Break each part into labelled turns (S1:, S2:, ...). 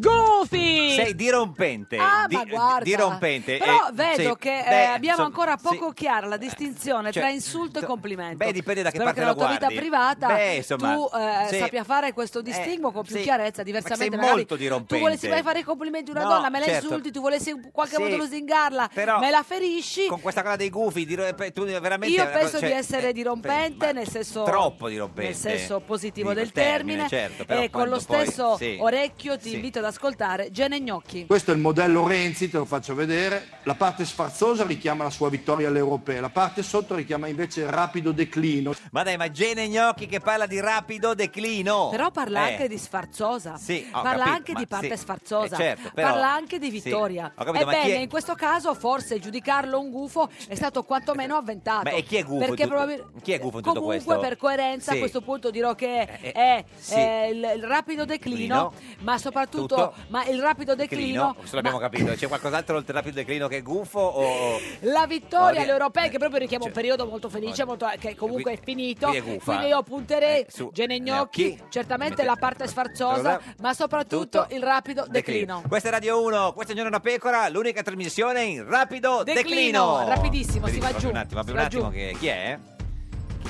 S1: Goofy!
S2: Sei dirompente.
S1: Ah,
S2: di- eh,
S1: ma guarda.
S2: Dirompente.
S1: Però
S2: eh,
S1: vedo
S2: sì,
S1: che eh,
S2: beh,
S1: abbiamo
S2: insomma,
S1: ancora poco
S2: sì.
S1: chiara la distinzione
S2: cioè,
S1: tra insulto e complimento.
S2: beh, dipende da che
S1: Spero
S2: parte
S1: che
S2: la
S1: tua vita
S2: guardi.
S1: privata
S2: Beh, insomma,
S1: tu eh,
S2: sì.
S1: sappia fare questo distinguo con più
S2: sì.
S1: chiarezza,
S2: Ma
S1: diversamente
S2: sei
S1: magari
S2: molto dirompente.
S1: tu volessi mai fare i complimenti a una
S2: No,
S1: donna, me la
S2: certo.
S1: insulti, tu volessi in qualche
S2: Sì,
S1: modo lusingarla,
S2: però
S1: me la ferisci.
S2: Con questa cosa dei gufi, diro- eh, tu veramente
S1: Io penso
S2: cioè,
S1: di essere dirompente nel senso
S2: troppo dirompente.
S1: nel senso positivo
S2: Dico,
S1: del
S2: il termine,
S1: termine,
S2: certo, però
S1: e con lo
S2: quando poi-
S1: stesso
S2: sì.
S1: orecchio ti
S2: Sì.
S1: invito ad ascoltare Gene Gnocchi.
S3: Questo è il modello Renzi, te lo faccio vedere. La parte sfarzosa richiama la sua vittoria all'europea, la parte sotto richiama invece il rapido declino.
S2: Ma dai, ma Gene Gnocchi che parla di rapido declino.
S1: Però parla
S2: Eh,
S1: anche di sfarzosa,
S2: Sì, ho
S1: parla
S2: capito,
S1: anche
S2: ma
S1: di
S2: sì,
S1: parte sfarzosa,
S2: eh, certo, però-
S1: parla anche di
S2: sì,
S1: vittoria.
S2: ho capito, ma chi
S1: Ebbene,
S2: è-
S1: in questo caso forse giudicarlo un gufo è stato quantomeno avventato.
S2: Ma e chi è gufo? in
S1: Perché
S2: tutto-
S1: probabil-
S2: Chi è gufo in tutto
S1: Comunque,
S2: questo?
S1: per coerenza,
S2: Sì.
S1: a questo punto dirò che
S2: Eh,
S1: è
S2: sì.
S1: eh, il, il rapido declino, ma soprattutto
S2: tutto.
S1: ma il rapido declino,
S2: Declino, questo l'abbiamo capito. C'è qualcos'altro oltre al rapido declino che è gufo o...
S1: La vittoria
S2: Oddio.
S1: alle europee, che proprio richiama un periodo molto felice, molto- eh, che comunque è finito.
S2: cioè, qui è gufa. Eh,
S1: Quindi io punterei
S2: su
S1: Gene Gnocchi,
S2: Gnocchi.
S1: certamente la parte sfarzosa,
S2: Cosa?
S1: ma soprattutto il rapido declino.
S2: Questa è Radio 1, questo è Giorno da Pecora, l'unica trasmissione in rapido declino.
S1: Declino, rapidissimo, si va
S2: Aspetta
S1: giù,
S2: Un attimo,
S1: si
S2: abbia un
S1: va
S2: attimo
S1: giù.
S2: che chi è?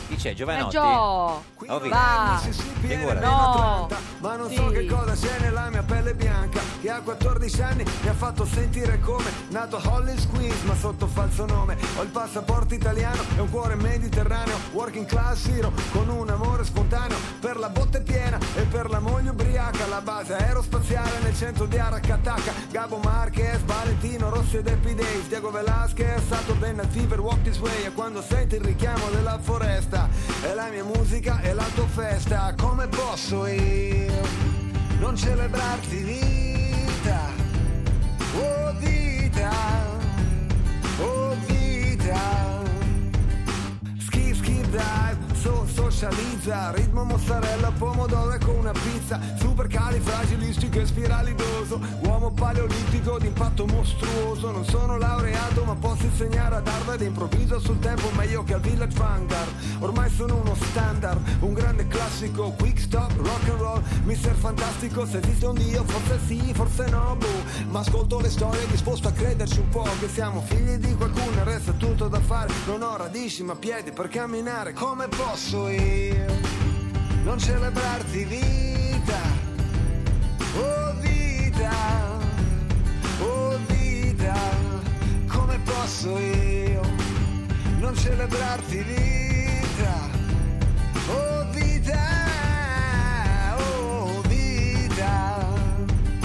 S2: Chi c'è? Giovanotti?
S1: Eh, Gio,
S2: Ho visto.
S1: va,
S2: Figurati.
S1: no,
S4: Ma non so che cosa sia nella mia pelle bianca Che a 14 anni mi ha fatto sentire come Nato Hollis Queens ma sotto falso nome Ho il passaporto italiano e un cuore mediterraneo Working class hero con un amore spontaneo Per la botte piena e per la moglie ubriaca La base aerospaziale nel centro di Aracataca Gabo Marquez, Valentino Rossi ed Happy Days Diego Velasquez, Saturday Night Fever, Walk This Way E quando senti il richiamo della foresta È la mia musica e la tua festa Come posso io non celebrarti vita, oh vita, oh vita. Skip, skip, dive, so, socializza, ritmo mozzarella, pomodoro con una pizza, super califragilistico e spiralidoso, uomo paleolitico d'impatto mostruoso, non sono laureato ma posso insegnare ad Harvard improvviso sul tempo meglio che al Village Vanguard, ormai sono uno standard, un grande classico, quick stop, rock and roll, mister fantastico, se esiste un dio forse sì, forse no, boh, ma ascolto le storie disposto a crederci un po', che siamo figli di qualcuno e resta tutto da fare, non ho radici ma piedi per camminare, come posso io? non celebrarti vita, oh vita, oh vita, come posso io non celebrarti vita, oh vita, oh vita.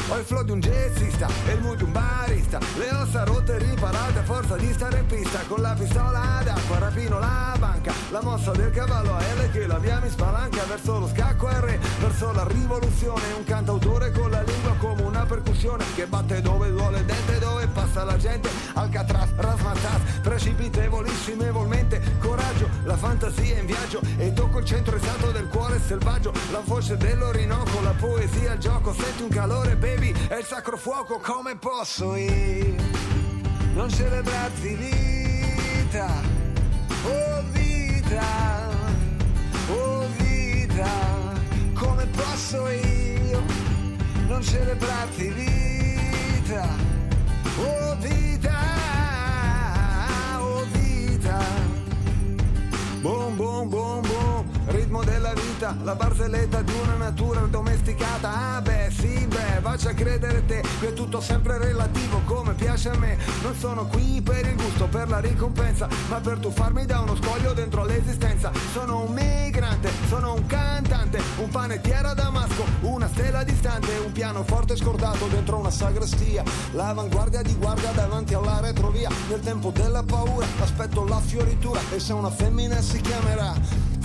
S4: Ho il flow di un jazzista e il mood di un barista Le ossa rotte e riparate a forza di stare in pista Con la pistola d'acqua rapino la banca La mossa del cavallo a L che la via mi spalanca Verso lo scacco a R, verso la rivoluzione Un cantautore con la lingua come una percussione Che batte dove vuole il dente, dove passa la gente Alcatraz, rasmataz, precipitevolisimevolmente Coraggio, la fantasia in viaggio E tocco il centro esatto del cuore selvaggio La voce dell'Orinoco, la poesia al gioco Senti un calore, baby, è il sacro fuoco Come posso io non celebrarti vita Oh vita, oh vita Come posso io non celebrarti vita Oh vita, oh vita Boom, boom, boom, boom, ritmo della vita, la barzelletta di una natura domesticata. Ah beh, sì, beh, vacci a credere te, che è tutto sempre relativo come piace a me. Non sono qui per il gusto, per la ricompensa, ma per tuffarmi da uno scoglio dentro l'esistenza. Sono un migrante, sono un cantante, un panettiere a Damasco, una stella distante, un pianoforte scordato dentro una sagrestia. L'avanguardia di guardia davanti alla retrovia, nel tempo della paura, aspetto la fioritura e se una femmina si chiamerà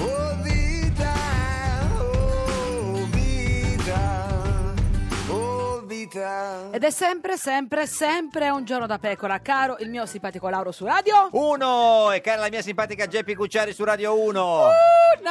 S4: oh vita, oh vita, oh vita.
S1: Ed è sempre, sempre, sempre un giorno da pecora, caro il mio simpatico Lauro su radio.
S2: Uno! E cara la mia simpatica Geppi Cucciari su Radio 1.
S1: Una
S2: Oddio,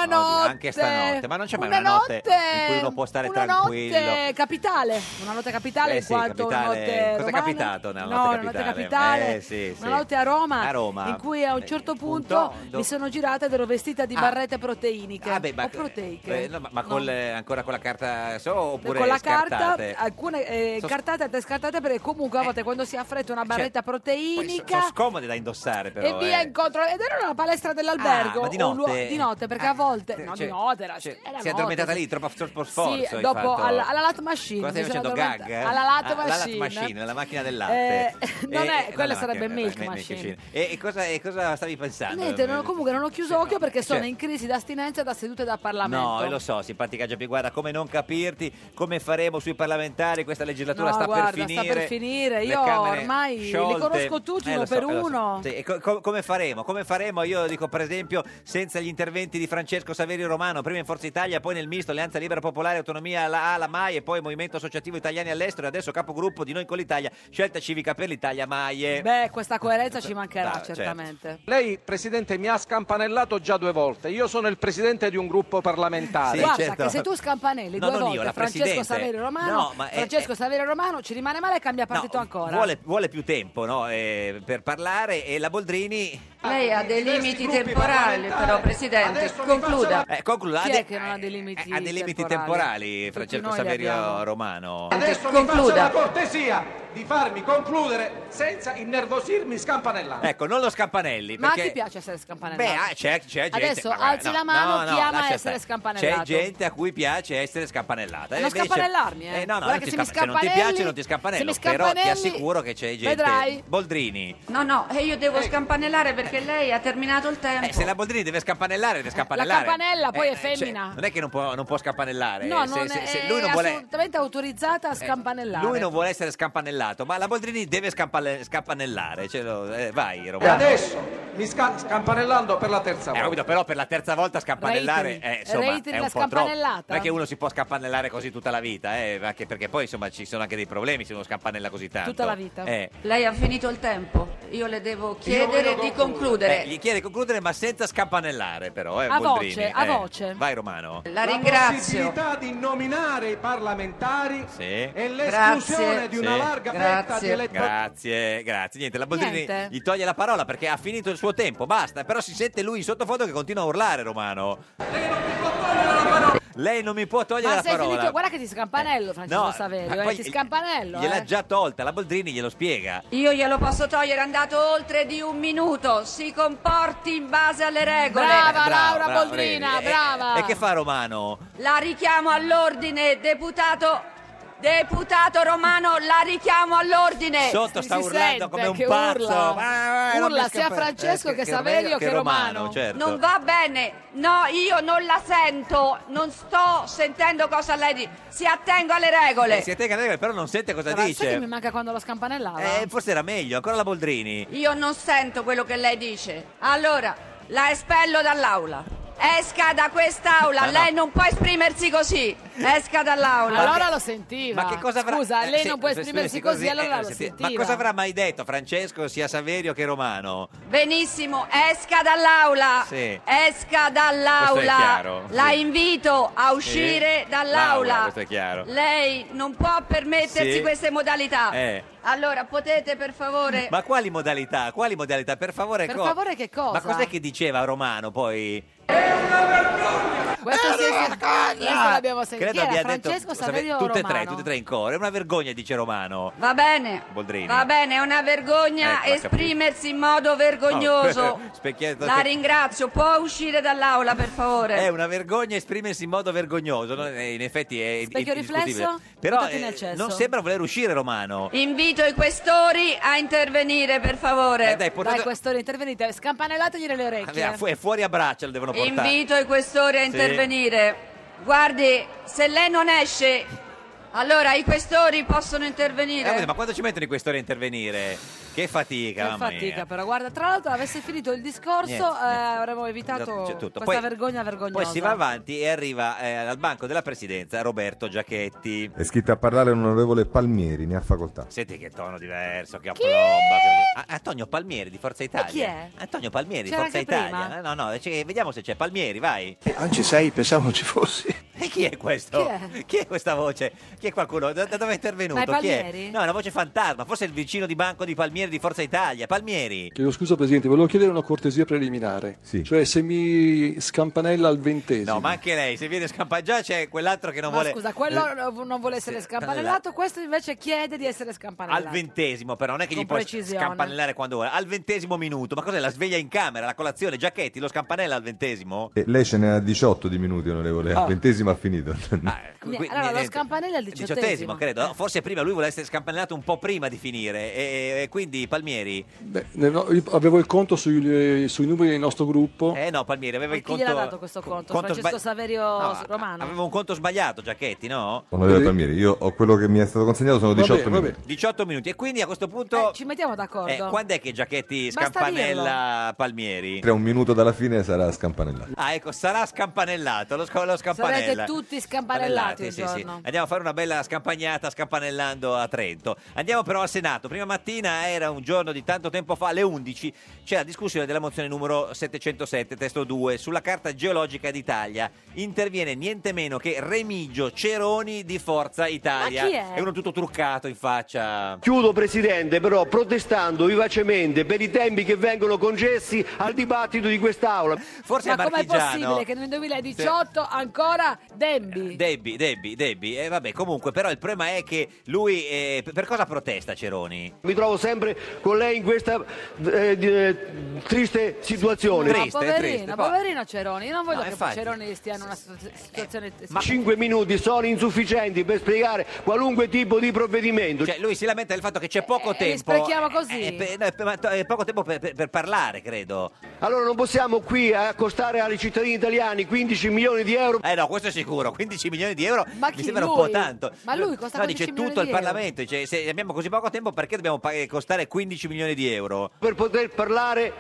S1: notte.
S2: Oh, anche stanotte, ma non c'è mai
S1: una
S2: una notte
S1: notte
S2: in cui uno può stare
S1: una
S2: tranquillo.
S1: notte capitale, una notte capitale
S2: Eh
S1: in
S2: sì,
S1: quanto una
S2: capitale.
S1: notte
S2: Cosa è
S1: romana.
S2: capitato nella
S1: no,
S2: notte
S1: una notte
S2: capitale?
S1: capitale,
S2: Eh, sì,
S1: una
S2: sì.
S1: notte a Roma,
S2: A Roma.
S1: in cui a un certo punto,
S2: punto, do-
S1: mi sono girata ed ero vestita di
S2: Ah.
S1: barrette proteiniche
S2: Ah, beh, ma,
S1: o proteiche.
S2: eh, no, ma, ma col, eh, ancora con la carta so, oppure
S1: con la
S2: scartate? Eh.
S1: carta, alcune eh,
S2: Sono-
S1: cartate altre scartate perché comunque a volte quando si affretta
S2: Cioè,
S1: una barretta
S2: Sono
S1: proteinica
S2: scomode da indossare però.
S1: e via
S2: eh.
S1: incontro ed era una palestra dell'albergo
S2: Ah, ma di
S1: o un luo-
S2: notte?
S1: di notte, perché a volte no
S2: Cioè,
S1: di notte era,
S2: cioè,
S1: era notte,
S2: si è addormentata
S1: sì.
S2: lì, troppo, troppo sforzo.
S1: sì,
S2: hai
S1: dopo
S2: fatto.
S1: alla, alla lat machine
S2: Cosa stai
S1: mi sono
S2: facendo? Gag?
S1: addormentata. alla lat
S2: Ah, alla
S1: machine,
S2: la macchina del latte.
S1: Eh, non è-
S2: no,
S1: quella
S2: la
S1: sarebbe
S2: macchina-
S1: milk
S2: eh,
S1: machine.
S2: E, e cosa, e cosa stavi pensando?
S1: niente non- comunque non ho chiuso occhio perché sono
S2: cioè-
S1: in crisi d'astinenza da sedute da Parlamento
S2: No, e lo so, simpatica Giappi, guarda come non capirti, come faremo sui parlamentari, questa legislatura
S1: No,
S2: sta per
S1: guarda, sta
S2: finire.
S1: per finire,
S2: le
S1: io
S2: Camere
S1: ormai li
S2: sciolte.
S1: conosco tutti
S2: Eh,
S1: uno
S2: lo so,
S1: per
S2: eh, lo so.
S1: uno.
S2: Sì, e co- co- come faremo? Come faremo? Io dico per esempio senza gli interventi di Francesco Saverio Romano, prima in Forza Italia, poi nel misto Alleanza Libera Popolare, Autonomia, la A, la MAI e poi Movimento Associativo Italiani all'estero e adesso capogruppo di Noi con l'Italia, Scelta Civica per l'Italia, MAIE.
S1: beh questa coerenza ci mancherà
S2: Ah, certo.
S1: certamente
S5: Lei, Presidente, mi ha scampanellato già due volte. Io sono il Presidente di un gruppo parlamentare.
S1: Guarda che se tu scampanelli
S2: certo. No,
S1: due
S2: non io,
S1: volte
S2: la
S1: Francesco
S2: Presidente.
S1: Saverio Romano,
S2: No, ma è-
S1: Francesco Saverio Romano ci rimane male e cambia partito ancora.
S2: Vuole, vuole più tempo no, eh, per parlare e la Boldrini...
S6: Lei ha dei limiti temporali, però, Presidente, concluda.
S2: Eh, concluda,
S1: Chi
S2: ha de-
S1: è che non ha dei limiti
S2: Eh, ha dei limiti
S1: temporali?
S2: temporali,
S1: Tutti
S2: Francesco
S1: noi li abbiamo.
S2: Saverio Romano.
S5: Adesso mi faccia
S6: Concluda.
S5: la cortesia di farmi concludere senza innervosirmi scampanellando.
S2: Ecco, non lo scampanelli.
S1: Ma a
S2: perché...
S1: chi piace essere scampanellato?
S2: Beh, ah, c'è, c'è gente.
S1: Adesso
S2: ma guarda,
S1: alzi la mano chi ama
S2: lascia
S1: essere
S2: stare.
S1: scampanellato.
S2: C'è gente a cui piace essere scampanellata.
S1: Eh,
S2: E
S1: non
S2: invece-
S1: scampanellarmi, eh.
S2: eh, no, no,
S1: Guarda
S2: non
S1: che
S2: ti
S1: se mi
S2: scampa- se non ti piace, non ti scampanello.
S1: scampanelli- se mi
S2: Però ti
S1: scampanelli-
S2: assicuro che c'è gente.
S1: Vedrai.
S2: Boldrini.
S6: No, no, e io devo scampanellare perché lei ha terminato il tempo.
S2: Eh, se la Boldrini deve scampanellare, deve scampanellare.
S1: Eh, campanella poi è
S2: eh, cioè,
S1: femmina.
S2: non è che non può, non può scampanellare.
S1: No,
S2: Eh, Se-
S1: non
S2: se- se
S1: è
S2: lui non vuole. Eh,
S1: assolutamente autorizzata a scampanellare.
S2: Lui non vuole essere scampanellato, ma la Boldrini deve scampale- scampanellare. ce lo- eh, vai,
S5: E
S2: Romano.
S5: adesso mi sca- scampanellando per la terza
S2: Eh, ho
S5: volta.
S2: capito, però per la terza volta scampanellare
S1: Reiteri.
S2: eh, insomma,
S1: Reiteri
S2: è
S1: la
S2: un po' troppo.
S1: scampanellata.
S2: Non è che uno si può scampanellare così tutta la vita, eh, anche perché poi insomma ci sono anche dei problemi se uno scampanella così tanto.
S1: Tutta la vita.
S2: Eh.
S6: Lei ha finito il tempo. Io le devo
S5: Io
S6: chiedere
S5: voglio
S6: di
S2: Eh,
S6: concludere.
S2: gli chiede di concludere ma senza scampanellare però, eh,
S1: A
S2: Boldrini.
S1: voce, a
S2: Eh,
S1: voce.
S2: Vai Romano.
S6: La
S5: La
S6: ringrazio.
S5: possibilità di nominare i parlamentari
S2: Sì.
S5: e l'esclusione
S6: Grazie.
S5: di una
S2: Sì.
S5: larga fetta di
S6: Grazie.
S5: elettori.
S2: Grazie, grazie. Niente, la Boldrini
S1: Niente.
S2: gli toglie la parola perché ha finito il suo tempo, basta. Però si sente lui in sottofondo che continua a urlare, Romano. Lei non mi può togliere
S1: Ma
S2: la
S1: sei
S2: parola.
S1: finito, guarda che ti scampanello, Francesco Saverio,
S2: ma
S1: eh,
S2: poi
S1: ti scampanello.
S2: Gliel'ha
S1: eh.
S2: già tolta, la Boldrini glielo spiega.
S6: Io glielo posso togliere, è andato oltre di un minuto. Si comporti in base alle regole.
S1: Brava.
S2: Eh,
S1: Laura Boldrini,
S2: eh,
S1: brava.
S2: E, che fa Romano?
S6: La richiamo all'ordine, deputato. Deputato Romano, la richiamo all'ordine.
S2: Sotto
S1: si-
S2: sta
S1: si
S2: urlando
S1: sente
S2: come un
S1: che
S2: pazzo.
S1: urla.
S2: Ah, ah, non
S1: Urla
S2: mi
S1: sia
S2: scappa-
S1: Francesco Eh, che Saverio che Romano.
S2: certo.
S6: Non va bene, no, io non la sento, non sto sentendo cosa lei dice, si attengo alle regole.
S2: Eh, si attenga alle regole, però non sente cosa
S1: Guarda, Sai che mi
S2: dice.
S1: manca quando lo scampanellava?
S2: Eh, forse era meglio, ancora la Boldrini.
S1: Eh,
S6: Io non sento quello che lei dice. Allora, la espello dall'aula. Esca da quest'aula,
S2: No, no.
S6: lei non può esprimersi così. Esca dall'aula.
S1: allora lo sentiva.
S2: Ma che cosa avrà
S1: Scusa,
S2: eh,
S1: lei
S2: sì,
S1: non può
S2: per
S1: esprimersi così,
S2: eh,
S1: allora lo
S2: senti-
S1: sentiva.
S2: Ma cosa avrà mai detto Francesco, sia Saverio che Romano?
S6: Benissimo, esca dall'aula.
S2: Sì.
S6: Esca
S2: Questo è
S6: dall'aula.
S2: chiaro.
S6: La
S2: Sì.
S6: invito a uscire
S2: Sì.
S6: dall'aula.
S2: Laura, questo è chiaro.
S6: Lei non può permettersi
S2: Sì.
S6: queste modalità.
S2: Eh.
S6: Allora, potete per favore
S2: Ma quali modalità? Quali modalità? Per favore,
S1: Per favore, che
S2: Ma
S1: cosa?
S2: cos'è che diceva Romano poi?
S1: Questo
S2: Eh,
S1: sì, questo l'abbiamo
S2: Credo
S1: sentito. Chi era?
S2: abbia detto
S1: Francesco
S2: Saverio-
S1: Saverio
S2: tutte e
S1: Romano.
S2: tre, tutte e tre in coro. È una vergogna, dice Romano.
S6: Va bene.
S2: Boldrini.
S6: Va bene, è una vergogna
S2: Ecco, l'ha
S6: esprimersi in modo vergognoso.
S2: Oh, specchietto-
S6: La ringrazio, può uscire dall'aula per favore.
S2: È una vergogna esprimersi in modo vergognoso, no? Eh, in effetti è
S1: Specchio
S2: indiscutibile.
S1: riflesso,
S2: Però eh,
S1: buttati nel cesso.
S2: non sembra voler uscire Romano.
S6: Invito i questori a intervenire per favore.
S2: Eh, dai, potato-
S1: Dai, questore, intervenite, scampanellategliele le orecchie.
S2: Ah, fu- è fuori a braccia, lo devono portare.
S6: Invito i questori a
S2: Sì.
S6: intervenire. Guardi, se lei non esce, allora i questori possono
S2: Eh,
S6: intervenire.
S2: ma quando ci mettono i questori a intervenire? Che fatica,
S1: Che
S2: mamma mia.
S1: fatica, però guarda, tra l'altro avesse finito il discorso
S2: Niente,
S1: eh, avremmo evitato
S2: C'è tutto.
S1: questa
S2: Poi-
S1: vergogna vergognosa.
S2: Poi si va avanti e arriva eh, al banco della presidenza Roberto Giachetti.
S7: È iscritto a parlare l'onorevole Palmieri, ne ha facoltà.
S2: Senti che tono diverso, che applomba. che- A- Antonio Palmieri di Forza Italia.
S1: chi è?
S2: Antonio Palmieri di
S1: C'era
S2: Forza
S1: anche
S2: Italia.
S1: prima?
S2: Eh, No, no, cioè, vediamo se c'è Palmieri, vai.
S8: Ah, ci sei? Pensavo non ci fossi.
S2: E chi è questo?
S1: Chi
S2: Chi è questa voce? Chi è qualcuno? Da, da dove è intervenuto?
S1: Ma è
S2: Chi
S1: Palmieri?
S2: No, è una voce fantasma, forse è il vicino di banco di Palmieri di Forza Italia. Palmieri.
S8: Chiedo scusa, Presidente, volevo chiedere una cortesia preliminare.
S7: Sì.
S8: Cioè, se mi scampanella al ventesimo.
S2: No, ma anche lei, se viene scampaggiata già c'è quell'altro che non
S1: Ma
S2: vuole...
S1: scusa, quello non vuole essere
S2: sì,
S1: scampanellato, questo invece chiede di essere scampanellato.
S2: Al ventesimo, però, non è che
S1: Con
S2: gli puoi
S1: precisione.
S2: scampanellare quando vuole. Al ventesimo minuto, ma cos'è la sveglia in camera, la colazione, Giacchetti, lo scampanella al ventesimo?
S7: E lei ce ne ha 18 di minuti, onorevole.
S8: Ah.
S7: Al ventesimo ha finito.
S2: Ah, qui- qui-
S1: allora, lo
S2: niente.
S1: scampanello è il diciottesimo. Eh.
S2: Diciottesimo, credo. No, Forse prima lui voleva essere scampanellato un po' prima di finire. E, e quindi Palmieri.
S8: Beh, ne- no, io avevo il conto sui, eh, sui numeri del nostro gruppo.
S2: Eh no, Palmieri aveva
S1: Ma
S2: il
S1: chi
S2: conto.
S1: gliel'ha dato questo conto? Francesco Saverio Romano?
S2: Aveva un conto sbagliato, Giacchetti, no?
S7: Onorevole Palmieri, io ho quello che mi è stato consegnato, sono 18
S8: Vabbè, vabbè.
S7: minuti.
S2: 18 minuti. E quindi a questo punto.
S1: Eh, ci mettiamo d'accordo.
S2: Eh, quando è che Giacchetti
S1: Basta
S2: scampanella Palmieri?
S7: Tra un minuto dalla fine sarà scampanellato.
S2: Ah, ecco, sarà scampanellato. Lo, sc- lo scampanella.
S1: Sarete tutti scampanellati
S2: Scampanellati,
S1: il
S2: sì, sì. Eh,
S1: giorno.
S2: Andiamo a fare una bella scampagnata scampanellando a Trento. Andiamo però al Senato. Prima mattina era un giorno di tanto tempo fa, alle 11, c'è la discussione della mozione numero 707, testo 2, sulla carta geologica d'Italia. Interviene niente meno che Remigio Ceroni di Forza Italia.
S1: Ma chi è?
S2: uno tutto truccato in faccia.
S9: Chiudo Presidente però protestando vivacemente per i tempi che vengono concessi al dibattito di quest'Aula.
S2: Forse
S1: Ma
S2: è
S1: com'è
S2: marchigiano.
S1: possibile che nel 2018 ancora Dembi?
S2: Debbie, Debbie, Debbie, eh, vabbè, comunque, però il problema è che lui eh, per- per cosa protesta Ceroni?
S9: Mi trovo sempre con lei in questa eh, di- eh, triste situazione.
S2: oh, Triste,
S1: no, Ah, poverino,
S2: triste, poi-
S1: poverino Ceroni. Io non voglio
S2: No,
S1: che
S2: infatti.
S1: Ceroni stia in una situ- situazione...
S9: Ma Cinque minuti sono insufficienti per spiegare qualunque tipo di provvedimento.
S2: Cioè, lui si lamenta del fatto che c'è poco
S1: Eh,
S2: tempo.
S1: li sprechiamo così?
S2: Eh, per- no, per- ma to- eh, poco tempo per, per- per parlare, credo.
S9: Allora non possiamo qui accostare ai cittadini italiani 15 milioni di euro
S2: Eh no, questo è sicuro. 15 milioni di euro
S1: Ma
S2: mi
S1: chi,
S2: sembra un
S1: lui?
S2: po' tanto.
S1: Ma lui costa
S2: No,
S1: 15
S2: dice
S1: milioni
S2: tutto il
S1: di euro.
S2: Parlamento. Dice, se abbiamo così poco tempo, perché dobbiamo pag- costare 15 milioni di euro?
S9: per poter parlare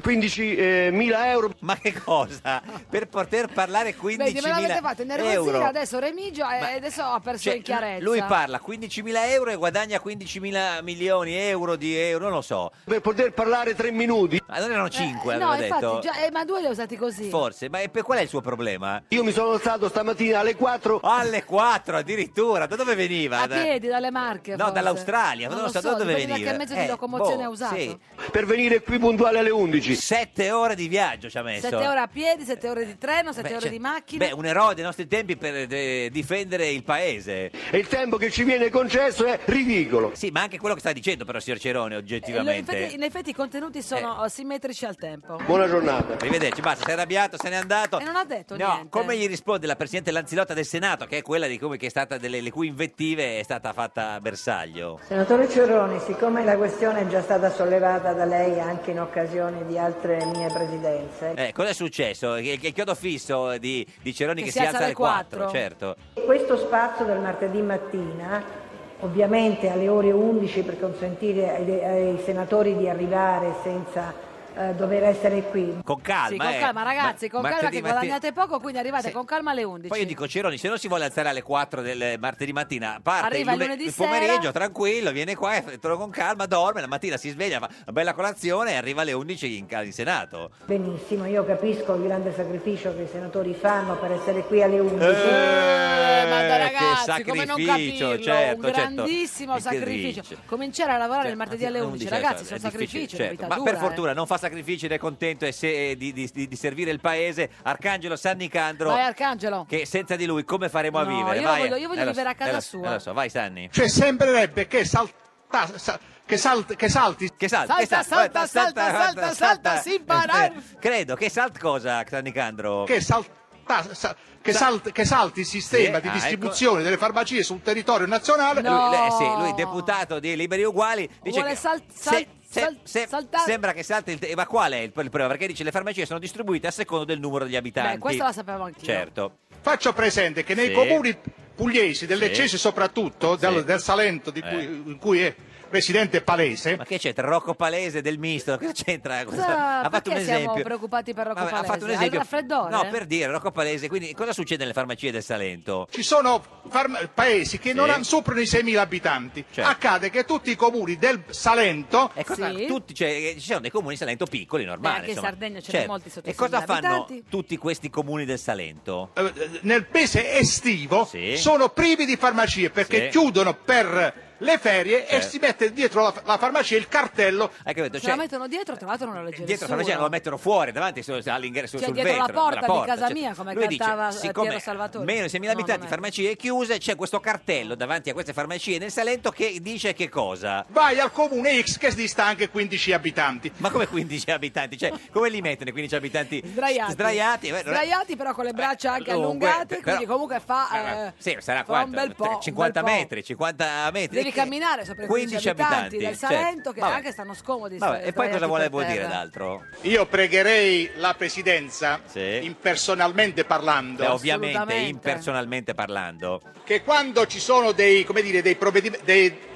S9: 15 eh, mila euro.
S2: Ma che cosa? Per poter parlare 15
S1: Vedi, me l'avete fatto
S2: euro.
S1: innervosire adesso Remigio e
S2: Ma-
S1: adesso ha perso
S2: Cioè,
S1: in chiarezza.
S2: lui parla 15.000 euro e guadagna 15.000 milioni euro di euro, non lo so.
S9: Per poter parlare tre minuti.
S2: Ma non erano 5,
S1: Eh,
S2: aveva
S1: no, infatti,
S2: detto.
S1: già- eh, ma due li ha usati così.
S2: Forse, ma e per- qual è il suo problema?
S9: Io mi sono alzato stamattina alle 4
S2: Alle 4 addirittura, da dove veniva?
S1: a
S2: Da-
S1: piedi, dalle Marche
S2: No,
S1: forse.
S2: dall'Australia, non, lo so, da dove
S1: dipende da
S2: veniva.
S1: che mezzo
S2: Eh,
S1: di locomozione
S2: boh,
S1: ha usato.
S2: sì.
S9: per venire qui puntuale alle 11.
S2: Sette ore di viaggio ci ha messo.
S1: Sette ore a piedi, sette ore di treno, sette
S2: Beh,
S1: ore
S2: cioè,
S1: di macchina.
S2: Beh, un eroe dei nostri tempi per eh, difendere il paese.
S9: E il tempo che ci viene concesso è ridicolo.
S2: Sì, ma anche quello che sta dicendo però signor Cerone
S1: Eh, lo-
S2: oggettivamente.
S1: infatti- in effetti i contenuti
S2: Eh.
S1: sono simmetrici al tempo.
S9: Buona giornata.
S2: Arrivederci, basta, si è arrabbiato, se n'è andato.
S1: E Eh, non ha detto
S2: no,
S1: niente.
S2: Come gli risponde la Presidente Lanzilotta del Senato, che è quella di come che è stata delle, le cui invettive è stata fatta bersaglio?
S10: Senatore Ceroni, siccome la questione è già stata sollevata da lei anche in occasione di altre mie presidenze,
S2: Eh, cosa è successo? Il, il chiodo fisso di, di Ceroni che,
S1: Che si alza alle
S2: alle 4,
S1: quattro.
S2: certo.
S10: questo spazio del martedì mattina, ovviamente alle ore 11 per consentire ai, ai senatori di arrivare senza eh, dover essere qui,
S2: Con calma,
S1: sì, con
S2: eh.
S1: calma, ragazzi, con
S2: Ma-
S1: calma
S2: martedì
S1: che
S2: mattina-
S1: guadagnate poco, quindi arrivate
S2: Sì.
S1: con calma alle 11.
S2: Poi io dico Ceroni, se non si vuole alzare alle 4 del martedì mattina, parte
S1: Arriva
S2: il, lune-
S1: il lunedì
S2: il
S1: sera.
S2: pomeriggio tranquillo, viene qua, e torna con calma, dorme, la mattina si sveglia, fa una bella colazione e arriva alle 11 in, ca- in Senato.
S10: benissimo, io capisco il grande sacrificio che i senatori fanno per essere qui alle 11.
S1: Eh, ma da
S2: che
S1: ragazzi, come non
S2: sacrificio,
S1: capirlo,
S2: certo,
S1: un
S2: certo.
S1: grandissimo
S2: Che
S1: sacrificio.
S2: dice?
S1: Cominciare a lavorare il martedì alle
S2: Non
S1: 11,
S2: dice,
S1: ragazzi,
S2: è
S1: sono
S2: difficile,
S1: sacrifici, è
S2: certo.
S1: una vita
S2: Ma
S1: dura, eh."
S2: per fortuna non fa sacrifici ed è contento e se- eh, di, di- di- di servire il paese. Arcangelo San
S1: eh.
S2: Nicandro,
S1: Vai Arcangelo.
S2: che senza di lui come faremo a
S1: No,
S2: vivere?
S1: io lo
S2: Vai,
S1: voglio- io voglio
S2: eh, lo
S1: vivere
S2: so,
S1: a casa
S2: eh, lo so,
S1: sua.
S2: eh, lo so, vai Sanni.
S8: Cioè, sembrerebbe che salta, che, salti.
S2: Che salta,
S1: Salta,
S2: che
S1: salta, salta, salta, salta, si impara.
S2: Eh, Credo, che salt cosa, San Nicandro?
S8: che salta- sa- che salt- che salti il sistema
S2: Sì,
S8: di
S2: ah,
S8: distribuzione delle farmacie sul territorio nazionale.
S1: No.
S2: Lui, le- sì, lui, deputato di Liberi Uguali, dice
S1: Vuole
S2: che
S1: sal-
S2: se-
S1: sal-
S2: se-
S1: sal-
S2: se-
S1: saltare.
S2: sembra che salti il te- ma qual è il, il problema? Perché dice le farmacie sono distribuite a secondo del numero degli abitanti.
S1: Beh, questo la sapevo anch'io.
S2: Certo.
S8: Faccio presente che nei
S2: Sì.
S8: comuni pugliesi,
S2: Sì.
S8: dell'Eccese soprattutto,
S2: Sì.
S8: dal- del Salento di
S2: Eh.
S8: cui, in cui è
S11: presidente Palese.
S2: Ma che c'entra? Rocco Palese del misto, che c'entra?
S1: Cosa-
S2: Cosa- Ha fatto un
S1: perché siamo
S2: esempio.
S1: preoccupati per Rocco
S2: Vabbè, ha
S1: Palese?
S2: fatto un
S1: Ha il
S2: esempio.
S1: raffreddore? eh?
S2: No, per dire, Rocco Palese, quindi cosa succede nelle farmacie del Salento?
S11: Ci sono farm- paesi che non
S2: Sì.
S11: han- superano i 6.000 abitanti.
S2: Certo.
S11: Accade che tutti i comuni del Salento
S2: E cosa- tutti- cioè, eh, ci sono dei comuni in Salento piccoli, normali.
S1: anche in
S2: insomma.
S1: Sardegna ce ne
S2: Certo.
S1: molti sotto i
S2: E cosa
S1: 6.000
S2: fanno
S1: abitanti?
S2: tutti questi comuni del Salento?
S11: eh, nel mese estivo sono privi di farmacie perché
S2: Sì.
S11: chiudono per le ferie e
S2: Certo.
S11: si mette dietro la, la farmacia il cartello.
S2: Hai capito?
S1: Ce la mettono dietro, tra l'altro non la legge
S2: cioè, Dietro la
S1: nessuno.
S2: farmacia non lo mettono fuori, davanti su- all'ingresso
S1: Cioè,
S2: sul
S1: dietro la
S2: vetro,
S1: porta di casa
S2: cioè.
S1: mia, come
S2: Lui
S1: cantava, eh,
S2: dice, siccome
S1: Piero Salvatore.
S2: Meno di 6.000
S1: No,
S2: abitanti,
S1: non è.
S2: farmacie chiuse, c'è questo cartello davanti a queste farmacie nel Salento che dice che cosa?
S11: Vai al comune X che dista anche 15 abitanti.
S2: Ma come 15 abitanti? Cioè, come li mettono i 15 abitanti?
S1: Sdraiati.
S2: Sdraiati, eh, non è-
S1: Sdraiati, però con le braccia anche
S2: dunque,
S1: allungate,
S2: però-
S1: quindi comunque fa... eh,
S2: Sì, sarà
S1: fa
S2: quanto?
S1: un bel po',
S2: Tre-
S1: un
S2: 50
S1: bel po'.
S2: metri, 50 metri.
S1: Devi
S2: E che-
S1: camminare sopra i 15,
S2: 15
S1: abitanti, del
S2: abitanti, certo.
S1: Salento che
S2: Vabbè.
S1: anche stanno scomodi.
S2: Vabbè,
S1: se
S2: e poi cosa
S1: sdraiati
S2: volevo
S1: per
S2: dire
S1: terra.
S2: d'altro?
S11: Io pregherei la presidenza, impersonalmente parlando,
S2: Beh, ovviamente, impersonalmente parlando.
S11: che quando ci sono dei, come dire, dei provvedim- dei-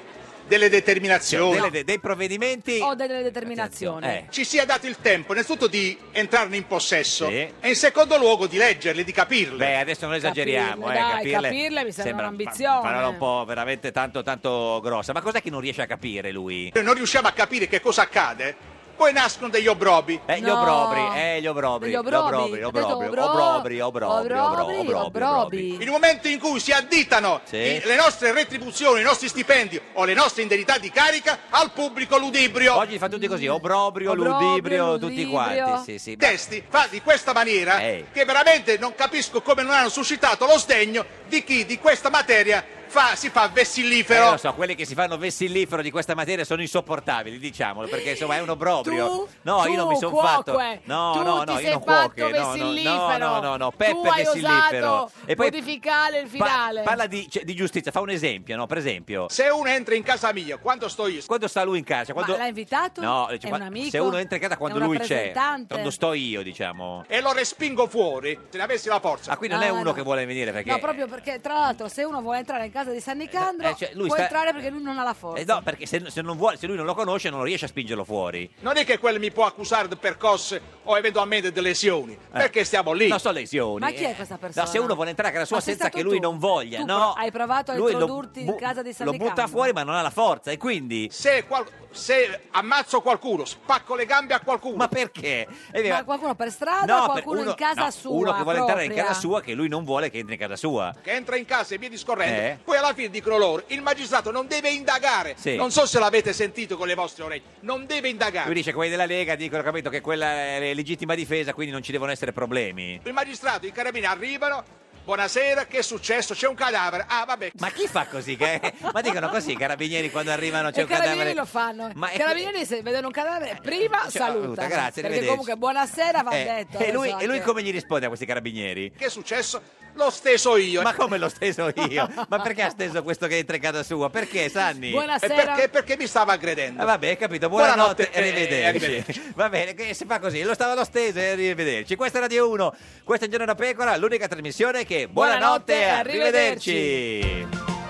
S11: delle determinazioni,
S2: Cioè, Delle- de- dei provvedimenti, eh.
S1: Ho delle determinazioni.
S11: ci sia dato il tempo innanzitutto di entrarne in possesso e in secondo luogo di leggerle, di capirle.
S2: Beh, adesso non esageriamo,
S1: Capirle, dai,
S2: eh, capirle,
S1: capirle mi sembra
S2: una
S1: un'ambizione.
S2: parola un po' veramente tanto, tanto grossa. Ma cos'è che non riesce a capire lui?
S11: Noi Cioè, non riusciamo a capire che cosa accade, poi nascono degli obrobi.
S2: Eh, gli obrobri, eh, gli obrobri,
S11: Degli obrobri,
S2: gli obrobri,
S11: ha detto
S2: obrobri,
S11: obro-
S2: obrobri, obrobri, obrobri, obrobri, obrobri.
S11: Il momento in cui si additano
S2: Sì.
S11: i- le nostre retribuzioni, i nostri stipendi o le nostre indennità di carica al pubblico ludibrio.
S2: Oggi fa tutti così, obrobrio, ludibrio, tutti quanti. Sì, sì.
S11: Testi fa di questa maniera che veramente non capisco come non hanno suscitato lo sdegno di chi di questa materia fa- si fa
S2: Eh,
S11: vessillifero.
S2: lo so, quelli che si fanno vessillifero di questa materia sono insopportabili, diciamolo, perché insomma è un obbrobrio. no, io non mi sono
S1: cuoque,
S2: fatto. No,
S1: tu
S2: no,
S1: ti
S2: no,
S1: sei
S2: io non
S1: fatto
S2: cuoche, no, no, no,
S1: vessillifero.
S2: no, no, no, Peppe
S1: tu hai
S2: vessillifero.
S1: osato
S2: e poi
S1: modificare il
S2: pa-
S1: finale.
S2: parla di, cioè, di giustizia, fa un esempio, no? Per esempio,
S11: se uno entra in casa mia, quando sto io?
S2: Quando sta lui in casa? cioè, Quando...
S1: Ma l'ha invitato?
S2: No,
S1: è
S2: dice,
S1: un
S2: quando-
S1: amico?
S2: se uno entra in casa quando
S1: È un
S2: lui c'è,
S1: rappresentante?
S2: quando sto io, diciamo.
S11: E lo respingo fuori, se ne avessi la forza.
S2: Ah, qui non è
S1: Ah,
S2: uno
S1: no.
S2: che vuole venire perché.
S1: No, proprio perché, tra l'altro, se uno vuole entrare in casa di San Nicandro,
S2: eh, cioè, lui
S1: può
S2: sta-
S1: entrare perché lui non ha la forza.
S2: Eh, no, perché se, se non vuole, se lui non lo conosce, non riesce a spingerlo fuori.
S11: Non è che quello mi può accusare di percosse o eventualmente di lesioni, perché stiamo lì.
S2: Non so Eh. lesioni.
S1: Ma chi è
S2: eh.
S1: questa persona?
S2: No, se uno vuole entrare a casa sua
S1: Ma sei
S2: senza
S1: stato
S2: che lui
S1: tu?
S2: non voglia,
S1: Tu
S2: no?
S1: pro- hai provato a
S2: lui lo
S1: introdurti in
S2: bu-
S1: casa di San
S2: Lo
S1: Nicandro.
S2: butta fuori, ma non ha la forza, e quindi.
S11: Se, qual- se ammazzo qualcuno, spacco le gambe a qualcuno. Ma
S2: perché?
S1: Ma qualcuno per strada o
S2: per
S1: qualcuno
S2: uno-
S1: in casa
S2: no,
S1: sua?
S2: Ah, Uno che vuole entrare in
S1: propria?
S2: casa sua, che lui non vuole che entri in casa sua.
S11: che entra in casa e via discorrendo,
S2: Eh.
S11: poi alla fine dicono loro, il magistrato non deve indagare,
S2: Sì.
S11: non so se l'avete sentito con le vostre orecchie, non deve indagare,
S2: Lui dice: quelli della Lega dicono capito che quella è legittima difesa, quindi non ci devono essere problemi.
S11: il magistrato, i carabinieri arrivano, buonasera, che è successo, c'è un cadavere, ah vabbè,
S2: Ma chi fa così? Che- ma dicono così i carabinieri quando arrivano c'è
S1: I
S2: un cadavere.
S1: carabinieri lo fanno.
S2: cioè,
S1: eh.
S2: Ma è-
S1: I carabinieri se vedono un cadavere prima
S2: Cioè, saluta,
S1: saluta.
S2: grazie,
S1: Perché
S2: arrivederci.
S1: comunque buonasera va
S2: Eh,
S1: detto.
S2: e, lui,
S1: adesso
S2: e lui
S1: anche-
S2: come gli risponde a questi carabinieri?
S11: che è successo, l'ho steso io.
S2: Ma come l'ho steso io? Ma perché ha steso questo che entra in casa sua? Perché, Sanni?
S11: E perché, perché mi stava aggredendo?
S2: Ah, vabbè, capito.
S11: Buonanotte,
S2: Buonanotte, e
S11: eh,
S2: arrivederci. Va bene, che si fa così. Lo stava lo steso e arrivederci. Questa è Radio 1, questa è Giorno da Pecora, l'unica trasmissione che buonanotte,
S12: Buonanotte,
S2: arrivederci.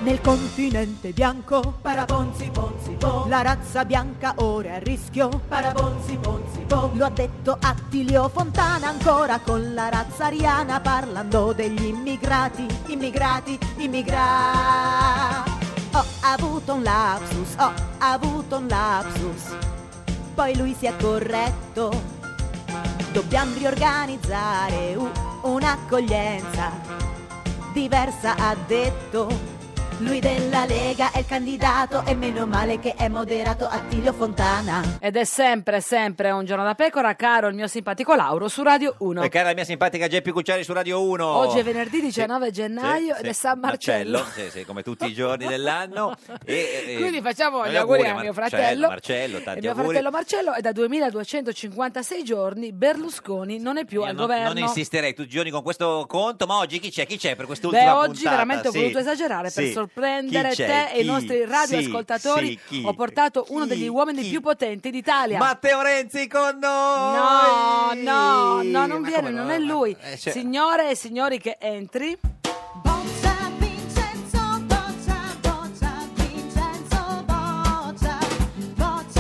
S12: Nel continente bianco, parabonzi bonzi bo, la razza bianca ora è a rischio, parabonzi bonzi bo, lo ha detto Attilio Fontana ancora con la razza ariana parlando degli immigrati, immigrati, immigrati. Ho avuto un lapsus, ho avuto un lapsus, poi lui si è corretto, dobbiamo riorganizzare u- un'accoglienza diversa ha detto. Lui della Lega è il candidato e meno male che è moderato Attilio Fontana.
S1: Ed è sempre, sempre un giorno da pecora, caro il mio simpatico Lauro su Radio 1.
S2: E cara la mia simpatica Geppi Cucciari su Radio 1.
S1: Oggi è venerdì 19 gennaio
S2: Sì,
S1: ed è
S2: sì.
S1: San Marcello.
S2: Sì, sì, come tutti i giorni dell'anno. E, eh,
S1: Quindi facciamo
S2: noi
S1: gli auguri, a
S2: Mar-
S1: mio fratello.
S2: Marcello, tanti
S1: Il mio
S2: auguri.
S1: fratello Marcello è da 2256 giorni Berlusconi non è più al
S2: Eh, non,
S1: governo.
S2: non insisterei tutti i giorni con questo conto, ma oggi chi c'è? Chi c'è per quest'ultima
S1: Beh, oggi
S2: puntata?
S1: veramente ho
S2: Sì,
S1: voluto esagerare per
S2: sì.
S1: sorprendere
S2: Chi c'è?
S1: te e i
S2: Chi?
S1: nostri radioascoltatori.
S2: Sì, sì, chi?
S1: Ho portato uno degli uomini più potenti d'Italia.
S2: Matteo Renzi con
S1: No,
S2: noi!
S1: no, no,
S2: Ma
S1: non
S2: come
S1: viene,
S2: no?
S1: non è lui.
S2: Eh, cioè-
S1: Signore e signori che entri.
S12: Vincenzo Boccia, Boccia, Vincenzo Boccia,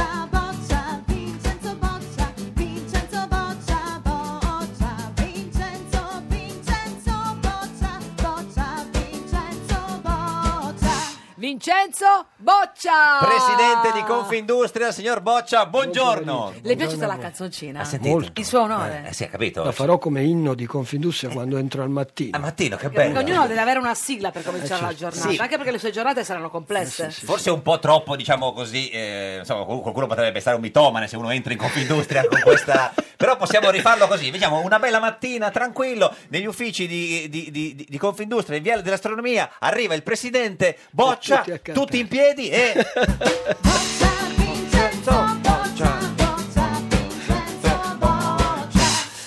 S1: Vincenzo Boccia.
S2: Presidente di Confindustria, signor Boccia, buongiorno.
S1: Le è piaciuta la canzoncina?
S2: Ha sentito?
S1: Il suo onore.
S2: Eh, si è capito?
S13: La farò come inno di Confindustria quando entro al mattino. Al
S2: mattino, che
S1: Perché ognuno deve avere una sigla per
S2: Eh,
S1: cominciare la giornata,
S2: Sì.
S1: anche perché le sue giornate saranno complesse.
S2: Forse un po' troppo, diciamo così, eh, insomma, qual- qualcuno potrebbe stare un mitomane se uno entra in Confindustria con questa... Però possiamo rifarlo così, diciamo, una bella mattina, tranquillo, negli uffici di, di- di- di- di Confindustria, in Viale dell'Astronomia, arriva il presidente, boccia,
S13: Tutti accanto.
S2: tutti in piedi e...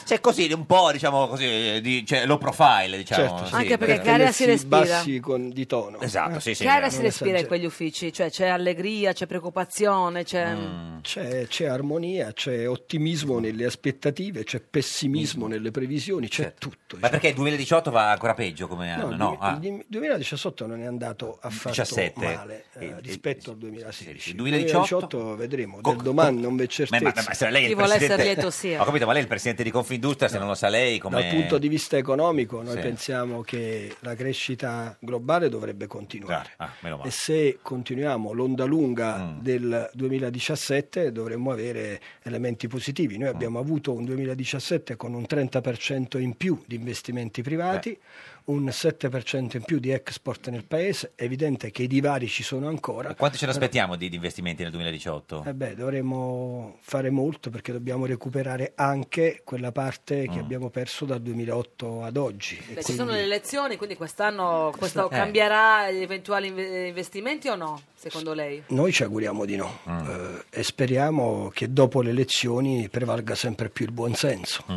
S2: C'è così, un po', diciamo così, di, cioè, low profile, diciamo.
S13: Certo,
S2: sì,
S1: Anche perché Gaia si respira.
S13: Bassi con, di tono.
S2: Esatto, sì, sì.
S1: Che aria
S2: vero.
S1: si respira in quegli uffici? Cioè c'è allegria, c'è preoccupazione, c'è...
S2: Mm.
S13: C'è, c'è armonia, c'è ottimismo nelle aspettative, c'è
S2: Mm.
S13: pessimismo nelle previsioni, c'è tutto.
S2: Ma perché il 2018 va ancora peggio come
S13: No,
S2: anno,
S13: il
S2: Certo. no? Ah,
S13: duem- il 2018 non è andato affatto
S2: 17.
S13: male eh, rispetto al 2016.
S2: il
S13: Il
S2: 2018?
S13: 2018 vedremo, del domani non c'è
S2: Ma,
S13: Eh, certezza.
S2: ma- ma se lei è il presidente... Ho capito, ma lei è il presidente di Confindustria, se non lo sa lei come...
S13: Dal punto di vista economico noi
S2: Sì.
S13: pensiamo che la crescita globale dovrebbe continuare.
S2: Ah, meno male.
S13: E se continuiamo l'onda lunga del 2017 dovremmo avere elementi positivi. Noi abbiamo avuto un 2017 con un 30% in più di investimenti privati, un 7% in più di export nel paese. È evidente che i divari ci sono ancora.
S2: Quanto ce ne
S13: però-
S2: aspettiamo di, di investimenti nel 2018?
S13: eh beh, dovremmo fare molto perché dobbiamo recuperare anche quella parte che abbiamo perso dal 2008 ad oggi. E
S1: Beh, ci sono
S13: quindi-
S1: le elezioni, quindi quest'anno questo
S13: Eh.
S1: cambierà gli eventuali inve- investimenti o no, secondo lei?
S13: Noi ci auguriamo di no eh, e speriamo che dopo le elezioni prevalga sempre più il buonsenso
S2: Mm,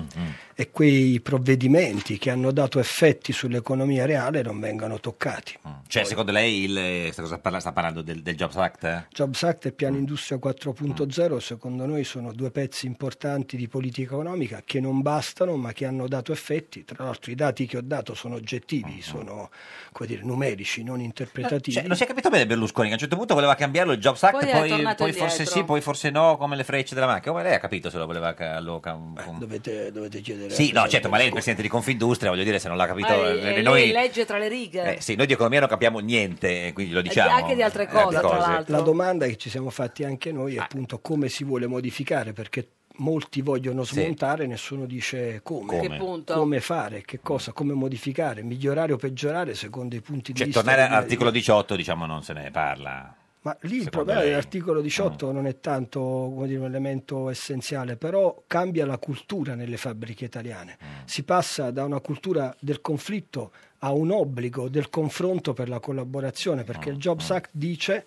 S13: e quei provvedimenti che hanno dato effetti sull'economia reale non vengano toccati.
S2: Cioè, secondo lei il, eh, sta, cosa parla- sta parlando del, del Jobs Act? eh?
S13: Jobs Act e Piano Industria 4.0 secondo noi sono due pezzi importanti di politica economica che non bastano ma che hanno dato effetti. Tra l'altro i dati che ho dato sono oggettivi, sono come dire, numerici, non interpretativi.
S2: Cioè, non si è capito bene Berlusconi, che a un certo punto voleva cambiarlo il Jobs Act,
S13: Poi è
S2: poi,
S13: tornato
S2: poi forse
S13: indietro.
S2: sì, poi forse no, come le frecce della macchina. Come lei ha capito se lo voleva... ca- lo cam- com-
S13: Dovete, dovete chiedere
S2: Sì,
S13: al
S2: no, certo, ma lei è il presidente di Confindustria, voglio dire, se non l'ha capito...
S1: Ah,
S2: eh,
S1: lei
S2: noi-
S1: legge tra le righe.
S2: eh, sì, noi di economia non capiamo niente, eh, quindi lo
S1: di-
S2: diciamo.
S1: anche di altre cose, tra l'altro.
S13: La domanda che ci siamo fatti anche
S2: Eh.
S13: noi è appunto come si vuole modificare, perché molti vogliono
S2: Sì.
S13: smontare, nessuno dice come.
S2: Che Come. punto?
S13: Come fare, che cosa, come modificare, migliorare o peggiorare secondo i punti di
S2: Cioè,
S13: vista.
S2: tornare
S13: di-
S2: all'articolo 18, diciamo, non se ne parla.
S13: Ma lì il
S2: secondo
S13: problema
S2: lei. Mm.
S13: dell'articolo 18 non è tanto come dire, un elemento essenziale, però cambia la cultura nelle fabbriche italiane.
S2: Mm.
S13: Si passa da una cultura del conflitto a un obbligo del confronto per la collaborazione,
S2: Mm,
S13: perché il Jobs Act dice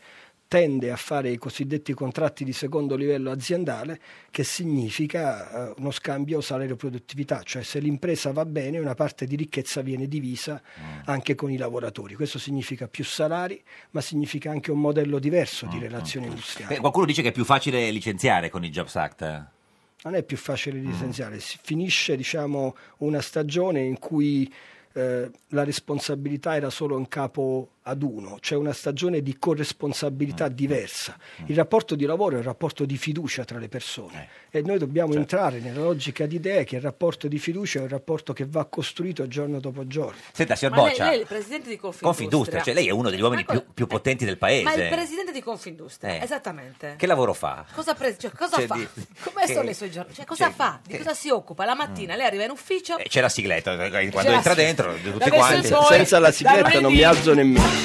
S13: tende a fare i cosiddetti contratti di secondo livello aziendale, che significa eh, uno scambio salario-produttività, cioè se l'impresa va bene una parte di ricchezza viene divisa anche con i lavoratori. Questo significa più salari, ma significa anche un modello diverso di relazione industriale.
S2: Beh, Eh, qualcuno dice che è più facile licenziare con il Jobs Act.
S13: Non è più facile licenziare, si finisce diciamo, una stagione in cui eh, la responsabilità era solo in capo ad uno, c'è una stagione di corresponsabilità diversa. Il rapporto di lavoro è un rapporto di fiducia tra le persone e noi dobbiamo entrare nella logica di idee che il rapporto di fiducia è un rapporto che va costruito giorno dopo giorno.
S2: Senta, signor
S1: Ma lei,
S2: Boccia,
S1: lei è il presidente di Confindustria.
S2: Confindustria, cioè lei è uno degli uomini
S1: Ma,
S2: più, più potenti del paese.
S1: ma il presidente di Confindustria,
S2: Eh.
S1: esattamente.
S2: Che lavoro fa?
S1: Cosa, pre- cioè, cosa
S2: Cioè,
S1: fa?
S2: di-
S1: Come
S2: che-
S1: sono le sue giornate? Cioè, cosa
S2: cioè,
S1: fa? Di
S2: che-
S1: cosa si occupa? La mattina lei arriva in ufficio.
S2: Eh, C'è la sigletta, eh, quando
S1: C'è la
S2: entra
S1: sigletta.
S2: dentro, tutti
S1: adesso
S2: quanti.
S1: in poi, Senza la sigletta da non lunedì- mi alzo
S13: nemmeno.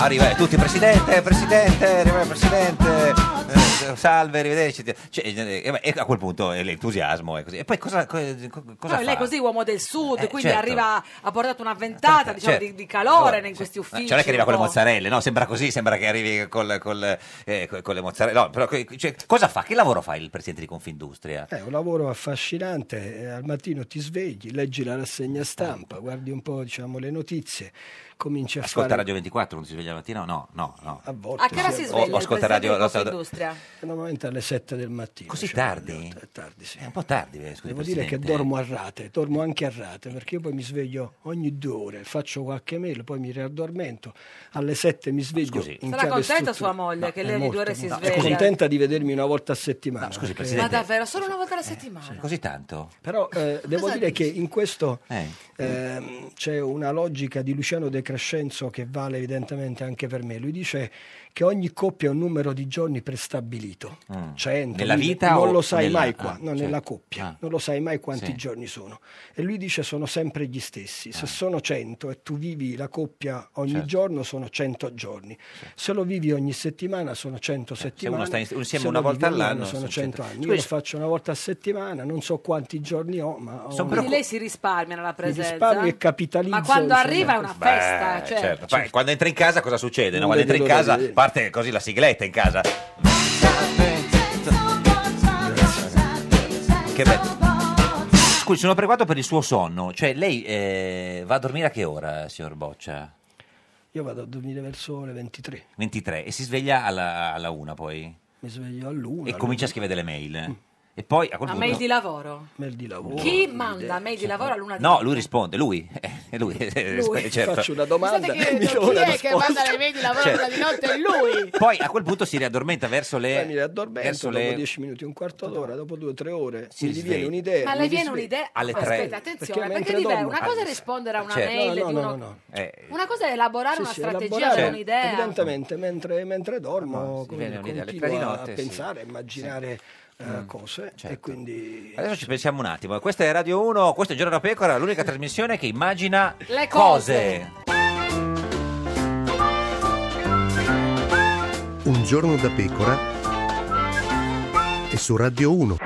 S2: Arriva eh, tutti, presidente, presidente, arriva il presidente, eh, salve, arrivederci. Cioè, eh, eh, e a quel punto eh, l'entusiasmo è così. E poi cosa, co- co- cosa
S1: No,
S2: fa?
S1: lei così uomo del sud,
S2: Eh,
S1: quindi
S2: certo.
S1: arriva ha portato una ventata diciamo,
S2: certo.
S1: di, di calore in questi
S2: Ma
S1: uffici.
S2: cioè non è che arriva con le
S1: un po'.
S2: mozzarelle, no? Sembra così, sembra che arrivi col- col, eh, co- con le mozzarelle. No, però que- cioè, cosa fa? Che lavoro fa il presidente di Confindustria?
S13: È un lavoro affascinante, eh, al mattino ti svegli, leggi la rassegna stampa, guardi un po' diciamo, le notizie, cominci a
S2: Ascolta
S13: fare...
S2: Radio 24, non si sveglia la mattina? No, no, no.
S13: A volte.
S1: A che ora si sveglia? il
S2: ascolta
S1: presidente
S2: radio-
S1: di
S2: la-
S1: Confindustria?
S13: Normalmente alle 7 del mattino.
S2: Così
S13: cioè,
S2: tardi?
S13: è tardi, sì.
S2: È un po' tardi, eh, scusi,
S13: Devo dire che
S2: Presidente.
S13: dormo a rate, dormo anche a rate, perché io poi mi sveglio ogni due ore, faccio qualche mail, poi mi riaddormento, alle 7 mi sveglio.
S2: Scusi.
S13: in
S1: Sarà
S13: chiave
S1: contenta
S13: strutturale.
S1: sua moglie che
S13: è
S1: lei ogni due
S13: molto
S1: ore si
S13: contenta.
S1: sveglia?
S13: È contenta di vedermi una volta a settimana.
S2: scusi,
S13: perché-
S1: Ma davvero, solo una volta alla settimana?
S2: Così tanto?
S13: Però eh, devo
S1: Cosa
S13: dire
S1: dici?
S13: che in questo
S2: Eh.
S13: ehm, c'è una logica di Luciano De Crescenzo che vale evidentemente importante anche per me. Lui dice che ogni coppia ha un numero di giorni prestabilito.
S2: Mm.
S13: 100,
S2: Nella
S13: 1000,
S2: vita
S13: non
S2: o
S13: lo sai
S2: nella-
S13: mai qua,
S2: ah,
S13: no,
S2: certo.
S13: nella coppia,
S2: Ah.
S13: non lo sai mai quanti
S2: Sì. Eh.
S13: giorni sono. E lui dice sono sempre gli stessi, se sono 100 e tu vivi la coppia ogni
S2: Certo.
S13: giorno sono 100 giorni, se lo vivi ogni settimana sono 100
S2: Eh,
S13: settimane,
S2: uno sta in- insieme
S13: se
S2: una
S13: lo vivi
S2: volta
S13: ogni anno
S2: all'anno
S13: sono
S2: sono
S13: 100
S2: 100.
S13: anni,
S2: Scusi,
S13: io lo
S2: se-
S13: faccio una volta a settimana, non so quanti giorni ho, ma ho
S1: Quindi lei si risparmia nella presenza.
S13: risparmio e capitalizzo,
S1: Ma quando
S13: insomma.
S1: arriva è una
S13: Beh,
S1: festa, cioè.
S2: Certo, poi quando entri in casa cosa succede? no?
S13: Non
S2: Quando entri in
S13: vedo l'ora
S2: casa
S13: di vedere.
S2: parte così la sigletta in casa. Che bello. Scusi, sono preoccupato per il suo sonno. Cioè, lei eh, va a dormire a che ora, signor Boccia?
S13: Io vado a dormire verso le 23,
S2: 23 e si sveglia alla, alla una poi
S13: mi sveglio all'una.
S2: e comincia a scrivere delle mail. E poi a quel
S1: Ma
S2: punto...
S1: mail di lavoro?
S13: Mail di lavoro.
S1: Chi manda mail di lavoro a luna di
S2: No, lui risponde, lui. Eh, lui, eh,
S13: Lui.
S2: certo.
S13: Faccio una domanda.
S14: Pensate che-
S13: mi do una
S14: chi è che
S13: risposta.
S14: manda le mail di lavoro
S2: Certo.
S14: alla di notte? È lui!
S2: Poi a quel punto si riaddormenta verso le...
S13: Poi mi riaddormento
S2: verso
S13: dopo
S2: le...
S13: 10 minuti, un quarto d'ora, dopo 2-3 ore
S2: Si
S13: mi diviene
S2: risveglia.
S13: un'idea.
S1: Ma
S13: mi
S1: le viene
S13: risveglio.
S1: un'idea?
S2: Alle
S1: Ma
S2: tre. Cioè,
S1: Aspetta, attenzione,
S13: Perché
S1: perché,
S13: mentre
S1: diverso.
S13: dormo-
S1: Una cosa è rispondere a una
S13: Certo.
S1: mail
S13: No,
S1: di
S13: no,
S1: uno-
S13: no, no.
S2: Eh.
S1: Una cosa è elaborare
S13: Sì,
S1: una
S13: sì,
S1: strategia
S13: elaborare,
S1: con un'idea.
S13: Evidentemente, mentre, mentre dormo, come
S2: viene un'idea,
S13: dire,
S2: alle tre
S13: continuo
S2: di
S13: a
S2: notte, sì. Mm. Certo.
S13: pensare, a immaginare eh, cose e quindi...
S2: Adesso ci pensiamo un attimo. Questa è Radio 1, questo è Giorno da Pecora, l'unica trasmissione che immagina
S1: Le cose.
S15: Un giorno da pecora e su Radio 1.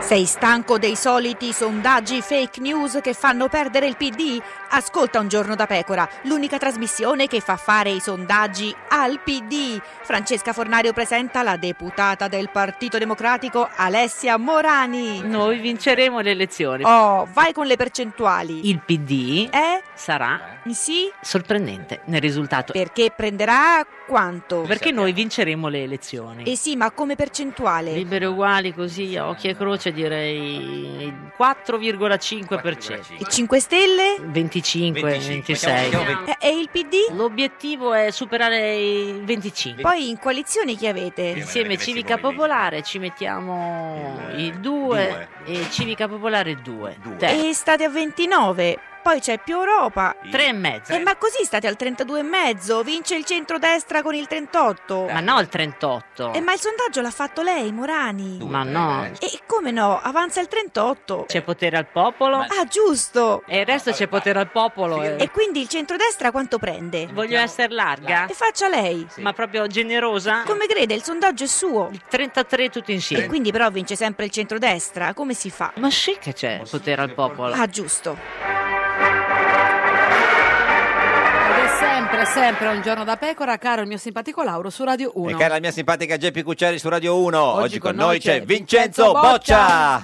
S16: Sei stanco dei soliti sondaggi fake news che fanno perdere il PD? Ascolta Un giorno da pecora, l'unica trasmissione che fa fare i sondaggi al PD. Francesca Fornario presenta la deputata del Partito Democratico Alessia Morani.
S17: Noi vinceremo le elezioni.
S16: Oh, vai con le percentuali.
S17: Il PD
S16: Eh?
S17: sarà
S16: Sì?
S17: sorprendente nel risultato.
S16: Perché prenderà quanto?
S17: Perché noi vinceremo le elezioni.
S16: Eh sì, ma come percentuale?
S17: Liberi uguali così, a occhi e croce direi 4,5%.
S16: E 5 Stelle?
S17: 25, 26.
S16: E, Eh, e il PD?
S17: L'obiettivo è superare i 25.
S16: Poi in coalizione chi avete?
S17: Insieme Civica Popolare ci mettiamo il 2 e Civica Popolare il 2.
S16: E state a 29. Poi c'è più Europa.
S17: Tre e mezzo.
S16: Eh, ma così state al 32 e mezzo. Vince il centrodestra con il 38.
S17: Ma Eh, no eh. il 38.
S16: Eh, ma il sondaggio l'ha fatto lei, Morani.
S17: Ma no.
S16: E come no? Avanza il 38.
S17: C'è potere al popolo.
S16: Ah, giusto.
S17: E il resto c'è potere al popolo. eh.
S16: E quindi il centrodestra quanto prende?
S17: Voglio essere larga.
S16: E faccia lei.
S17: Ma proprio generosa.
S16: Come crede, il sondaggio è suo. Il
S17: 33 tutti insieme.
S16: E quindi però vince sempre il centrodestra. Come si fa?
S17: Ma sì che c'è potere al popolo.
S16: Ah, giusto.
S1: Ed è sempre, sempre un giorno da pecora, caro il mio simpatico Lauro su Radio 1.
S2: E cara la mia simpatica Geppi Cucciari su Radio 1. Oggi, con noi c'è Vincenzo,
S1: Vincenzo
S2: Boccia.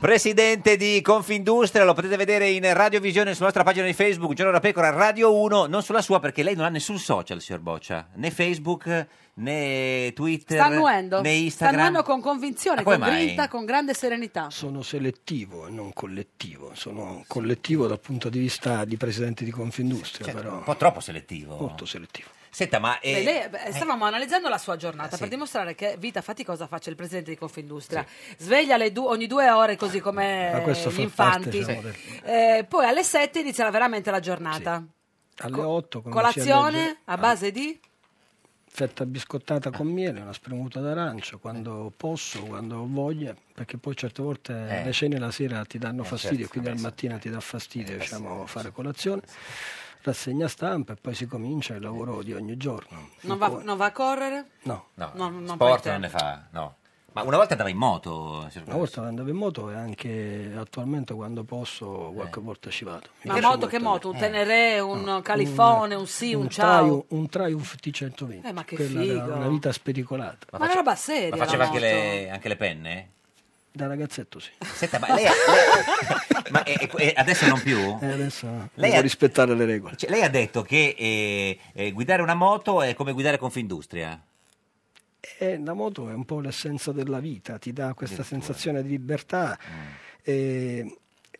S2: Presidente di Confindustria, lo potete vedere in radiovisione sulla nostra pagina di Facebook, Giorno da Pecora, Radio 1, non sulla sua perché lei non ha nessun social, signor Boccia, né Facebook, né Twitter,
S1: Sta annuendo.
S2: né
S1: Sta
S2: Instagram.
S1: annuendo con convinzione,
S2: Ma come
S1: con
S2: mai?
S1: grinta, con grande serenità.
S13: Sono selettivo e non collettivo, sono collettivo dal punto di vista di presidente di Confindustria, però
S2: certo. Un po' troppo selettivo.
S13: molto selettivo.
S2: Senta, ma... eh,
S1: Beh, lei- beh, stavamo analizzando la sua giornata per dimostrare che vita faticosa faccia il presidente di Confindustria. Sveglia alle due- ogni due ore, così
S13: Ma
S1: come
S13: questo
S1: gli
S13: fa
S1: infanti.
S13: parte, diciamo,
S1: Eh, poi alle 7 inizia veramente la giornata.
S13: Alle 8 come si
S1: Colazione
S13: legge,
S1: a base di.
S13: ah, fetta biscottata con miele, una spremuta d'arancia quando posso, quando ho voglia, perché poi certe volte
S8: Eh.
S13: le cene la sera ti danno
S8: Eh,
S13: fastidio,
S8: certo,
S13: quindi
S8: eh,
S13: al
S8: sì. Eh,
S13: mattina ti dà fastidio diciamo, fare colazione. Rassegna stampa e poi si comincia il lavoro di ogni giorno.
S1: Non va, non va a correre?
S13: No.
S2: No,
S1: No, non
S2: sport
S1: per te. Oh,
S2: non ne fa, no. Ma una volta andava in moto, signor
S13: Una volta andavo in moto e anche attualmente quando posso
S8: Eh.
S13: qualche volta ci vado. Mi
S1: Ma
S13: piace
S1: moto
S13: molto.
S1: che moto? Un
S2: eh,
S1: Tenere, un Califone, un sì, un, ciao.
S13: Triumph- un Triumph T120.
S1: Eh, ma che
S13: Quella era
S1: figo.
S13: una vita spericolata.
S1: Ma una roba seria.
S2: Ma faceva
S1: la
S2: anche
S1: moto.
S2: le, anche le penne?
S13: Da ragazzetto sì.
S2: Senta, ma lei... ma e- e- e adesso non più?
S13: Eh, adesso no.
S2: Lei
S13: devo
S2: ha-
S13: rispettare le regole.
S2: Cioè, lei ha detto che eh, eh, guidare una moto è come guidare Confindustria.
S13: E Eh, la moto è un po' l'essenza della vita, ti dà questa sensazione di libertà.
S2: Mm.
S13: E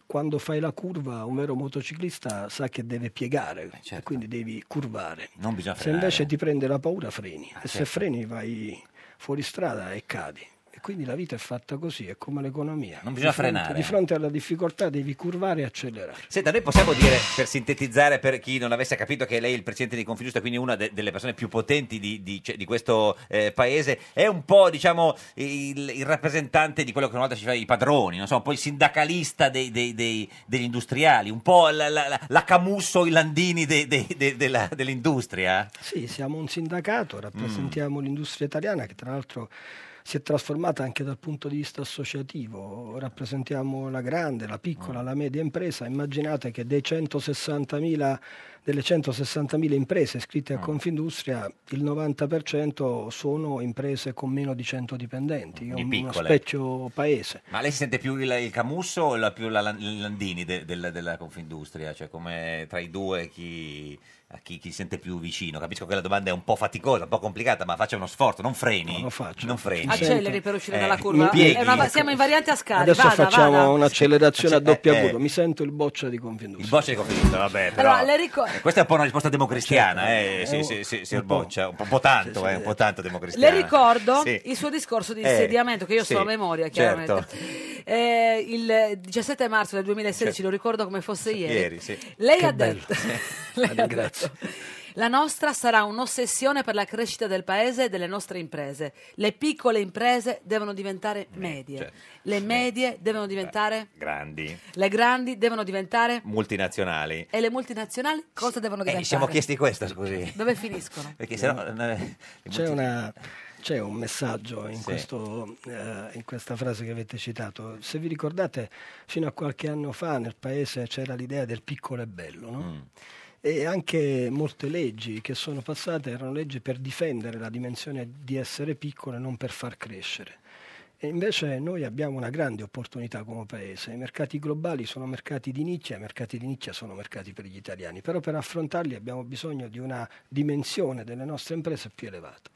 S13: quando fai la curva, un vero motociclista sa che deve piegare,
S2: Eh, certo.
S13: e quindi devi curvare.
S2: Non bisogna
S13: Se
S2: frenare. Ah,
S13: invece ti prende la paura, freni. e se
S2: certo.
S13: freni, vai fuori strada e cadi. E E quindi la vita è fatta così, è come l'economia.
S2: Non bisogna
S13: Di fronte-
S2: frenare.
S13: Di fronte alla difficoltà devi curvare e accelerare.
S2: Senta, noi possiamo dire, per sintetizzare, per chi non avesse capito che lei è il presidente di Confiducia, quindi una de- delle persone più potenti di, di- cioè, di questo eh, paese, è un po', diciamo, il, il rappresentante di quello che una volta ci fa i padroni, non so, un po' il sindacalista dei- dei- dei- degli industriali, un po' la, la- la- la Camusso, i Landini de- de- de- della- dell'industria.
S13: Sì, siamo un sindacato,
S2: Mm.
S13: rappresentiamo l'industria italiana che tra l'altro si è trasformata anche dal punto di vista associativo, rappresentiamo la grande, la
S2: Mm.
S13: piccola, la media impresa, immaginate che dei 160.000, delle 160.000 imprese iscritte
S2: Mm.
S13: a Confindustria il 90% sono imprese con meno di 100 dipendenti, è
S2: Di
S13: un- uno
S2: piccole.
S13: specchio paese.
S2: Ma lei si sente più il, il Camusso o la- più la Lan- il Landini de- della, della Confindustria? Cioè, come tra i due chi, a chi, chi sente più vicino? Capisco che la domanda è un po' faticosa, un po' complicata, ma faccia uno sforzo, non freni. Non freni.
S1: Acceleri per uscire
S2: Eh,
S1: dalla curva.
S2: impieghi.
S1: È una- siamo in variante a scale.
S13: Adesso
S1: vada,
S13: facciamo
S1: vada.
S13: un'accelerazione a
S2: Cioè,
S13: doppio
S2: eh, eh.
S13: acuto, mi sento il boccia di Confindustria.
S2: Il boccia di Confindustria, vabbè, però...
S1: Allora, le ricor-
S2: eh, Questa è un po' una risposta democristiana, eh,
S13: eh,
S2: sì,
S13: un-
S2: sì, sì, signor
S13: un po'.
S2: Boccia, un po', un po' tanto, eh, un po' tanto democristiana.
S1: Le ricordo
S2: Sì.
S1: il suo discorso di
S2: Eh,
S1: insediamento, che io
S2: sì,
S1: so a memoria,
S2: certo.
S1: chiaramente. Eh, il 17 marzo del 2016, lo ricordo come fosse ieri.
S2: Ieri, sì.
S1: Lei
S2: Che
S1: ha detto: lei ha
S13: ringrazio.
S1: detto, La nostra sarà un'ossessione per la crescita del paese e delle nostre imprese. Le piccole imprese devono diventare medie.
S2: certo.
S1: Le medie devono diventare.
S2: Grandi,
S1: Le grandi devono diventare.
S2: multinazionali.
S1: E le multinazionali cosa devono
S2: Eh,
S1: diventare?
S2: ci siamo chiesti questo, scusi.
S1: Dove finiscono?
S2: Perché sennò... eh,
S13: C'è, una- c'è un messaggio in,
S2: Sì.
S13: questo, eh, in questa frase che avete citato. Se vi ricordate, fino a qualche anno fa nel paese c'era l'idea del piccolo e bello, no? E anche molte leggi che sono passate erano leggi per difendere la dimensione di essere piccolo e non per far crescere. E invece noi abbiamo una grande opportunità come paese. I mercati globali sono mercati di nicchia, i mercati di nicchia sono mercati per gli italiani, però per affrontarli abbiamo bisogno di una dimensione delle nostre imprese più elevata.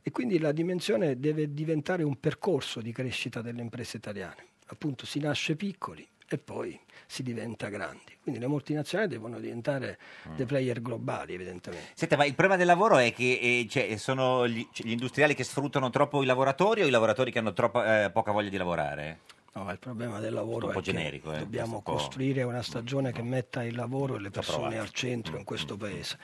S13: E quindi la dimensione deve diventare un percorso di crescita delle imprese italiane. Appunto si nasce piccoli e poi si diventa grandi. Quindi le multinazionali devono diventare dei player globali, evidentemente.
S2: Senta, ma il problema del lavoro è che eh, cioè, sono gli, cioè, gli industriali che sfruttano troppo i lavoratori o i lavoratori che hanno troppa, eh, poca voglia di lavorare?
S13: No, il problema del lavoro
S2: Un po'
S13: è che
S2: generico, eh, questo
S13: dobbiamo
S2: un po'. Mm,
S13: costruire una stagione che metta il lavoro e le
S2: Sto
S13: persone
S2: provando. Mm,
S13: al centro in questo paese.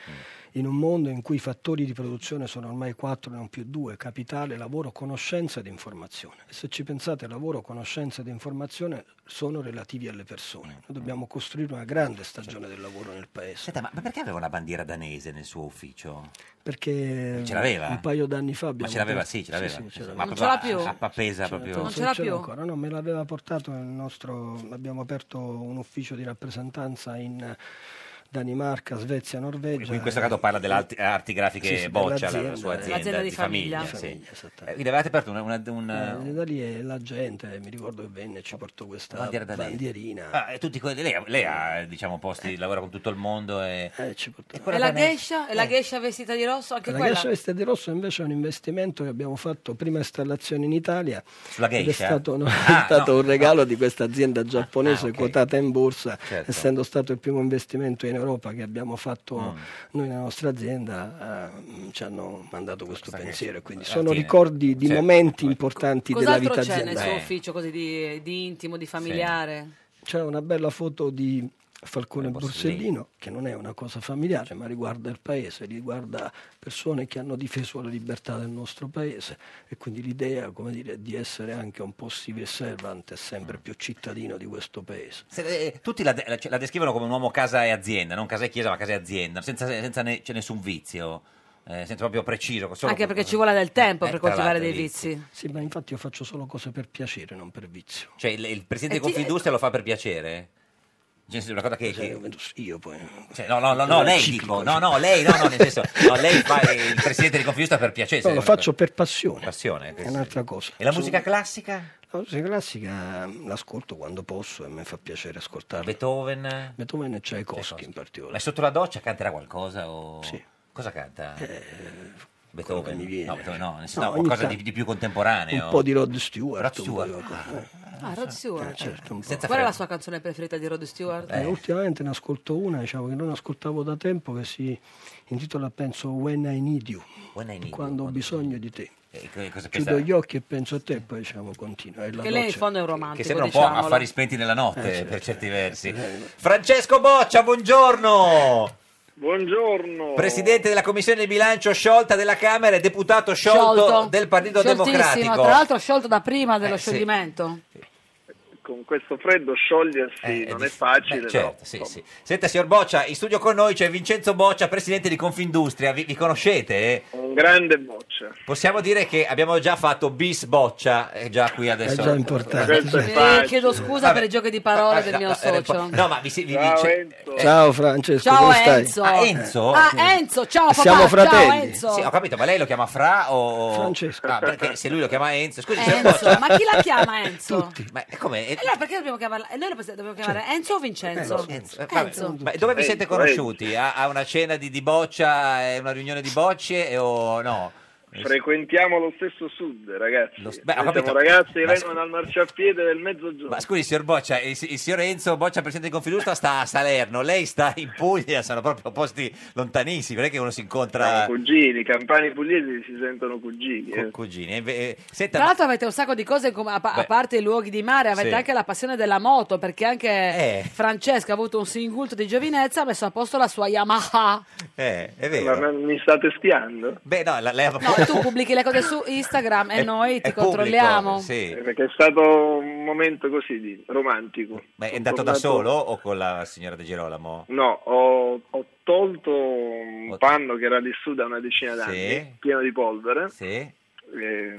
S13: In un mondo in cui i fattori di produzione sono ormai quattro, non più due, capitale, lavoro, conoscenza ed informazione. E se ci pensate, lavoro, conoscenza ed informazione sono relativi alle persone.
S2: Mm,
S13: Noi dobbiamo costruire una grande stagione del lavoro nel paese.
S2: Senta, ma ma perché aveva una bandiera danese nel suo ufficio?
S13: Perché
S2: Ce l'aveva?
S13: un paio d'anni fa
S2: Ma
S13: abbiamo
S2: ce l'aveva,
S13: perso-
S2: sì, ce l'aveva.
S13: sì, ce
S2: Ma
S13: l'aveva.
S2: proprio a- A, papesa proprio.
S13: Certo. Non ce l'ha più? Ancora, no, me l'aveva portato il nostro. Abbiamo aperto un ufficio di rappresentanza in Danimarca, Svezia, Norvegia.
S2: In questo caso parla delle arti, arti grafiche
S13: Sì, sì,
S2: Boccia, la- la,
S13: dell'azienda,
S2: sua
S13: eh.
S2: azienda,
S13: L'azienda
S2: di,
S13: di
S2: famiglia.
S13: famiglia,
S2: sì.
S13: famiglia,
S2: Eh, quindi mm, avevate aperto una, una- una-
S13: Eh, da lì è la gente, mi ricordo che venne e ci portò questa
S2: Bandiera da lei.
S13: bandierina. Eh.
S2: Ah, e tutti quelli, lei, ha- lei ha diciamo, posti, lavora con tutto il mondo e... E
S1: E
S2: quella
S1: la
S2: danese-
S1: geisha? E la geisha vestita di rosso? Anche
S13: La
S1: quella?
S13: Ghiaccia Veste di Rosso invece è un investimento che abbiamo fatto prima installazione in Italia
S2: Sulla
S13: ed
S2: geisha?
S13: è stato, no, è
S2: Ah,
S13: stato
S2: no,
S13: un regalo di questa azienda giapponese
S2: Ah, ok.
S13: quotata in borsa,
S2: Certo.
S13: Esatto. essendo stato il primo investimento in Europa che abbiamo fatto
S2: Mm.
S13: noi nella nostra azienda, eh, ci hanno mandato questo pensiero e quindi
S2: alla
S13: sono
S2: fine,
S13: ricordi di
S2: certo,
S13: momenti importanti della
S1: Cos'altro
S13: vita
S1: c'è nel suo
S13: aziendale.
S2: Eh,
S1: ufficio così di, di intimo, di familiare?
S13: C'è una bella foto di
S2: Eh,
S13: Falcone
S1: Borsellino.
S13: Borsellino, che non è una cosa familiare, ma riguarda il paese, riguarda persone che hanno difeso la libertà del nostro paese e quindi l'idea, come dire, di essere anche un po' civil servant e
S2: Mm.
S13: sempre più cittadino di questo paese.
S2: Se- eh, tutti la, de- la- cioè, la descrivono come un uomo casa e azienda, non casa e chiesa, ma casa e azienda, senza, senza ne- c'è nessun vizio, eh, senza proprio preciso. solo-
S1: Anche perché ci vuole del tempo
S2: Eh,
S1: per
S2: tra
S1: coltivare
S2: l'altro,
S1: dei
S2: i
S1: vizi.
S13: Sì, ma infatti io faccio solo cose per piacere, non per vizio.
S2: Cioè, il, il presidente
S13: Eh,
S2: di
S13: ti-
S2: Confindustria lo fa per piacere? Cioè, è una cosa che, che-
S13: Io poi... cioè.
S2: cioè, no, no, no, no, lei dico, no, no, lei, no, no, nel senso, no, lei fa il presidente di Confindustria per
S1: eh,
S2: piacere.
S13: No, lo faccio per passione,
S2: Passione,
S13: è un'altra cosa.
S2: E la
S13: Sono-
S2: musica classica?
S13: La musica classica eh, l'ascolto quando posso e mi fa piacere ascoltarla.
S2: Beethoven?
S13: Beethoven e Tchaikovsky in particolare.
S2: Ma sotto la doccia canterà qualcosa? O... Cosa canta?
S13: Eh,
S2: Beethoven? No, Beethoven no, nel senso,
S13: No,
S2: no,
S13: ogni
S2: qualcosa
S13: tanto.
S2: di, di più contemporaneo.
S13: Un po' di Rod Stewart.
S2: Rod
S13: un po'
S2: Stewart.
S13: di-
S2: Ah,
S13: eh,
S1: Ah, Rod Stewart.
S13: Eh, certo, un po'.
S1: Qual
S13: Senza
S1: è
S13: freddo.
S1: la sua canzone preferita di Rod Stewart?
S13: Eh, ultimamente ne ascolto una diciamo, che non ascoltavo da tempo che si intitola penso When I Need You,
S2: When I Need You,
S13: quando ho bisogno di te.
S2: Eh, che- cosa pensa-
S13: Chiudo gli occhi e penso a te e poi diciamo continua. È la
S1: Che lei in
S13: voce-
S1: fondo è un romantico.
S2: Che sembra un po'
S1: diciamolo.
S2: affari spenti nella notte
S13: Eh, certo.
S2: per certi versi. Francesco Boccia, buongiorno!
S14: Buongiorno.
S2: Presidente della Commissione di bilancio sciolta della Camera e deputato sciolto,
S1: Sciolto.
S2: del Partito
S1: Scioltissimo,
S2: Democratico.
S1: Tra l'altro sciolto da prima dello
S2: Eh, sì.
S1: scioglimento.
S14: Con questo freddo
S2: Eh,
S14: sciogliersi non è facile,
S2: Beh,
S14: però.
S2: certo, sì, sì. Senta, signor Boccia, in studio con noi c'è Vincenzo Boccia, presidente di Confindustria. Vi, vi conoscete?
S14: Un grande boccia.
S2: Possiamo dire che abbiamo già fatto bis boccia, eh, già qui adesso.
S13: È già importante,
S14: Questo è
S1: Eh,
S14: facile.
S1: chiedo scusa per i giochi di parole del mio
S2: Ah, era un po'-
S1: socio.
S2: No, ma vi, si- vi, vi- c'è- eh,
S13: Ciao Francesco,
S1: Ciao eh.
S13: come stai?
S1: Enzo.
S2: Ah, Enzo?
S1: Ah, Enzo, ciao papà.
S13: Siamo fratelli.
S1: Ciao Enzo.
S2: Sì, ho capito, ma lei lo chiama Fra o Francesco? Ah, perché se lui lo chiama Enzo, scusi, signor
S1: Enzo,
S2: Boccia.
S1: ma chi la chiama Enzo?
S2: Ma è come?
S1: E
S2: è-
S1: allora Eh, perché dobbiamo chiamarla? e Noi la dobbiamo chiamare Enzo o Vincenzo? Enzo.
S2: eh, vabbè. Ma dove vi siete conosciuti? A, a una cena di, di boccia, eh, una riunione di bocce eh, o no?
S14: Frequentiamo lo stesso sud, ragazzi.
S2: beh, ho
S14: Noi
S2: capito.
S14: siamo ragazzi che
S2: Ma
S14: vengono dal marciapiede del mezzogiorno.
S2: Ma scusi, signor Boccia, il, si- il signor Enzo Boccia, presidente di Confindustria, sta a Salerno, lei sta in Puglia, sono proprio posti lontanissimi, non è che uno si incontra
S14: Siamo cugini, i campani pugliesi si sentono cugini.
S2: con cugini. E ve- eh, Senta,
S1: Tra
S2: ma-
S1: l'altro avete un sacco di cose com- a, pa- a
S2: Beh.
S1: parte i luoghi di mare, avete
S2: Sì.
S1: anche la passione della moto, perché anche
S2: Eh.
S1: Francesca ha avuto un singulto di giovinezza, ha messo a posto la sua Yamaha.
S2: eh, è vero.
S14: Ma mi state spiando?
S2: Beh, no, la- lei ha-
S1: Tu pubblichi le cose su Instagram e
S2: È-
S1: noi ti
S2: è
S1: controlliamo.
S2: pubblico, sì.
S14: Eh, Perché è stato un momento così di romantico.
S2: Ma è
S14: Sono
S2: andato da
S14: tornato-
S2: solo o con la signora De Girolamo?
S14: No, ho, ho tolto un panno che era lissù da una decina d'anni,
S2: Sì.
S14: pieno di polvere.
S2: Sì.
S14: E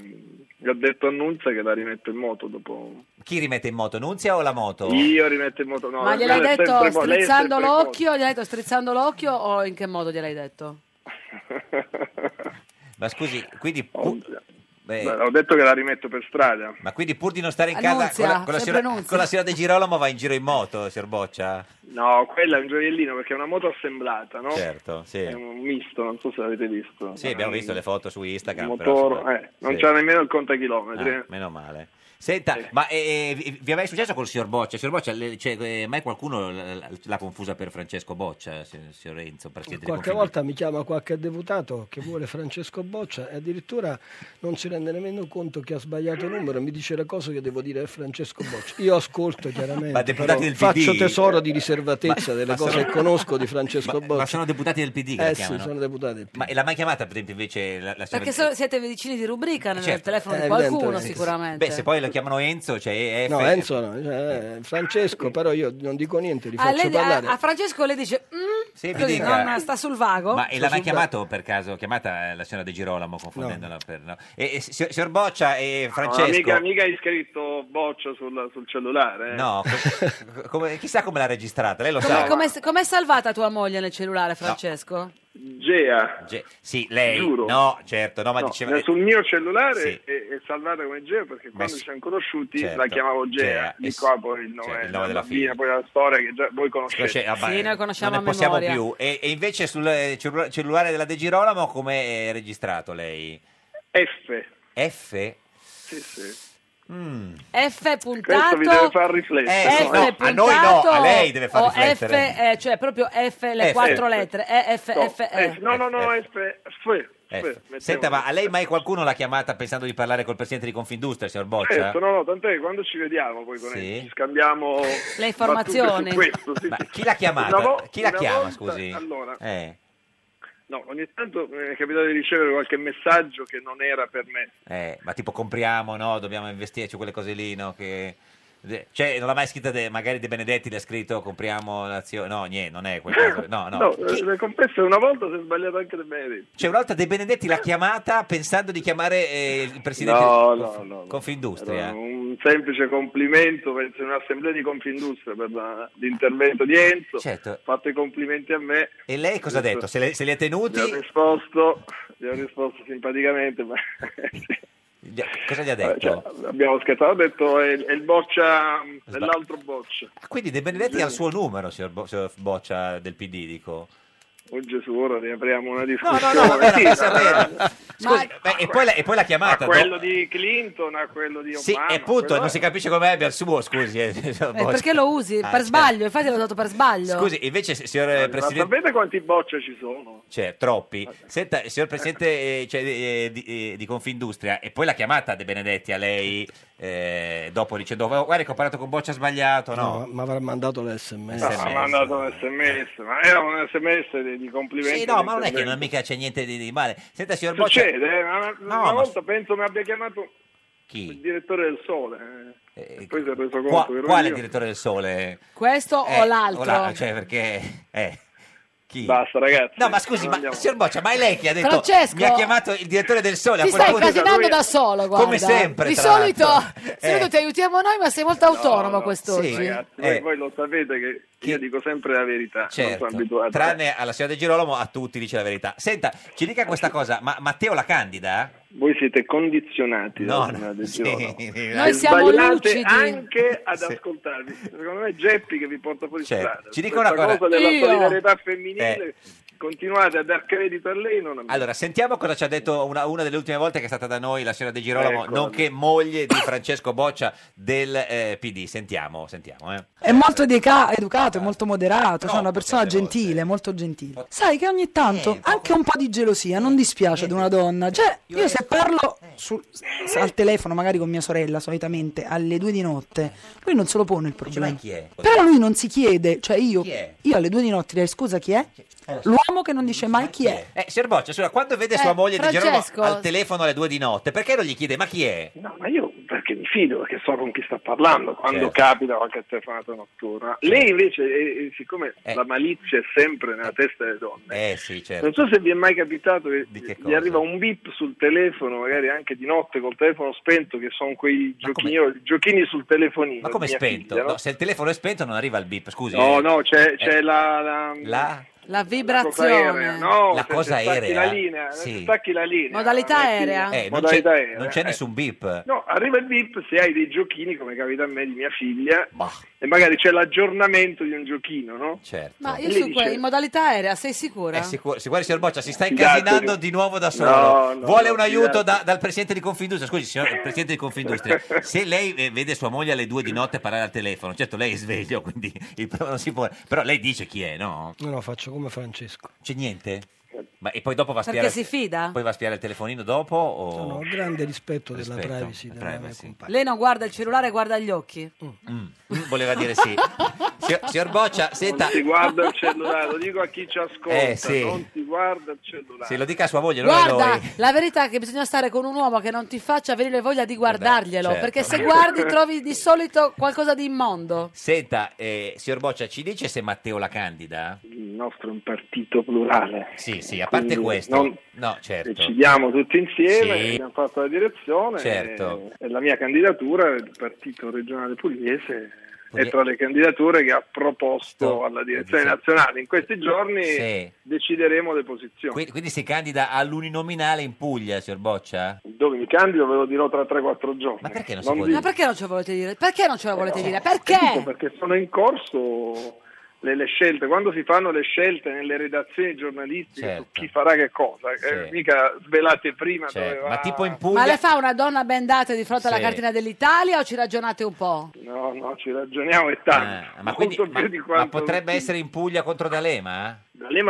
S14: gli ho detto a Nunzia che la rimetto in moto dopo.
S2: Chi rimette in moto, Nunzia o la moto?
S14: Io rimetto in moto, no.
S1: Ma
S14: lei
S1: gliel'hai
S14: è sempre
S1: detto
S14: mo- lei è
S1: strizzando
S14: sempre
S1: l'occhio? Gliel'hai detto strizzando l'occhio o in che modo gliel'hai detto?
S2: Ma scusi, quindi... pu- Beh,
S14: Beh, Ho detto che la rimetto per strada.
S2: ma quindi pur di non stare in casa
S14: Annunzia,
S2: con la, con la
S14: sempre
S2: signora,
S14: Annunzia.
S2: con la signora De Girolamo va in giro in moto, signor Boccia?
S14: No, quella è un gioiellino perché è una moto assemblata, no?
S2: Certo, sì.
S14: È un misto, non so se l'avete visto.
S2: Sì, abbiamo visto le foto su Instagram.
S14: Il
S2: però,
S14: motore,
S2: insomma,
S14: eh, non
S2: sì.
S14: c'è nemmeno il contachilometri.
S2: Ah, meno male. Senta, ma eh, vi vi è mai successo col signor Boccia? Signor Boccia, le- cioè, eh, mai qualcuno l- l- l'ha confusa per Francesco Boccia, si- signor Renzo, presidente di
S13: Qualche
S2: Confindustria?
S13: volta mi chiama qualche deputato che vuole Francesco Boccia e addirittura non si rende nemmeno conto che ha sbagliato numero e mi dice le cose che devo dire a Francesco Boccia. Io ascolto
S2: Ma
S13: chiaramente,
S2: deputati
S13: però
S2: del PD?
S13: faccio tesoro di riservatezza
S2: Ma-
S13: delle
S2: ma
S13: cose
S2: sono-
S13: che conosco di Francesco
S2: Ma,
S13: Boccia.
S2: ma sono deputati del PD che la
S13: eh sì,
S2: chiamano?
S13: sono deputati del
S2: Ma e l'ha mai chiamata, per esempio, invece la, la signora
S1: Perché
S2: De-
S1: so- siete vicini di rubrica nel
S2: Certo.
S1: telefono
S13: Eh,
S1: di qualcuno
S13: evidente, sì.
S1: sicuramente.
S2: Beh, se poi lo chiamano Enzo, cioè eh,
S13: No,
S2: F-
S13: Enzo no, cioè, eh, Francesco, però io non dico niente, li
S1: a,
S13: faccio
S1: Ah, lei- a-
S13: parlare.
S1: a Francesco lei dice "Mm",
S2: Sì, mi
S1: così,
S2: dica.
S1: non- sta sul vago.
S2: Ma e l'ha mai chiamato per caso? Chiamata eh, la signora De Girolamo, confondendola per... No. E, e, signor signor Boccia e Francesco...
S14: No, mica, mica hai scritto boccia sul, sul cellulare. eh.
S2: No, co- come- chissà come l'ha registrata, lei lo
S1: Come,
S2: sa.
S1: com'è- com'è salvata tua moglie nel cellulare, Francesco?
S14: Gea.
S2: Ge- sì, lei.
S14: Giuro.
S2: No, certo, no, ma
S14: No,
S2: diceva...
S14: Sul mio cellulare
S2: Sì.
S14: è, è salvata come Gea perché quando
S2: sì.
S14: ci siamo conosciuti
S2: Certo.
S14: la chiamavo
S2: Gea,
S14: Gea.
S2: eh
S14: Di
S2: sì.
S14: qua poi il nome,
S2: il nome della
S14: della figlia, poi la storia che già voi conoscete.
S2: Cioè, vabbè,
S1: Sì, noi conosciamo
S2: non ne
S1: a
S2: possiamo
S1: memoria.
S2: più. E, e invece sul eh, cellu- cellulare della De Girolamo come è registrato lei?
S14: F.
S2: F?
S14: Sì, sì.
S2: Mm.
S1: F puntato
S14: Questo vi deve far riflettere.
S1: F
S2: Eh, no,
S1: puntato
S2: a noi no, a lei deve far
S1: o
S2: riflettere.
S1: F, eh, cioè proprio F le
S2: F.
S1: quattro
S2: F.
S1: lettere E, F, eh.
S14: No,
S1: F, E.
S14: F. no, no, no, F.
S2: F.
S14: F. F. Mettiamo-
S2: Eh, Senta, ma a lei mai qualcuno l'ha chiamata pensando di parlare col presidente di Confindustria, signor Boccia?
S14: Certo, no, no, tant'è che quando ci vediamo poi con
S2: Oh, cioè. Sì.
S14: Enzo ci scambiamo
S1: Le informazioni.
S14: battute su questo, sì,
S2: Ma
S14: sì.
S2: chi l'ha chiamata?
S14: Una vo-
S2: chi la
S14: una
S2: chiama,
S14: volta-
S2: scusi?
S14: Allora,
S2: Eh,
S14: no, ogni tanto mi è capitato di ricevere qualche messaggio che non era per me.
S2: eh, ma tipo compriamo, no? Dobbiamo investirci, quelle cose lì, no? Che... Cioè, non l'ha mai scritta, De- magari De Benedetti l'ha scritto, compriamo l'azione... No, niente, non è quel caso. No, no.
S14: No, eh, le confesso, una volta si è sbagliato anche De Benedetti.
S2: C'è un'altra De Benedetti l'ha chiamata pensando di chiamare eh, il presidente
S14: No,
S2: di
S14: no,
S2: Conf-
S14: no, no.
S2: Confindustria.
S14: Era un semplice complimento, penso, in un'assemblea di Confindustria per la- l'intervento di Enzo.
S2: Certo.
S14: Fatto i complimenti a me.
S2: E lei cosa ha detto? Se li, se li ha
S14: Gli ho
S2: tenuti?
S14: risposto, gli ho risposto simpaticamente, ma
S2: Gli- Cosa gli ha detto?
S14: abbiamo scherzato. Ho detto è, è il boccia mm,
S2: Sba-
S14: dell'altro boccia.
S2: Quindi De Benedetti ha il suo numero, signor, Bo- signor Boccia del PD, dico.
S14: Oh Gesù, ora ne apriamo una
S2: No,
S14: discussione.
S2: no, no, vabbè, era
S14: Sì,
S2: per
S14: ma-
S2: sapere. Scusi, beh, e, poi la, e poi la
S14: a
S2: chiamata. do-
S14: quello di Clinton, a quello di Obama.
S2: Sì, e
S14: quello
S2: appunto, non
S14: è.
S2: si capisce come abbia il suo, scusi. eh, signor
S1: Eh,
S2: Boccia.
S1: perché lo usi?
S2: Ah,
S1: per
S2: certo.
S1: sbaglio, infatti l'ho dato per sbaglio.
S2: Scusi, invece, s- signor eh,
S14: Ma
S2: Presidente...
S14: sapete quanti bocce ci sono?
S2: Cioè,
S14: Ah.
S2: troppi. Senta, signor Presidente eh, cioè, eh, di, eh, di Confindustria, e poi la chiamata De Benedetti a lei, eh, dopo dicendo, "Oh, guarda che ho parlato con Boccia sbagliato, no? Ah.
S13: Ma avrà mandato l'SMS.
S14: No, mi ha mandato un sms, ma era un sms di, di complimenti.
S2: Sì, no, ma non è
S14: all'intervento.
S2: che non mica c'è niente di, di male. Senta, signor Boccia...
S14: Succede, eh, una, una
S2: ma-
S14: volta penso mi abbia chiamato il
S2: Chi?
S14: direttore del Sole. eh, e poi si è reso conto
S2: Qua-
S14: che ero
S2: quale
S14: io.
S2: direttore del Sole?
S1: Questo
S2: Eh,
S1: o l'altro?
S2: la- cioè, perché... eh, chi?
S14: Basta, ragazzi.
S2: No, ma scusi, ma, signor Boccia, ma è lei che ha detto...
S1: Francesco!
S2: Mi ha chiamato il direttore del Sole. a
S1: Ti
S2: quel
S1: stai
S2: punto-
S1: incasinando da solo, guarda.
S2: Come sempre,
S1: Di
S2: tra
S1: solito,
S2: l'altro.
S1: di solito
S2: Eh.
S1: ti aiutiamo noi, ma sei molto autonomo quest'oggi.
S2: sì.
S14: Ragazzi, voi,
S2: Eh.
S14: voi lo sapete che io dico sempre la verità,
S2: Certo,
S14: non sono abituato.
S2: tranne alla signora De Girolamo, a tutti dice la verità. Senta, ci dica questa cosa, ma Matteo la candida?
S14: Voi siete condizionati
S2: No,
S14: dalla signora
S2: no,
S14: De
S2: sì.
S14: Girolamo.
S2: Noi
S1: siamo
S14: Eh, Sbagliate
S1: lucidi.
S14: anche ad ascoltarvi. Secondo me è Geppi che vi porta fuori
S2: Certo.
S14: strada.
S2: Ci Eh. dico una
S14: Questa
S2: cosa-
S14: cosa della
S2: Io?
S14: solidarietà femminile. Continuate a dar credito a lei, non a me.
S2: Allora, sentiamo cosa ci ha detto una, una delle ultime volte che è stata da noi la signora De Girolamo,
S14: Eccola.
S2: nonché moglie di Francesco Boccia del eh, PD. Sentiamo, sentiamo. eh.
S18: È molto educa- educato, è molto moderato, cioè una persona gentile, molto gentile. Sai che ogni tanto anche un po' di gelosia non dispiace ad una donna. Cioè, eh, io eh. se parlo sul- s- al telefono, magari con mia sorella, solitamente alle due di notte, lui non se lo pone il
S2: Dice, ma
S18: problema.
S2: chi è?
S18: Però lui non si chiede, cioè io,
S2: Chi è?
S18: io alle due di notte direi scusa chi è? Eh, L'uomo che non dice mai chi è.
S2: Eh, signor Boccia, scusa, quando vede sua
S18: Eh,
S2: moglie Di
S18: Francesco.
S2: Girolamo al telefono alle due di notte, perché non gli chiede ma chi è?
S14: No, ma io perché mi fido, perché so con chi sta parlando quando
S2: Certo.
S14: capita qualche telefonata notturna.
S13: Cioè,
S14: Lei invece, eh, eh, siccome la malizia è sempre nella testa delle donne,
S2: Eh sì, certo.
S14: non so se vi è mai capitato che, gli
S2: cosa?
S14: arriva un bip sul telefono, magari anche di notte col telefono spento, che sono quei giochini, giochini sul telefonino.
S2: Ma come
S14: di mia
S2: spento?
S14: figlia, no?
S2: No, se il telefono è spento non arriva il bip, scusi.
S14: No,
S2: eh.
S14: no, c'è,
S2: Eh,
S14: c'è la, la,
S2: la-
S1: La
S14: cosa aerea,
S1: vibrazione.
S14: no?
S2: La
S14: se- se
S2: cosa
S14: stacchi
S2: aerea.
S14: La linea, eh, se
S2: Sì.
S14: stacchi la linea.
S1: Modalità
S14: metti-
S1: aerea.
S2: Eh, non, c'è,
S14: modalità aerea.
S2: non c'è
S14: eh.
S2: nessun bip.
S14: No, arriva il VIP se hai dei giochini, come capita a me di mia figlia, e magari c'è l'aggiornamento di un giochino, no?
S2: Certo. Eh,
S1: Ma
S14: E
S1: io
S14: lei
S1: su que-
S14: dice-
S1: in modalità aerea, sei sicura?
S2: È sicuro, si guarda, signor Boccia, si sta
S14: Fidatevi.
S2: incasinando di nuovo da solo.
S14: No, no,
S2: Vuole
S14: no,
S2: un aiuto
S14: fidatevi.
S2: da- dal presidente di Confindustria. Scusi, signor presidente di Confindustria, se lei eh, vede sua moglie alle due di notte parlare al telefono, certo lei è sveglio, quindi il problema non si può. Però lei dice chi è, no?
S13: No, no, faccio come Francesco.
S2: C'è niente? Ma, e poi dopo va a
S1: Perché
S2: spiare.
S1: si fida?
S2: Poi va a spiare il telefonino dopo? O...
S13: No, no, grande rispetto della
S2: Rispetto,
S13: privacy della mia
S2: privacy.
S13: compagna.
S1: Lei non guarda il cellulare, guarda gli occhi.
S2: Mm, mm, voleva dire sì. Signor, signor Boccia, senta.
S14: Non si guarda il cellulare, lo dico a chi ci ascolta,
S2: Eh, sì.
S14: non si guarda il cellulare.
S2: Se lo dica a sua moglie, non a
S1: Guarda,
S2: noi.
S1: la verità è che bisogna stare con un uomo che non ti faccia venire voglia di guardarglielo,
S2: Eh certo.
S1: perché se guardi trovi di solito qualcosa di immondo.
S2: Senta, eh, signor Boccia, ci dice se Matteo la candida?
S14: Il nostro è un partito plurale.
S2: Sì, sì, a parte
S14: Quindi
S2: questo.
S14: non-
S2: No, certo.
S14: Decidiamo tutti insieme,
S2: Sì.
S14: abbiamo fatto la direzione
S2: Certo.
S14: e, e la mia candidatura del partito regionale pugliese
S2: Puglie-
S14: è tra le candidature che ha proposto alla direzione nazionale. In questi giorni
S2: eh, Sì.
S14: decideremo le posizioni.
S2: Quindi, quindi si candida all'uninominale in Puglia, signor Boccia?
S14: Dove mi candido ve lo dirò tra 3-4 giorni. Ma
S2: perché non si
S14: so
S2: può
S1: Ma perché non ce lo volete dire? Perché non ce lo volete dire?
S2: Eh.
S1: Perché?
S14: Perché sono in corso le, le scelte. Quando si fanno le scelte nelle redazioni giornalistiche
S2: Certo.
S14: su chi farà che cosa, eh, mica svelate prima
S2: Certo,
S14: dove va.
S2: ma tipo in
S1: Ma
S2: Puglia...
S1: le fa una donna bendata di fronte alla
S2: Sì.
S1: cartina dell'Italia o ci ragionate un po'?
S14: No, no, ci ragioniamo e tanto.
S2: Ah, ma, quindi-
S14: Molto
S2: ma-
S14: più di
S2: ma
S14: quanto-
S2: potrebbe essere in Puglia contro D'Alema?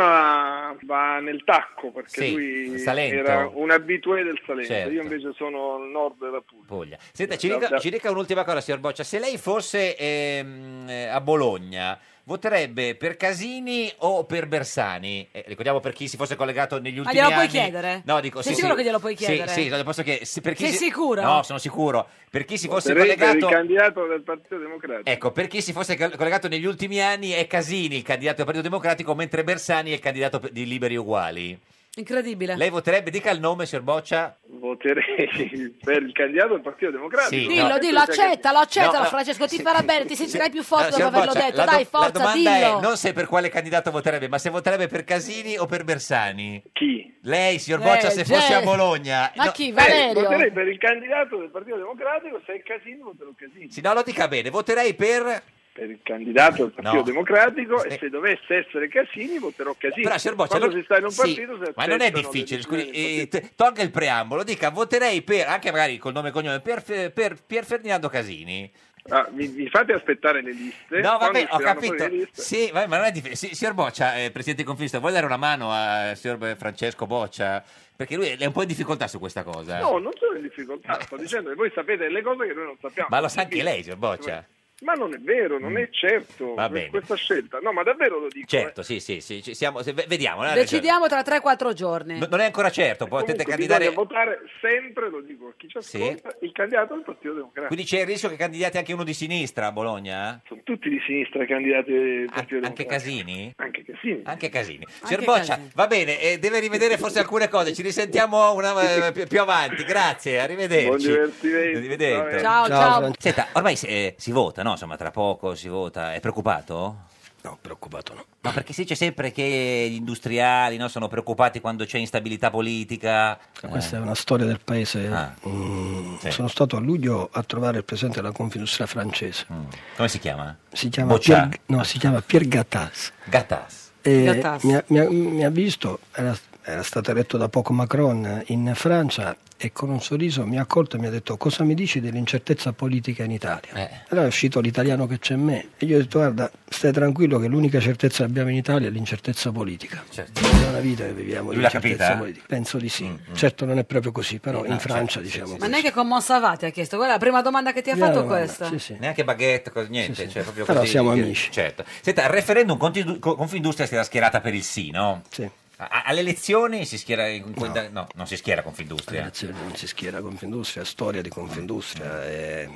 S14: D'Alema va nel tacco perché
S2: Sì,
S14: lui
S2: Salento.
S14: era un abitué del Salento,
S2: Certo.
S14: io invece sono al nord della Puglia.
S2: Puglia. Senta, ci
S14: Da-
S2: dica,
S14: da-
S2: ci dica un'ultima cosa, signor Boccia. Se lei fosse ehm, eh, a Bologna, voterebbe per Casini o per Bersani? Eh, ricordiamo per chi si fosse collegato negli ultimi
S1: glielo
S2: anni.
S1: puoi chiedere?
S2: No, dico,
S1: Sei
S2: sì,
S1: sicuro
S2: sì.
S1: che glielo puoi
S2: Sì,
S1: chiedere?
S2: Sì, no, posso che- se- per chi
S1: Sei
S2: si-
S1: sicuro?
S2: No, sono sicuro. Per chi si fosse
S14: Sarebbe il
S2: collegato...
S14: candidato del Partito Democratico.
S2: Ecco, per chi si fosse cal- collegato negli ultimi anni è Casini il candidato del Partito Democratico, mentre Bersani è il candidato pe- di Liberi Uguali.
S1: Incredibile.
S2: Lei voterebbe, dica il nome, signor Boccia.
S14: Voterei per il candidato del Partito Democratico.
S2: Sì,
S1: Dillo, dillo, accettalo, accettalo,
S2: No, no,
S1: Francesco, ti farà bene, ti sentirai più
S2: No,
S1: forte dopo
S2: signor
S1: averlo
S2: Boccia,
S1: detto.
S2: la do-
S1: Dai,
S2: La
S1: forza,
S2: domanda
S1: dillo.
S2: è non se per quale candidato voterebbe, ma se voterebbe per Casini o per Bersani.
S14: Chi?
S2: Lei, signor
S14: Lei,
S2: Boccia, se
S14: Jay.
S2: fosse a Bologna.
S1: Eh, Ma
S2: Ah, No,
S1: chi,
S14: Eh,
S1: Valerio?
S14: voterei per il candidato del Partito Democratico, se è Casini voterò Casini.
S2: Sì, no, lo dica bene, voterei per...
S14: per il candidato del Partito
S2: No.
S14: Democratico
S2: Sì.
S14: e se dovesse essere Casini voterò Casini.
S2: Però, signor Boccia,
S14: Quando
S2: allora-
S14: si sta in un
S2: sì,
S14: partito si
S2: ma non è
S14: accettano le
S2: difficile, scusi, eh, t- tolga il preambolo, dica voterei per, anche magari col nome e cognome, per, Fe- per Pier Ferdinando Casini.
S14: Ah, mi, mi fate aspettare le liste.
S2: No, vabbè,
S14: Quando
S2: ho
S14: usciranno poi le
S2: capito.
S14: liste-
S2: Sì, vabbè, ma non è difficile. Sì, signor Boccia, eh, presidente di Conflista, vuole dare una mano a signor Francesco Boccia? Perché lui è un po' in difficoltà su questa cosa.
S14: No, non sono in difficoltà, sto dicendo che voi sapete delle cose che noi non sappiamo.
S2: Eh. ma lo sa anche lei, signor Boccia.
S14: Ma non è vero, non è certo
S2: Va bene.
S14: questa scelta. No, ma davvero lo dico.
S2: Certo, sì, sì, sì, ci siamo, se- vediamo. non è ragione.
S1: Decidiamo tra 3-4 giorni.
S2: No, Non è ancora certo, potete
S14: Comunque
S2: candidare...
S14: bisogna votare sempre, lo dico a chi ci
S2: Sì.
S14: ascolta, il candidato del Partito Democratico.
S2: Quindi c'è il rischio che candidiate anche uno di sinistra a Bologna? eh?
S14: Tutti di sinistra i candidati del Partito
S2: Anche Casini?
S14: Anche Casini.
S2: Anche Casini.
S14: Anche
S2: Signor Boccia,
S14: Casini.
S2: va bene, eh, deve rivedere forse alcune cose, ci risentiamo una- eh, più- più avanti, grazie, arrivederci.
S14: Buon divertimento.
S2: Arrivederci.
S14: Ciao, Ciao, ciao. Franci-
S2: Senta, ormai si, eh, si vota, no? Insomma, tra poco si vota. È preoccupato?
S19: No, preoccupato no.
S2: Ma perché si dice sempre che gli industriali no, sono preoccupati quando c'è instabilità politica?
S13: Questa
S2: Eh. Ah,
S13: è una storia del paese. Mm,
S2: Sì.
S13: Sono stato a luglio a trovare il presidente della Confindustria francese.
S2: Come si chiama?
S13: Si chiama,
S2: Mm. Boccia.
S13: Pierre, no, si chiama Pierre Gattaz.
S2: Gattas.
S13: E
S2: Gattaz.
S13: Eh, mi, ha, mi ha- mi ha visto, era, era stato eletto da poco Macron in Francia e con un sorriso mi ha accolto e mi ha detto cosa mi dici dell'incertezza politica in Italia?
S2: Eh.
S13: Allora è uscito l'italiano che c'è in me e gli ho detto guarda stai tranquillo che l'unica certezza che abbiamo in Italia è l'incertezza politica.
S2: Certo.
S13: È una vita che viviamo di
S2: Lui l'ha
S13: incertezza
S2: capita?
S13: politica. Penso di sì. Certo non è proprio così, però
S2: Mm, Ah,
S13: in Francia diciamo
S1: Ma
S13: così.
S1: neanche Mossavati ha chiesto. Guarda, la prima domanda che ti ha
S13: Prima
S1: fatto è
S13: domanda,
S1: questa.
S2: Neanche baguette, cos- niente. Cioè, proprio
S13: Però
S2: così,
S13: siamo
S2: dire-
S13: amici.
S2: Certo. Senta, al referendum Conti- Co- Confindustria si era schierata per il sì, no?
S13: Sì.
S2: A- a- alle elezioni si schiera... in- No. non si schiera Confindustria.
S13: Grazie, Eh, cioè, non si schiera Confindustria, è storia di
S2: Mm.
S13: Confindustria, è,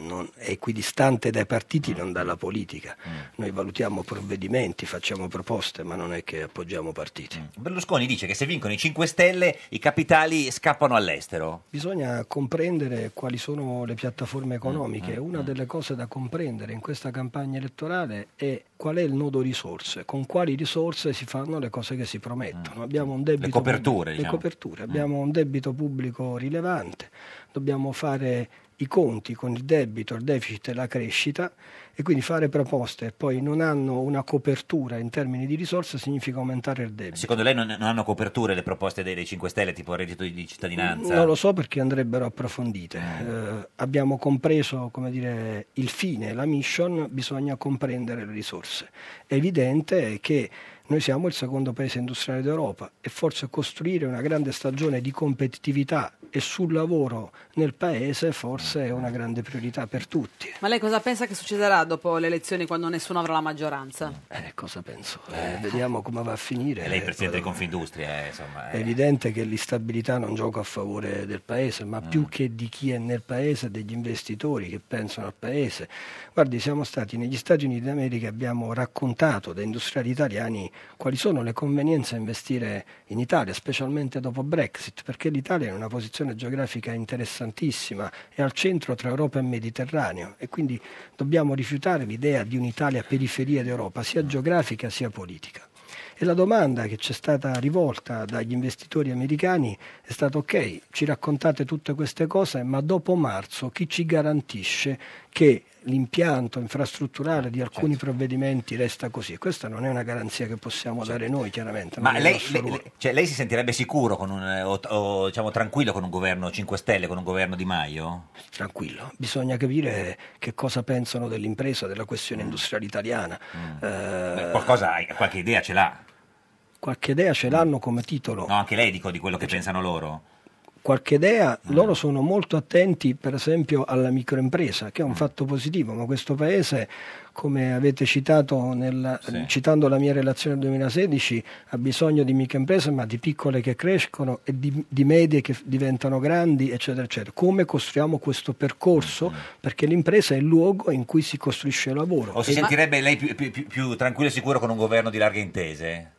S13: non, è equidistante dai partiti, non dalla politica.
S2: Mm.
S13: Noi valutiamo provvedimenti, facciamo proposte, ma non è che appoggiamo partiti.
S2: Mm. Berlusconi dice che se vincono i 5 Stelle i capitali scappano all'estero.
S13: Bisogna comprendere quali sono le piattaforme economiche.
S2: Mm,
S13: Una delle cose da comprendere in questa campagna elettorale è qual è il nodo risorse, con quali risorse si fanno le cose che si promettono. Abbiamo un debito
S2: Mm. Le coperture,
S13: pubblico- le
S2: diciamo.
S13: coperture. abbiamo un debito pubblico rilevante, dobbiamo fare i conti con il debito, il deficit e la crescita e quindi fare proposte e poi non hanno una copertura in termini di risorse significa aumentare il debito.
S2: Secondo lei non, non hanno coperture le proposte dei, dei 5 Stelle, tipo il reddito di cittadinanza?
S13: Non lo so perché andrebbero approfondite. Eh, abbiamo compreso come dire, il fine, la mission, bisogna comprendere le risorse. È evidente che noi siamo il secondo paese industriale d'Europa e forse costruire una grande stagione di competitività e sul lavoro nel paese forse è una grande priorità per tutti.
S1: Ma lei cosa pensa che succederà dopo le elezioni quando nessuno avrà la maggioranza?
S13: Eh, cosa penso? Eh, vediamo come va a finire.
S2: E lei, presidente di Confindustria, eh, insomma.
S13: È
S2: eh.
S13: evidente che l'instabilità non gioca a favore del paese, ma più che di chi è nel paese, degli investitori che pensano al paese. Guardi, siamo stati negli Stati Uniti d'America, e abbiamo raccontato da industriali italiani quali sono le convenienze a investire in Italia, specialmente dopo Brexit, perché l'Italia è in una posizione geografica interessantissima, è al centro tra Europa e Mediterraneo e quindi dobbiamo rifiutare l'idea di un'Italia periferia d'Europa, sia geografica sia politica. E la domanda che ci è stata rivolta dagli investitori americani è stata ok, ci raccontate tutte queste cose, ma dopo marzo chi ci garantisce che l'impianto infrastrutturale di alcuni
S2: Certo.
S13: provvedimenti resta così? E Questa non è una garanzia che possiamo dare noi, chiaramente.
S2: Certo. Ma
S13: non è
S2: lei,
S13: nostro
S2: lei-
S13: ruolo.
S2: lei- cioè, lei si sentirebbe sicuro con un, eh, o, o, diciamo tranquillo con un governo 5 Stelle, con un governo Di Maio?
S13: Tranquillo, bisogna capire che cosa pensano dell'impresa, della
S2: Mm.
S13: questione industriale italiana. Eh,
S2: Qualcosa, hai- qualche idea ce l'ha?
S13: qualche idea ce l'hanno come titolo.
S2: No, anche lei dico di quello che pensano loro.
S13: qualche idea,
S2: Eh.
S13: loro sono molto attenti per esempio alla microimpresa,
S2: Mm.
S13: che è un fatto positivo, ma questo paese, come avete citato nel- citando la mia relazione del 2016, ha bisogno di microimprese, ma di piccole che crescono e di, di medie che f- diventano grandi, eccetera, eccetera. Come costruiamo questo percorso?
S2: Mm.
S13: Perché l'impresa è il luogo in cui si costruisce il lavoro.
S2: O si
S13: E-
S2: sentirebbe lei più, più- più- più tranquillo e sicuro con un governo di larghe intese?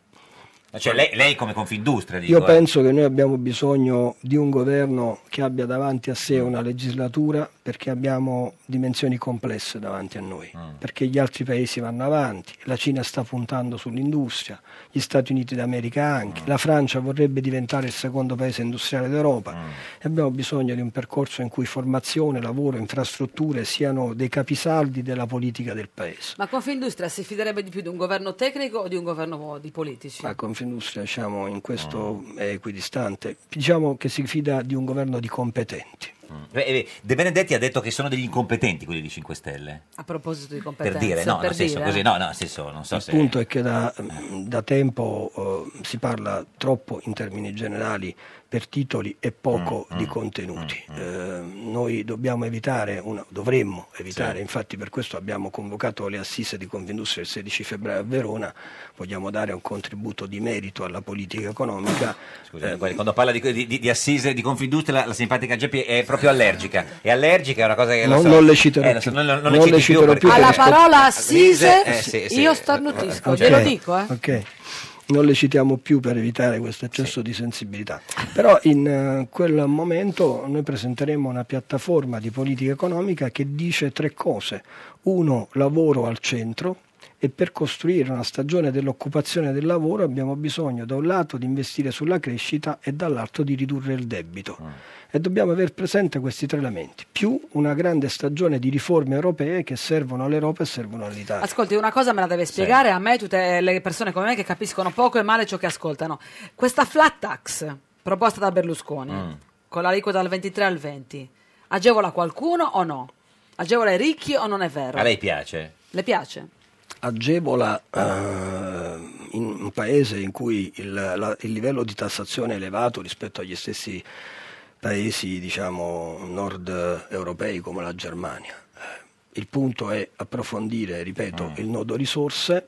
S2: Cioè, lei, lei come Confindustria, dico,
S13: Io
S2: eh.
S13: penso che noi abbiamo bisogno di un governo che abbia davanti a
S2: Mm.
S13: sé una legislatura perché abbiamo dimensioni complesse davanti a noi,
S2: Mm.
S13: perché gli altri paesi vanno avanti, la Cina sta puntando sull'industria, gli Stati Uniti d'America
S2: Mm.
S13: anche, la Francia vorrebbe diventare il secondo paese industriale d'Europa
S2: Mm.
S13: e abbiamo bisogno di un percorso in cui formazione, lavoro, infrastrutture siano dei capisaldi della politica del paese.
S1: Ma Confindustria si fiderebbe di più di un governo tecnico o di un governo di politici?
S13: La Confindustria diciamo, in questo
S2: Mm.
S13: è equidistante. Diciamo che si fida di un governo di competenti.
S2: Eh, eh, De Benedetti ha detto che sono degli incompetenti quelli di 5 Stelle.
S1: A proposito di
S2: Per
S1: competenze,
S2: dire, no, nel senso
S1: dire,
S2: così,
S1: eh.
S2: no, no, nel senso, non so
S13: Il
S2: se...
S13: punto è che da, da tempo eh, si parla troppo in termini generali per titoli e poco
S2: Mm,
S13: di contenuti. Eh, noi dobbiamo evitare, una- dovremmo evitare,
S19: Sì.
S13: infatti per questo abbiamo convocato le assise di Confindustria il 16 febbraio a Verona, vogliamo dare un contributo di merito alla politica economica.
S2: Scusa, guardi, quando parla di, di, di- di assise di Confindustria, la, la simpatica Geppi è proprio allergica. È allergica, è una cosa che
S13: Non-
S2: lo so.
S13: non le citerò
S2: Eh, lo so,
S13: più.
S2: non, non- non
S13: Non
S2: le
S13: le
S2: citi più.
S13: citerò
S2: perché-
S13: più
S1: Alla
S13: perché-
S1: parola assise,
S2: eh, sì, sì. Cioè,
S1: io starnutisco,
S13: Ok.
S1: glielo dico, eh.
S13: Ok. Non le citiamo più per evitare questo eccesso di sensibilità. Però in eh, quel momento noi presenteremo una piattaforma di politica economica che dice tre cose. Uno, lavoro al centro e per costruire una stagione dell'occupazione e del lavoro abbiamo bisogno da un lato di investire sulla crescita e dall'altro di ridurre il debito.
S2: Ah.
S13: E dobbiamo aver presente questi tre elementi, più una grande stagione di riforme europee che servono all'Europa e servono all'Italia.
S1: Ascolti, una cosa me la deve spiegare a me e tutte le persone come me che capiscono poco e male ciò che ascoltano. Questa flat tax proposta da Berlusconi,
S2: Mm. Ah.
S1: con l'aliquota dal 23 al 20, agevola qualcuno o no? Agevola i ricchi o non è vero?
S2: A lei piace?
S1: Le piace?
S13: agevola eh, in un paese in cui il, la- il livello di tassazione è elevato rispetto agli stessi paesi diciamo, nord europei come la Germania. Eh, Il punto è approfondire,
S2: Mm.
S13: ripeto, il nodo risorse.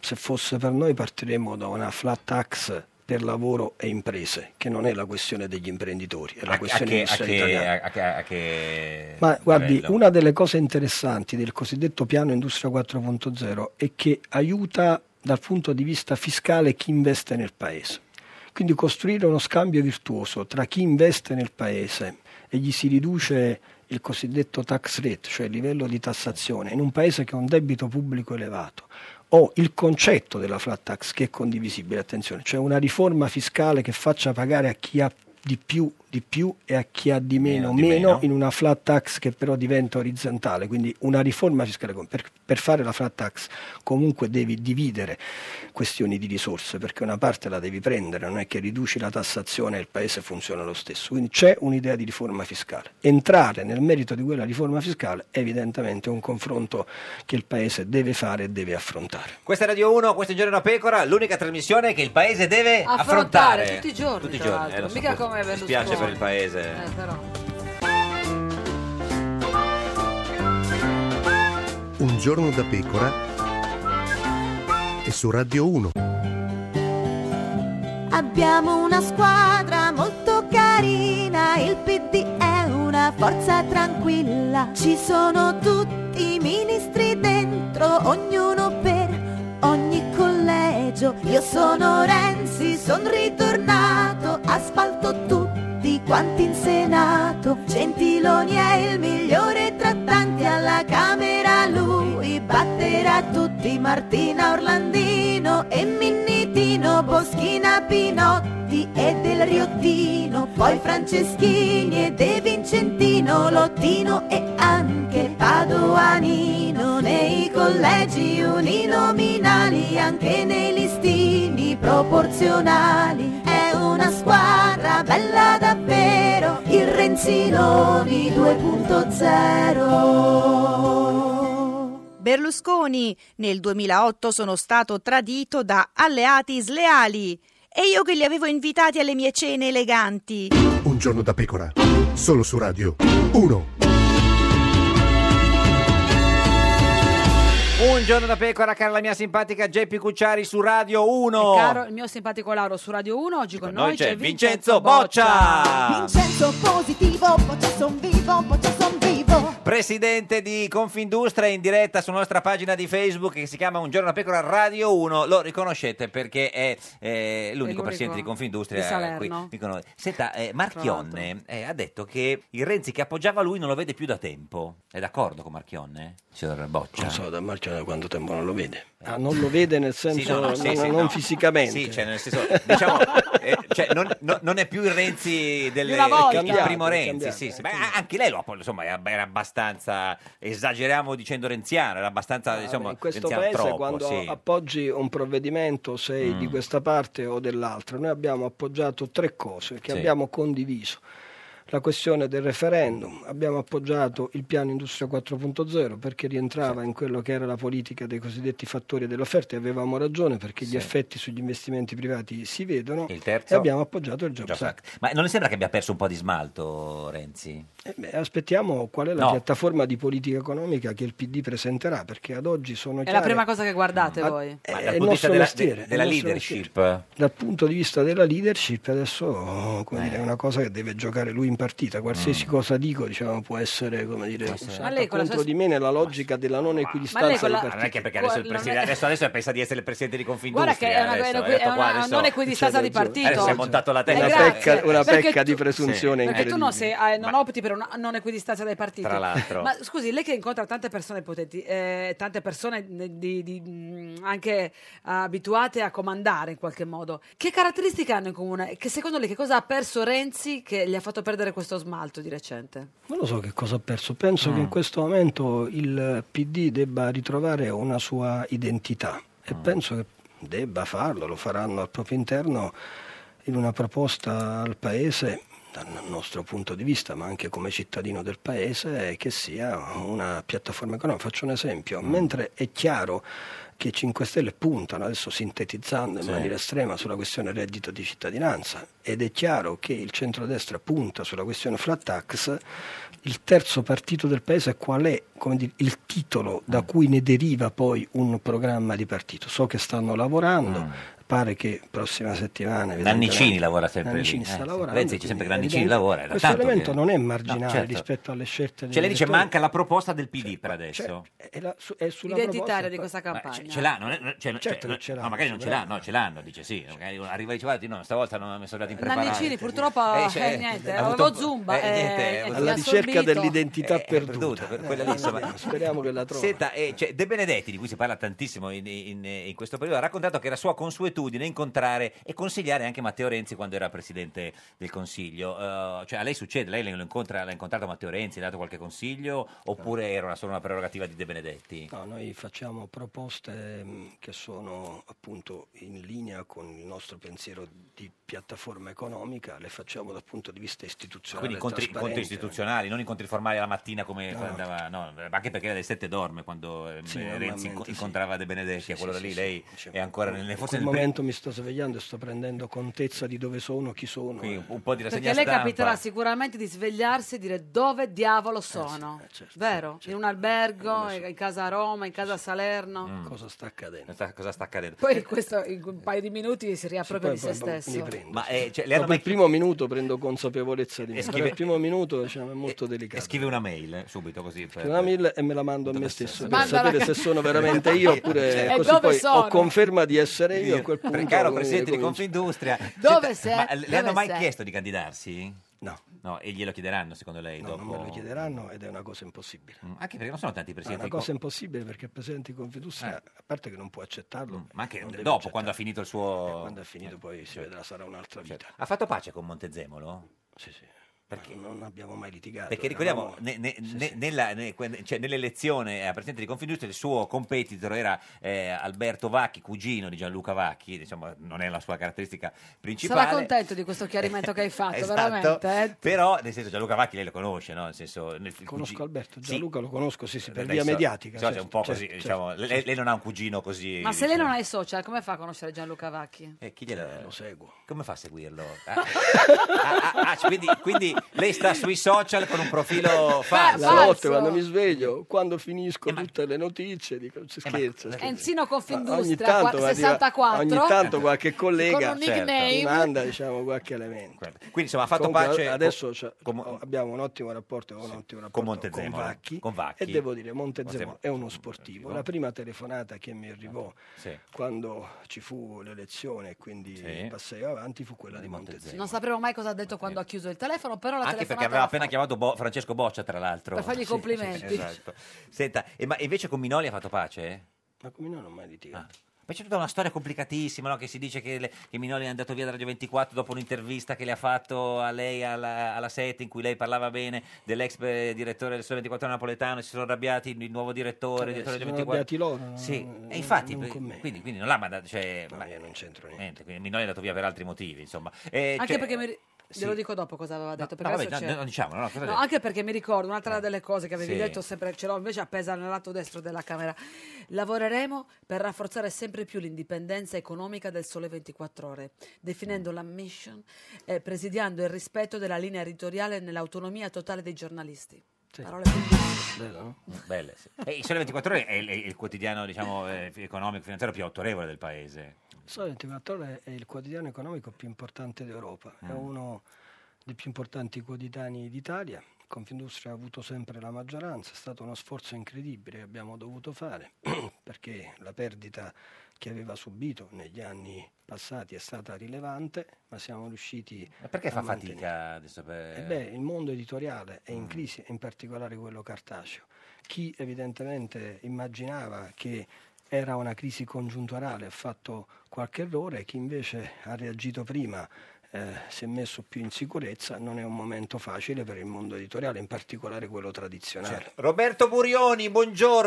S13: Se fosse per noi partiremmo da una flat tax per lavoro e imprese, che non è la questione degli imprenditori, è la
S2: A, a
S13: questione
S2: che, a,
S13: industriale
S2: che,
S13: italiana.
S2: a, a- a che...
S13: Ma guardi,
S2: livello?
S13: una delle cose interessanti del cosiddetto piano Industria 4.0 è che aiuta dal punto di vista fiscale chi investe nel paese. Quindi costruire uno scambio virtuoso tra chi investe nel paese e gli si riduce il cosiddetto tax rate, cioè il livello di tassazione, in un paese che ha un debito pubblico elevato, o il concetto della flat tax che è condivisibile, attenzione, cioè una riforma fiscale che faccia pagare a chi ha di più di più e a chi ha di meno
S19: di
S13: meno,
S19: meno.
S13: in una flat tax che però diventa orizzontale, quindi una riforma fiscale com- per, per fare la flat tax comunque devi dividere questioni di risorse perché una parte la devi prendere, non è che riduci la tassazione e il paese funziona lo stesso, quindi c'è un'idea di riforma fiscale. Entrare nel merito di quella riforma fiscale è evidentemente un confronto che il paese deve fare e deve affrontare.
S2: Questa è Radio 1, questo è Giorno da Pecora, l'unica trasmissione che il paese deve affrontare.
S1: Affrontare, tutti i giorni,
S2: Tutti i
S1: tra
S2: giorni,
S1: l'altro.
S2: eh, lo so,
S1: Mica
S2: questo-
S1: come
S2: Mi
S1: Berlusconi.
S2: spiace per il paese.
S1: Eh, però.
S15: Un giorno da pecora e su Radio 1.
S20: Abbiamo una squadra molto carina, il PD è una forza tranquilla. Ci sono tutti i ministri dentro, ognuno per ogni collegio. Io sono Renzi, sono ritornato, asfalto tutti quanti in Senato. Gentiloni è il migliore tra tanti alla Camera, lui batterà tutti Martina Orlandino e Minnitino, Boschina Pinotti e Del Riottino, poi Franceschini e De Vincentino, Lottino e anche Padoanino, nei collegi uninominali, anche nei listini proporzionali. È una squadra bella davvero, il Renzinoni 2.0.
S16: Berlusconi, nel 2008 sono stato tradito da alleati sleali e io che li avevo invitati alle mie cene eleganti.
S15: Un giorno da pecora, solo su Radio 1.
S1: Eh.
S2: Un Un giorno da pecora, cara la mia simpatica Geppi Cucciari su Radio 1.
S1: E caro il mio simpatico Lauro su Radio 1, oggi
S2: Ecco,
S1: con noi, c'è Vincenzo
S2: Boccia.
S20: Vincenzo positivo, boccia son vivo, boccia son vivo.
S2: Presidente di Confindustria in diretta sulla nostra pagina di Facebook che si chiama Un giorno da pecora Radio 1. Lo riconoscete perché è eh, l'unico
S1: l'unico
S2: presidente di
S1: di
S2: Confindustria
S1: Salerno.
S2: qui. qui con noi. Senta, eh, Marchionne eh, ha detto che il Renzi che appoggiava lui non lo vede più da tempo. È d'accordo con Marchionne? Signor Boccia.
S19: Non so, da Marchionne da quanto tempo non lo vede.
S13: Ah, non lo vede nel senso
S2: Sì, no, no, sì,
S13: non,
S2: sì,
S13: non
S2: no.
S13: fisicamente.
S2: Sì, cioè, nel senso, diciamo, eh, cioè, non, no- non è più il Renzi del
S13: Di una volta.
S2: del
S13: Cambiato,
S2: primo
S13: è
S2: Renzi,
S13: cambiato,
S2: sì, sì. Ma anche lei lo ha- insomma, era abbastanza, esageriamo dicendo renziano, era abbastanza, insomma,
S13: Ah, in questo
S2: renziano
S13: paese
S2: troppo,
S13: quando
S2: sì.
S13: appoggi un provvedimento sei
S2: Mm.
S13: di questa parte o dell'altra noi abbiamo appoggiato tre cose che
S19: Sì.
S13: abbiamo condiviso la questione del referendum, abbiamo appoggiato il piano Industria 4.0 perché rientrava in quello che era la politica dei cosiddetti fattori dell'offerta e avevamo ragione perché
S2: Sì.
S13: gli effetti sugli investimenti privati si vedono
S2: Il terzo?
S13: e abbiamo appoggiato il Jobs
S2: Jobs
S13: Act.
S2: Act. Ma non le sembra che abbia perso un po' di smalto Renzi?
S13: Eh beh, aspettiamo qual è la
S2: No.
S13: piattaforma di politica economica che il PD presenterà perché ad oggi sono
S1: È
S13: chiare
S1: la prima cosa che guardate
S13: Ah,
S1: voi.
S13: eh,
S2: Ma dal punto
S13: è il
S2: di vista
S13: nostro
S2: della,
S13: mestiere,
S2: de-
S13: è
S2: della
S13: il nostro
S2: leadership,
S13: dal punto di vista della leadership adesso oh, come dire, è una cosa che deve giocare lui in partita qualsiasi cosa dico diciamo, può essere come dire,
S1: Ma
S13: usata
S1: lei con la
S13: contro
S1: sua-
S13: di me nella logica della non
S1: Ma
S13: equidistanza
S1: lei con la-
S13: di
S2: Ma non è che
S13: partito
S2: perché adesso, il
S1: Guarda, non è-
S2: presidente, adesso, adesso pensa di essere il presidente di
S1: Guarda
S2: Confindustria.
S1: che è una,
S2: adesso,
S1: è una-
S2: ha detto,
S1: è una-
S2: "Guarda, adesso-
S1: non equidistanza di partito.
S2: Adesso è montato la testa.
S1: Eh,
S13: una
S1: grazie.
S13: pecca, una
S1: Perché
S13: pecca di
S1: tu-
S13: presunzione
S1: Perché tu
S13: incredibile
S1: non, sei, eh, non opti per una non equidistanza dai partiti.
S13: Tra l'altro.
S1: Ma scusi, lei che incontra tante persone potenti, eh, tante persone ne- di- di- mh, anche eh, abituate a comandare in qualche modo, che caratteristiche hanno in comune? Che secondo lei che cosa ha perso Renzi che gli ha fatto perdere questo smalto di recente?
S13: Non lo so che cosa ha perso, penso che in questo momento il PD debba ritrovare una sua identità e penso che debba farlo, lo faranno al proprio interno in una proposta al Paese, dal nostro punto di vista, ma anche come cittadino del Paese, che sia una piattaforma economica. Faccio un esempio, mentre è chiaro che i 5 Stelle puntano, adesso sintetizzando in
S19: Sì.
S13: maniera estrema, sulla questione reddito di cittadinanza ed è chiaro che il centrodestra punta sulla questione flat tax, il terzo partito del paese qual è come dire, il titolo da
S2: Mm.
S13: cui ne deriva poi un programma di partito? So che stanno lavorando, pare che prossima settimana...
S2: Mm. Nannicini lavora sempre lì,
S13: Nannicini
S2: eh,
S13: sta
S2: sì.
S13: lavorando.
S2: Renzi dice sempre che Nannicini
S13: Evidente-
S2: lavora, era
S13: Questo
S2: tanto
S13: elemento
S2: che-
S13: non è
S2: No,
S13: marginale
S2: certo.
S13: rispetto alle scelte...
S2: Cioè, lei dice
S13: dell'elettore.
S2: manca la proposta del
S13: cioè,
S2: PD per adesso.
S13: È, la- su- è sulla
S1: Identitaria
S13: proposta-
S1: di questa campagna.
S2: Ce l'ha, non è, non- cioè, non-
S13: Certo
S2: cioè,
S13: che
S2: non-
S13: ce l'ha,
S2: no, magari non ce l'ha,
S13: sicuramente.
S2: no, ce l'hanno, dice sì. Magari uno arriva e dice, guarda, no, stavolta non mi sono dato impreparato.
S1: Nannicini purtroppo
S2: Eh,
S1: eh,
S2: cioè,
S1: niente,
S2: ha
S1: avevo
S2: avuto-
S1: zumba.
S2: eh, niente, ha
S1: eh, e
S2: avuto-
S1: ti ha
S13: alla ricerca
S1: assorbito.
S13: dell'identità
S2: Eh,
S13: perduta.
S2: per quella lì, insomma.
S13: Speriamo che la trovi.
S2: Senta, eh, cioè, De Benedetti, di cui si parla tantissimo in, in- in questo periodo, ha raccontato che era sua consuetudine incontrare e consigliare anche Matteo Renzi quando era presidente del Consiglio. Eh, cioè, a lei succede? Lei lo incontra, l'ha incontrato Matteo Renzi, le ha dato qualche consiglio? Oppure era una- solo una prerogativa di De Benedetti?
S13: No, noi facciamo proposte mh, che sono appunto in linea con il nostro pensiero di piattaforma economica, le facciamo dal punto di vista istituzionale.
S2: Quindi incontri, incontri
S13: Cioè, trasparente. eh.
S2: istituzionali, non incontri formali la mattina come
S13: No,
S2: fa-
S13: no.
S2: andava, no, ma anche perché alle 7 dorme quando ehm, Renzi
S13: Sì,
S2: inco-
S13: normalmente sì.
S2: incontrava De Benedetti, a quell'ora
S13: sì,
S2: lì
S13: sì,
S2: lei è ancora nel,
S13: In
S2: forse
S13: quel
S2: nel primo-
S13: momento mi sto svegliando e sto prendendo contezza di dove sono, chi sono.
S2: Qui un po' di rassegna
S1: Perché lei
S2: stampa.
S1: capiterà sicuramente di svegliarsi e dire dove
S2: Eh
S1: diavolo sono,
S2: certo,
S1: vero? In un albergo, in casa a Roma, in casa a Salerno.
S2: Mm.
S13: Cosa sta accadendo?
S2: Non sa cosa sta accadendo.
S1: Poi questo in un paio di minuti si riappropria di se stesso.
S2: Ma eh, cioè, le hanno
S13: Dopo
S2: mai-
S13: il primo minuto prendo consapevolezza di me.
S2: E
S13: Scrive...
S2: scrive-
S13: il primo minuto diciamo, è molto
S2: e
S13: delicato.
S2: scrive una mail eh, subito così. per-
S13: Una mail e me la mando a me stesso per
S2: Mandala-
S13: sapere se sono veramente io
S2: Cioè,
S13: oppure
S2: E
S13: così
S2: dove
S13: poi
S2: sono?
S13: ho conferma di essere io a quel punto.
S2: Per caro
S13: come
S2: presidente di
S13: dire, comincio-
S2: Confindustria,
S1: Dove sei?
S2: ma le
S1: Dove
S2: hanno mai
S1: sei?
S2: chiesto di candidarsi?
S13: No.
S2: e glielo chiederanno secondo lei
S13: No,
S2: dopo?
S13: non me lo chiederanno ed è una cosa impossibile.
S2: Mm, Anche perché non sono tanti
S13: È
S2: presidenti.
S13: una
S2: di
S13: cosa
S2: co-
S13: impossibile perché il presidente di Confindustria, a parte che non può accettarlo,
S2: Mm, ma anche
S13: non deve
S2: dopo, quando ha finito il suo. Eh. Certo.
S13: quando è finito poi si vedrà, sarà un'altra vita.
S2: Ha fatto pace con Montezemolo?
S13: Sì, sì. Perché non abbiamo mai litigato.
S2: Perché ricordiamo,
S13: eravamo-
S2: ne- ne- ne- nella- ne- que- cioè, nell'elezione a presidente di Confindustria il suo competitor era eh, Alberto Vacchi, cugino di Gianluca Vacchi, diciamo, non è la sua caratteristica principale.
S1: Sarà contento di questo chiarimento che hai fatto,
S2: Esatto.
S1: veramente. eh?
S2: Però, nel senso, Gianluca Vacchi lei lo conosce, no? Nel senso, nel- il
S13: Conosco
S2: cugi-
S13: Alberto,
S2: Sì.
S13: Gianluca lo conosco, sì, sì, per
S2: Lei
S13: via
S2: so-
S13: mediatica.
S2: so- è un po'
S13: certo,
S2: così,
S13: certo,
S2: diciamo,
S13: certo.
S2: lei, lei non ha un cugino così.
S1: Ma se lei non ha i social, come fa a conoscere Gianluca Vacchi?
S2: Eh, chi glielo...
S13: seguo.
S2: Come fa a seguirlo? Ah, ah, ah, ah, quindi, quindi Quindi lei sta sui social con un
S13: certo.
S2: profilo oh, falso. Eh,
S19: La notte quando mi sveglio, quando finisco tutte le notizie, dico, si scherza. scherza.
S1: Enzino
S19: Ogni
S1: Confindustria
S19: tanto,
S1: qua-
S19: arriva-
S1: 64.
S19: ogni tanto qualche collega
S2: certo,
S1: Con un nickname.
S19: mi manda diciamo, qualche elemento.
S2: Quindi insomma ha fatto
S19: Comunque,
S2: pace
S19: adesso
S2: con-
S19: c'è-
S2: con-
S19: abbiamo un ottimo rapporto con un ottimo
S2: con
S19: rapporto
S2: Montezemolo.
S19: con Vacchi,
S2: Con Vacchi.
S19: e devo dire Montezemolo
S2: Montezemolo.
S19: è uno sportivo. La prima telefonata che mi arrivò
S2: Sì.
S19: quando ci fu l'elezione e quindi
S2: Sì.
S19: passai avanti fu quella di Montezemolo.
S1: Non sapevo mai cosa ha detto quando ha chiuso il telefono, però la
S2: Anche perché
S1: telefonata
S2: aveva appena chiamato Bo- Francesco Boccia, tra l'altro.
S1: Per fargli i
S2: Sì,
S1: complimenti.
S2: sì, sì, esatto. Senta, e ma invece con Minoli ha fatto pace?
S19: Ma come no, non ho mai
S2: Ah.
S19: litigato.
S2: Ma c'è tutta una storia complicatissima, no? Che si dice che, le- che Minoli è andato via da Radio 24 dopo un'intervista che le ha fatto a lei alla, alla 7 in cui lei parlava bene dell'ex eh, direttore del Sole 24 napoletano e si sono arrabbiati il nuovo direttore,
S19: Vabbè,
S2: il direttore
S19: Eh, si
S2: di
S19: sono
S2: 24.
S19: arrabbiati loro, non-
S2: Sì,
S19: non-
S2: e infatti,
S19: non con
S2: quindi,
S19: me.
S2: quindi, non l'ha mandato... Cioè, ma
S19: io non c'entro niente.
S2: quindi Minoli è andato via per altri motivi, insomma. Eh,
S1: Anche
S2: cioè-
S1: perché mi... ri-
S2: sì.
S1: glielo dico dopo cosa aveva detto.
S2: No,
S1: perché
S2: vabbè,
S1: adesso
S2: no,
S1: c'è-
S2: non diciamo, no, cosa ha
S1: No,
S2: detto? Eh,
S1: anche perché mi ricordo un'altra delle cose che avevi
S2: Sì.
S1: detto, sempre ce l'ho invece appesa nel lato destro della camera. Lavoreremo per rafforzare sempre più l'indipendenza economica del Sole 24 Ore, definendo la mission e presidiando il rispetto della linea editoriale nell'autonomia totale dei giornalisti. Parole
S19: Bello, no?
S2: Belle, sì. E il Sole 24 Ore è il, è il quotidiano diciamo, eh, economico finanziario più autorevole del paese.
S19: Il
S13: Sole 24 Ore è il quotidiano economico più importante d'Europa, è
S2: Mm.
S13: uno dei più importanti quotidiani d'Italia. Confindustria ha avuto sempre la maggioranza, è stato uno sforzo incredibile che abbiamo dovuto fare perché la perdita che aveva subito negli anni passati è stata rilevante, ma siamo riusciti
S2: Ma perché
S13: a
S2: fa
S13: mantenere-
S2: fatica adesso? Per...
S13: eh beh, il mondo editoriale è
S2: mm.
S13: in crisi, in particolare quello cartaceo. Chi evidentemente immaginava che era una crisi congiunturale ha fatto qualche errore, chi invece ha reagito prima eh, si è messo più in sicurezza, non è un momento facile per il mondo editoriale, in particolare quello tradizionale.
S2: Certo. Roberto Burioni,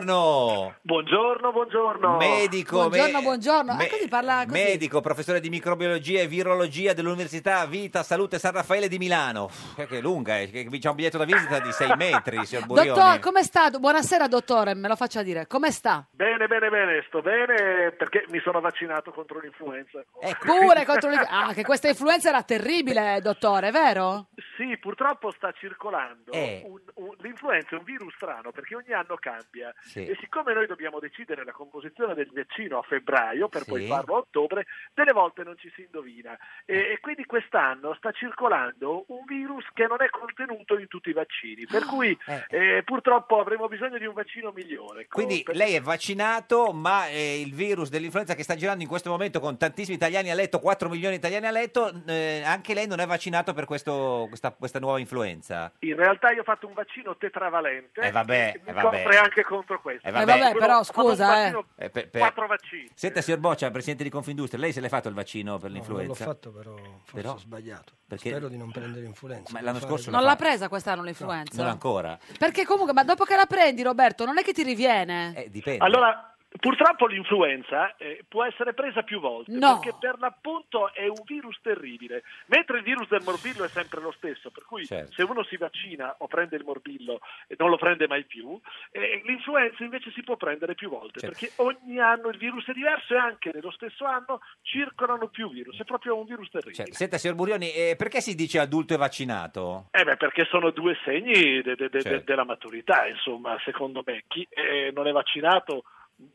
S2: buongiorno.
S21: Buongiorno, buongiorno.
S2: Medico, me-
S1: Buongiorno, buongiorno. Ah,
S2: me-
S1: così parla così.
S2: medico, professore di microbiologia e virologia dell'Università Vita Salute San Raffaele di Milano. Uff, Che è lunga, eh, che- c'è un biglietto da visita di 6 metri, signor Burioni.
S1: Dottore, come sta? Buonasera, dottore, me lo faccia dire. Come sta?
S21: Bene, bene, bene, sto bene perché mi sono vaccinato contro l'influenza.
S1: Eh, Pure contro le- Ah, che questa influenza era terribile, dottore, vero?
S21: Sì, purtroppo sta circolando.
S1: Eh.
S21: un- un- l'influenza è un virus strano perché ogni anno cambia
S22: Sì.
S21: e siccome noi dobbiamo decidere la composizione del vaccino a febbraio per poi
S22: Sì.
S21: farlo a ottobre, delle volte non ci si indovina e,
S2: Eh.
S21: e quindi quest'anno sta circolando un virus che non è contenuto in tutti i vaccini, per
S2: Ah,
S21: cui eh, purtroppo avremo bisogno di un vaccino migliore. ecco,
S2: Quindi
S21: per-
S2: lei è vaccinato, ma eh, il virus dell'influenza che sta girando in questo momento con tantissimi italiani a letto, 4 milioni di italiani a letto, eh, anche lei non è vaccinato per questo- questa, questa nuova influenza.
S21: In realtà io ho fatto un vaccino tetravalente
S2: Eh, vabbè,
S21: che mi
S2: eh, vabbè.
S21: copre anche contro questo.
S2: Eh, vabbè. Eh, vabbè,
S21: Quello-
S1: però,
S21: ho fatto un
S1: scusa,
S21: vaccino-
S2: Eh, per- per-
S21: Quattro vaccini.
S2: Senta, signor Boccia, presidente di Confindustria, lei se l'è fatto il vaccino per
S13: No, non l'ho
S2: l'influenza?
S13: fatto però, forse
S2: Però?
S13: ho sbagliato.
S2: Perché-
S13: Spero di non prendere influenza.
S2: Ma l'anno
S13: Fare-
S2: scorso
S1: Non l'ha presa quest'anno l'influenza?
S2: Non ancora.
S1: Perché comunque, ma dopo che la prendi, Roberto, non è che ti riviene?
S21: Eh,
S2: Dipende.
S21: Allora, purtroppo l'influenza eh, può essere presa più volte
S1: No.
S21: perché per l'appunto è un virus terribile. Mentre il virus del morbillo è sempre lo stesso, per cui
S22: Certo.
S21: se uno si vaccina o prende il morbillo e non lo prende mai più, eh, l'influenza invece si può prendere più volte
S2: Certo.
S21: perché ogni anno il virus è diverso e anche nello stesso anno circolano più virus. È proprio un virus terribile.
S2: Cioè, senta, signor Burioni, eh, perché si dice adulto e vaccinato?
S21: Eh beh, perché sono due segni de- de- de-
S2: Certo.
S21: della maturità, insomma, secondo me. Chi eh, non è vaccinato mh,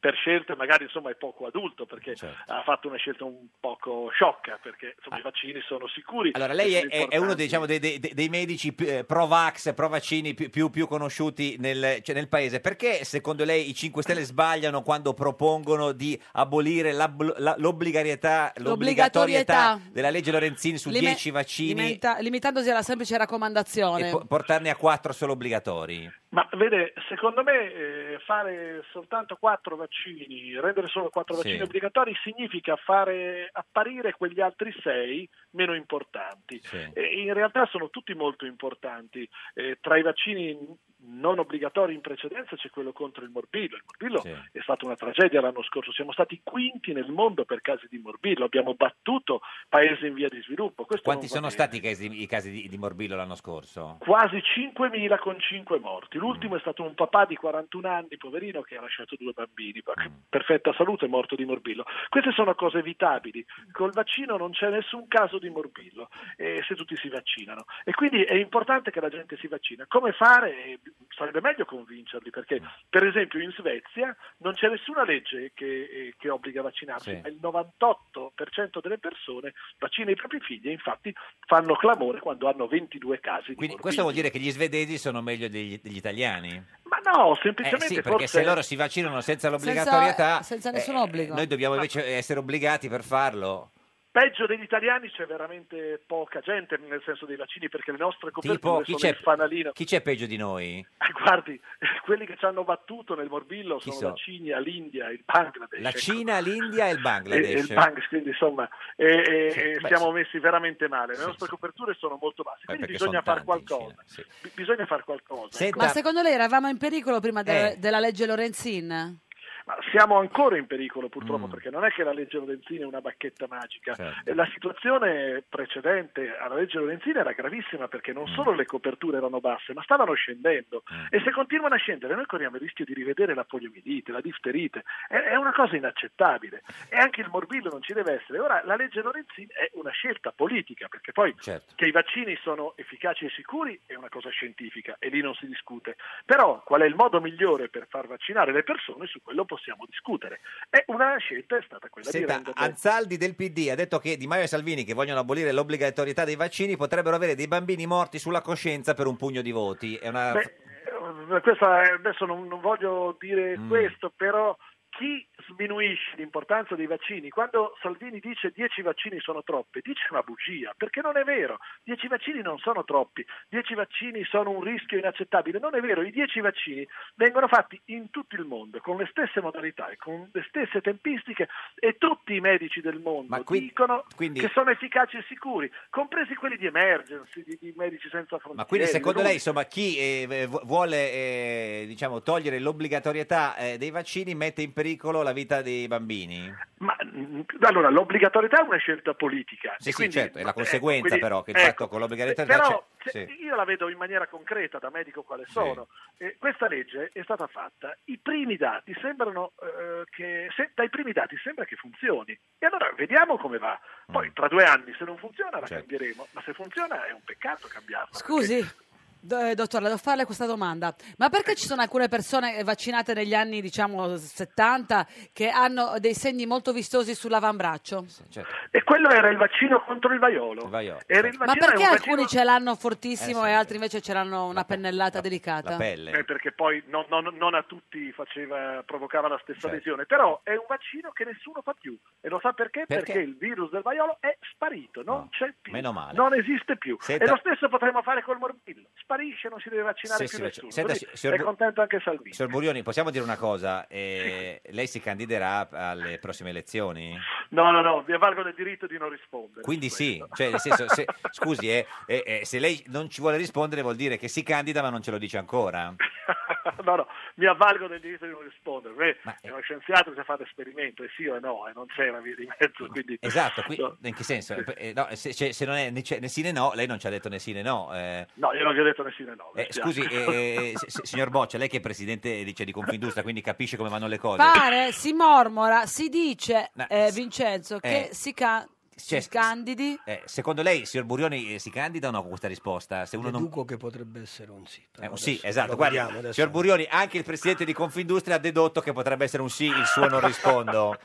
S21: per scelta magari insomma è poco adulto perché
S2: Certo.
S21: ha fatto una scelta un poco sciocca perché insomma,
S2: Ah.
S21: i vaccini sono sicuri
S2: Allora, lei è,
S21: e
S2: è-
S21: sono
S2: è uno
S21: importanti.
S2: dei, diciamo, dei, dei- dei- dei medici più, eh, pro-vax, pro-vaccini più, più- più conosciuti nel, cioè, nel paese. Perché secondo lei i 5 Stelle sbagliano quando propongono di abolire l'abb- la- l'obbligatorietà, l'obbligatorietà
S1: L'obbligatorietà.
S2: della legge Lorenzini su
S1: Lime-
S2: 10 vaccini
S1: limita- limitandosi alla semplice raccomandazione.
S2: e po- portarne a 4 solo obbligatori?
S21: Ma vede, secondo me eh, fare soltanto quattro vaccini, rendere solo quattro
S2: Sì.
S21: vaccini obbligatori significa fare apparire quegli altri sei meno importanti.
S2: Sì.
S21: Eh, in realtà sono tutti molto importanti. Eh, tra i vaccini non obbligatorio in precedenza c'è quello contro il morbillo. Il morbillo è stata una tragedia l'anno scorso, siamo stati quinti nel mondo per casi di morbillo, abbiamo battuto paesi in via di sviluppo. Questo
S2: Quanti
S21: non va
S2: sono
S21: bene.
S2: stati i casi, i casi di, di morbillo l'anno scorso?
S21: Quasi 5.000 con 5 morti. L'ultimo è stato un papà di 41 anni, poverino, che ha lasciato due bambini, ma che perfetta salute, morto di morbillo. Queste sono cose evitabili. Col vaccino non c'è nessun caso di morbillo, eh, se tutti si vaccinano. E quindi è importante che la gente si vaccina. Come fare? Eh, Sarebbe meglio convincerli, perché per esempio in Svezia non c'è nessuna legge che, eh, che obbliga a vaccinarsi,
S2: Sì.
S21: ma il 98% delle persone vaccina i propri figli e infatti fanno clamore quando hanno 22 casi di
S2: Quindi
S21: morbillo.
S2: questo vuol dire che gli svedesi sono meglio degli, degli italiani?
S21: Ma no,
S2: Eh
S21: semplicemente
S2: sì, perché
S21: forse...
S2: se loro si vaccinano senza l'obbligatorietà, eh,
S21: senza nessun obbligo.
S2: noi dobbiamo invece essere obbligati per farlo.
S21: Peggio degli italiani c'è veramente poca gente nel senso dei vaccini perché le nostre
S2: Tipo,
S21: coperture
S2: chi
S21: sono
S2: c'è,
S21: il fanalino.
S2: chi c'è peggio di noi?
S21: Eh, Guardi, quelli che ci hanno battuto nel morbillo sono
S2: so?
S21: la Cina, l'India, il Bangladesh.
S2: La
S21: ecco.
S2: Cina, l'India e il
S21: E- e
S2: Bangladesh.
S21: il Bangladesh, quindi insomma e- e-
S2: Sì,
S21: e
S2: beh,
S21: siamo
S2: sì.
S21: messi veramente male, le
S2: Sì,
S21: nostre coperture sono molto basse, quindi
S2: perché
S21: bisogna
S2: sono
S21: far qualcosa. Bi- Bisogna far qualcosa.
S2: Senta-
S21: ecco.
S1: Ma secondo lei eravamo in pericolo prima de-
S21: Eh.
S1: della legge Lorenzin?
S21: Ma siamo ancora in pericolo purtroppo perché non è che la legge Lorenzini è una bacchetta magica.
S2: Mm. Certo.
S21: Eh, La situazione precedente alla legge Lorenzini era gravissima perché
S2: Mm.
S21: non solo le coperture erano basse, ma stavano scendendo e se continuano a scendere noi corriamo il rischio di rivedere la poliomielite, la difterite, è, è una cosa inaccettabile e anche il morbillo non ci deve essere. Ora la legge Lorenzini è una scelta politica perché poi
S2: Certo.
S21: che i vaccini sono efficaci e sicuri è una cosa scientifica e lì non si discute. Però qual è il modo migliore per far vaccinare le persone? Su quello possiamo discutere. E una scelta è stata quella di
S2: Senta,
S21: rendere...
S2: Anzaldi del PD ha detto che Di Maio e Salvini, che vogliono abolire l'obbligatorietà dei vaccini, potrebbero avere dei bambini morti sulla coscienza per un pugno di voti. È una...
S21: Beh, eh, questa è- adesso non, non voglio dire
S2: Mm.
S21: questo, però chi sminuisce l'importanza dei vaccini? Quando Salvini dice 10 vaccini sono troppi, dice una bugia, perché non è vero. 10 vaccini non sono troppi, 10 vaccini sono un rischio inaccettabile. Non è vero, i 10 vaccini vengono fatti in tutto il mondo, con le stesse modalità e con le stesse tempistiche e tutti i medici del mondo
S2: qui-
S21: dicono
S2: quindi-
S21: che sono efficaci e sicuri, compresi quelli di emergency, di, di medici senza frontiere.
S2: Ma quindi secondo
S21: di
S2: lei insomma, chi eh, vu- vuole eh, diciamo, togliere l'obbligatorietà eh, dei vaccini mette in pericolo la vita dei bambini?
S21: Ma mm, allora l'obbligatorietà è una scelta politica.
S2: Sì,
S21: e
S2: sì,
S21: quindi-
S2: certo, è la
S21: eh,
S2: conseguenza
S21: quindi-
S2: però che il
S21: ecco,
S2: fatto con l'obbligatorietà...
S21: Però
S2: c'è-
S21: se-
S2: sì.
S21: io la vedo in maniera concreta da medico quale sono. Eh, questa legge è stata fatta, i primi dati sembrano eh, che se- dai primi dati sembra che funzioni. E allora vediamo come va. Poi tra due anni se non funziona la cambieremo, ma se funziona è un peccato cambiarla.
S1: Scusi, do- eh, dottore, devo farle questa domanda. Ma perché ci sono alcune persone eh, vaccinate negli anni, diciamo, 70 che hanno dei segni molto vistosi sull'avambraccio?
S21: E quello era il vaccino contro il vaiolo. Era il
S1: Ma
S21: vaccino-
S1: perché
S21: è un
S1: alcuni ce l'hanno fortissimo
S21: Eh, sì.
S1: e altri invece ce l'hanno una pennellata delicata?
S21: Eh, perché poi non, non- non a tutti faceva, provocava la stessa
S2: Certo.
S21: lesione, però è un vaccino che nessuno fa più. E lo sa perché?
S2: Perché?
S21: Perché, il virus del vaiolo è sparito, non c'è più.
S2: Meno male.
S21: Non esiste più.
S2: Senta-
S21: E lo stesso potremmo fare col morbillo. Sparisce, non si deve vaccinare
S2: Sì, sì,
S21: più nessuno.
S2: senta,
S21: Quindi
S2: signor-
S21: è contento anche Salvini.
S2: Signor Burioni, possiamo dire una cosa? Eh, lei si candiderà alle prossime elezioni?
S21: No, no, no, vi avvalgo del diritto di non rispondere.
S2: Quindi sì, cioè, nel senso, se- scusi, eh, eh, eh, se lei non ci vuole rispondere vuol dire che si candida ma non ce lo dice ancora.
S21: no, no, mi avvalgo del diritto di non rispondere. perché è uno scienziato che ha fatto esperimento, e sì o no, e non c'è una via di mezzo. Quindi...
S2: Esatto, qui- in che senso? Eh, no, se, se- se non è né, c'è- né sì né no, lei non ci ha detto né sì né no. eh.
S21: No, io non vi ho detto nessuno no.
S2: Eh, scusi, eh, eh, s- s- signor Boccia, lei che è presidente dice, di Confindustria, quindi capisce come vanno le cose.
S1: Pare, si mormora, si dice,
S2: No,
S1: eh, Vincenzo, che
S2: eh,
S1: si, ca-
S2: cioè,
S1: si candidi...
S2: Eh, secondo lei, signor Burioni, eh, si candida o no con questa risposta? Se uno non...
S19: Deduco che potrebbe essere un sì.
S2: Eh,
S19: però
S2: un sì,
S19: adesso
S2: esatto.
S19: lo
S2: Guardi,
S19: vediamo adesso.
S2: signor Burioni, anche il presidente di Confindustria ha dedotto che potrebbe essere un sì, il suo non rispondo.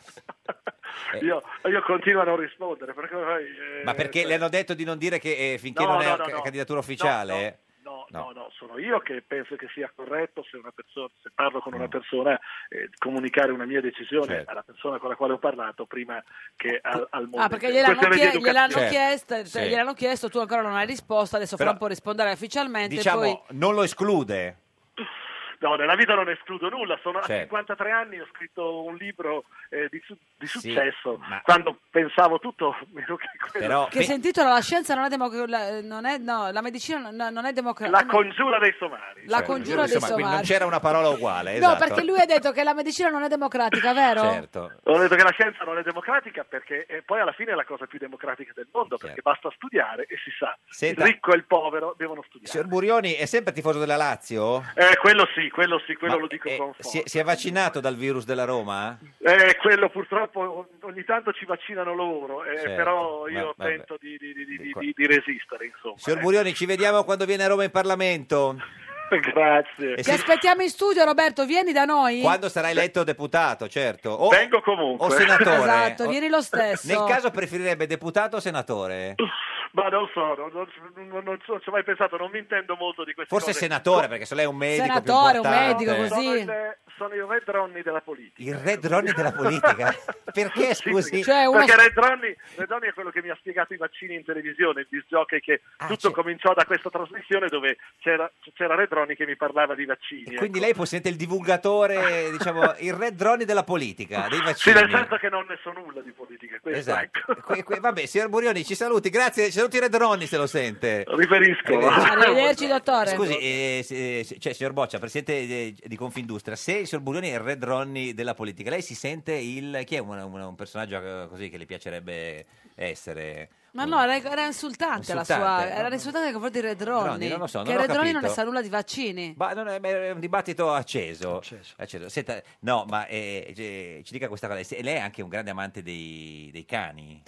S21: Io, io continuo a non rispondere perché ormai, eh,
S2: Eh. Ma perché
S21: cioè,
S2: le hanno detto di non dire che eh, finché
S21: No,
S2: non è
S21: no,
S2: ca-
S21: no, no.
S2: candidatura
S21: No,
S2: ufficiale?
S21: no.
S2: eh?
S21: no, no, no, sono io che penso che sia corretto se, una persona, se parlo con una persona eh, comunicare una mia decisione
S2: Mm. Certo.
S21: alla persona con la quale ho parlato prima che al, al mondo.
S1: Ah, perché
S21: intero.
S1: gliel'hanno,
S21: Questione di
S1: chie- gliel'hanno
S21: educazione.
S1: chiesto, te-
S2: Certo. Sì.
S1: gliel'hanno chiesto, tu ancora non hai risposto, adesso fra
S2: Però-
S1: un po' rispondere ufficialmente.
S2: Diciamo,
S1: poi...
S2: non lo esclude.
S21: No, nella vita non escludo nulla, sono a
S2: Certo.
S21: 53 anni, ho scritto un libro eh, di, su- di
S2: Sì,
S21: successo,
S2: ma-
S21: quando pensavo tutto meno che quello.
S2: Però-
S1: Che si intitola La scienza non è democratica, non è, no, la medicina non, non è democratica.
S21: La congiura dei somari.
S1: La congiura dei
S2: Cioè, Insomma, quindi non
S1: somari.
S2: c'era una parola uguale.
S1: No,
S2: esatto.
S1: perché lui ha detto che la medicina non è democratica, vero?
S2: Certo.
S21: Ho detto che la scienza non è democratica perché eh, poi alla fine è la cosa più democratica del mondo,
S2: Certo.
S21: perché basta studiare e si sa,
S2: Senta-
S21: il ricco e il povero devono studiare.
S2: Signor Burioni è sempre tifoso della Lazio?
S21: Eh, quello sì, quello sì, quello
S2: Ma,
S21: lo dico
S2: eh,
S21: con forza.
S2: Si, si è vaccinato dal virus della Roma?
S21: Eh, quello purtroppo o- ogni tanto ci vaccinano loro, eh,
S2: Certo,
S21: però io
S2: va- vabbè.
S21: tento di, di- di- di- di- di resistere, insomma. eh.
S2: Signor Burioni, ci vediamo quando viene a Roma in Parlamento.
S21: Grazie.
S2: E
S1: Ti
S2: se-
S1: aspettiamo in studio, Roberto, vieni da noi.
S2: quando sarà eletto deputato, certo. O,
S21: Vengo comunque.
S2: O senatore.
S1: Esatto,
S2: O-
S1: vieni lo stesso.
S2: Nel caso preferirebbe deputato o senatore?
S21: Ma non so, non, non- non- non so, non ci ho mai pensato, non mi intendo molto di queste
S2: Forse
S21: cose.
S2: senatore, perché se lei è un medico più
S1: Senatore, un
S2: importante.
S1: medico, così.
S21: Sono il, sono il Red Ronnie della politica.
S2: Il Red Ronnie della politica? perché, scusi?
S1: Cioè,
S21: Perché Red Ronnie, Red Ronnie è quello che mi ha spiegato i vaccini in televisione, il disjockey che
S2: Ah,
S21: tutto cominciò da questa trasmissione dove c'era, c'era Red Ronnie che mi parlava di vaccini. ecco.
S2: Quindi lei può sentire il divulgatore, diciamo, il Red Ronnie della politica, dei
S21: Sì,
S2: vaccini.
S21: nel senso che non ne so nulla di politica. Questo, ecco.
S2: Esatto. Que- que- vabbè, signor Burioni, ci saluti, grazie, ci saluti Red Ronnie se lo sente.
S21: Riferisco.
S1: Arrivederci, dottore.
S2: Scusi, eh, se- se- cioè, signor Boccia, presidente eh, di Confindustria, se il signor Burioni è il Red Ronnie della politica, lei si sente il... chi è un, un- un personaggio eh, così che le piacerebbe essere?
S1: Ma no, era, era insultante, la sua.
S2: Insultante,
S1: Era
S2: no.
S1: insultante nei confronti di Red
S2: Ronnie,
S1: Ronnie.
S2: non lo so, non
S1: che
S2: l'ho
S1: Red Ronnie
S2: capito.
S1: non ne sa nulla di vaccini.
S2: Ma non è, è un dibattito acceso. Acceso. Senta, no, ma eh, eh, ci dica questa cosa. se- Lei è anche un grande amante dei, dei cani.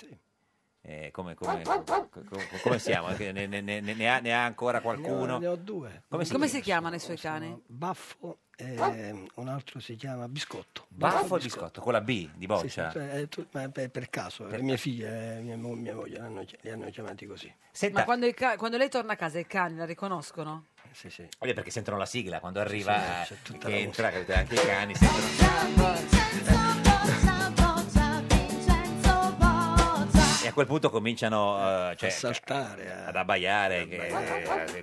S2: Eh, come, come- co- co- co- come siamo? Che Ne, ne- ne- ne ha, ne ha ancora qualcuno?
S13: Ne ho due.
S2: Come si
S1: Come
S2: chiama?
S1: si chiamano i suoi cani?
S13: Baffo e Eh, un altro si chiama Biscotto.
S2: Baffo o biscotto? Con la B di
S13: Sì,
S2: boccia.
S13: sì, eh, tu- ma per, per caso, le mie figlie, eh, mia, mo- mia moglie l'hanno chi- li hanno chiamati così.
S1: Ma quando, il ca- quando lei torna a casa, i cani la riconoscono?
S2: Eh,
S13: Sì, sì.
S2: Vabbè, perché sentono la sigla quando arriva,
S13: Sì, c'è
S2: che
S13: la
S2: entra, capito? anche i cani sentono. E a quel punto cominciano eh, cioè, a saltare, ad abbaiare. che- eh,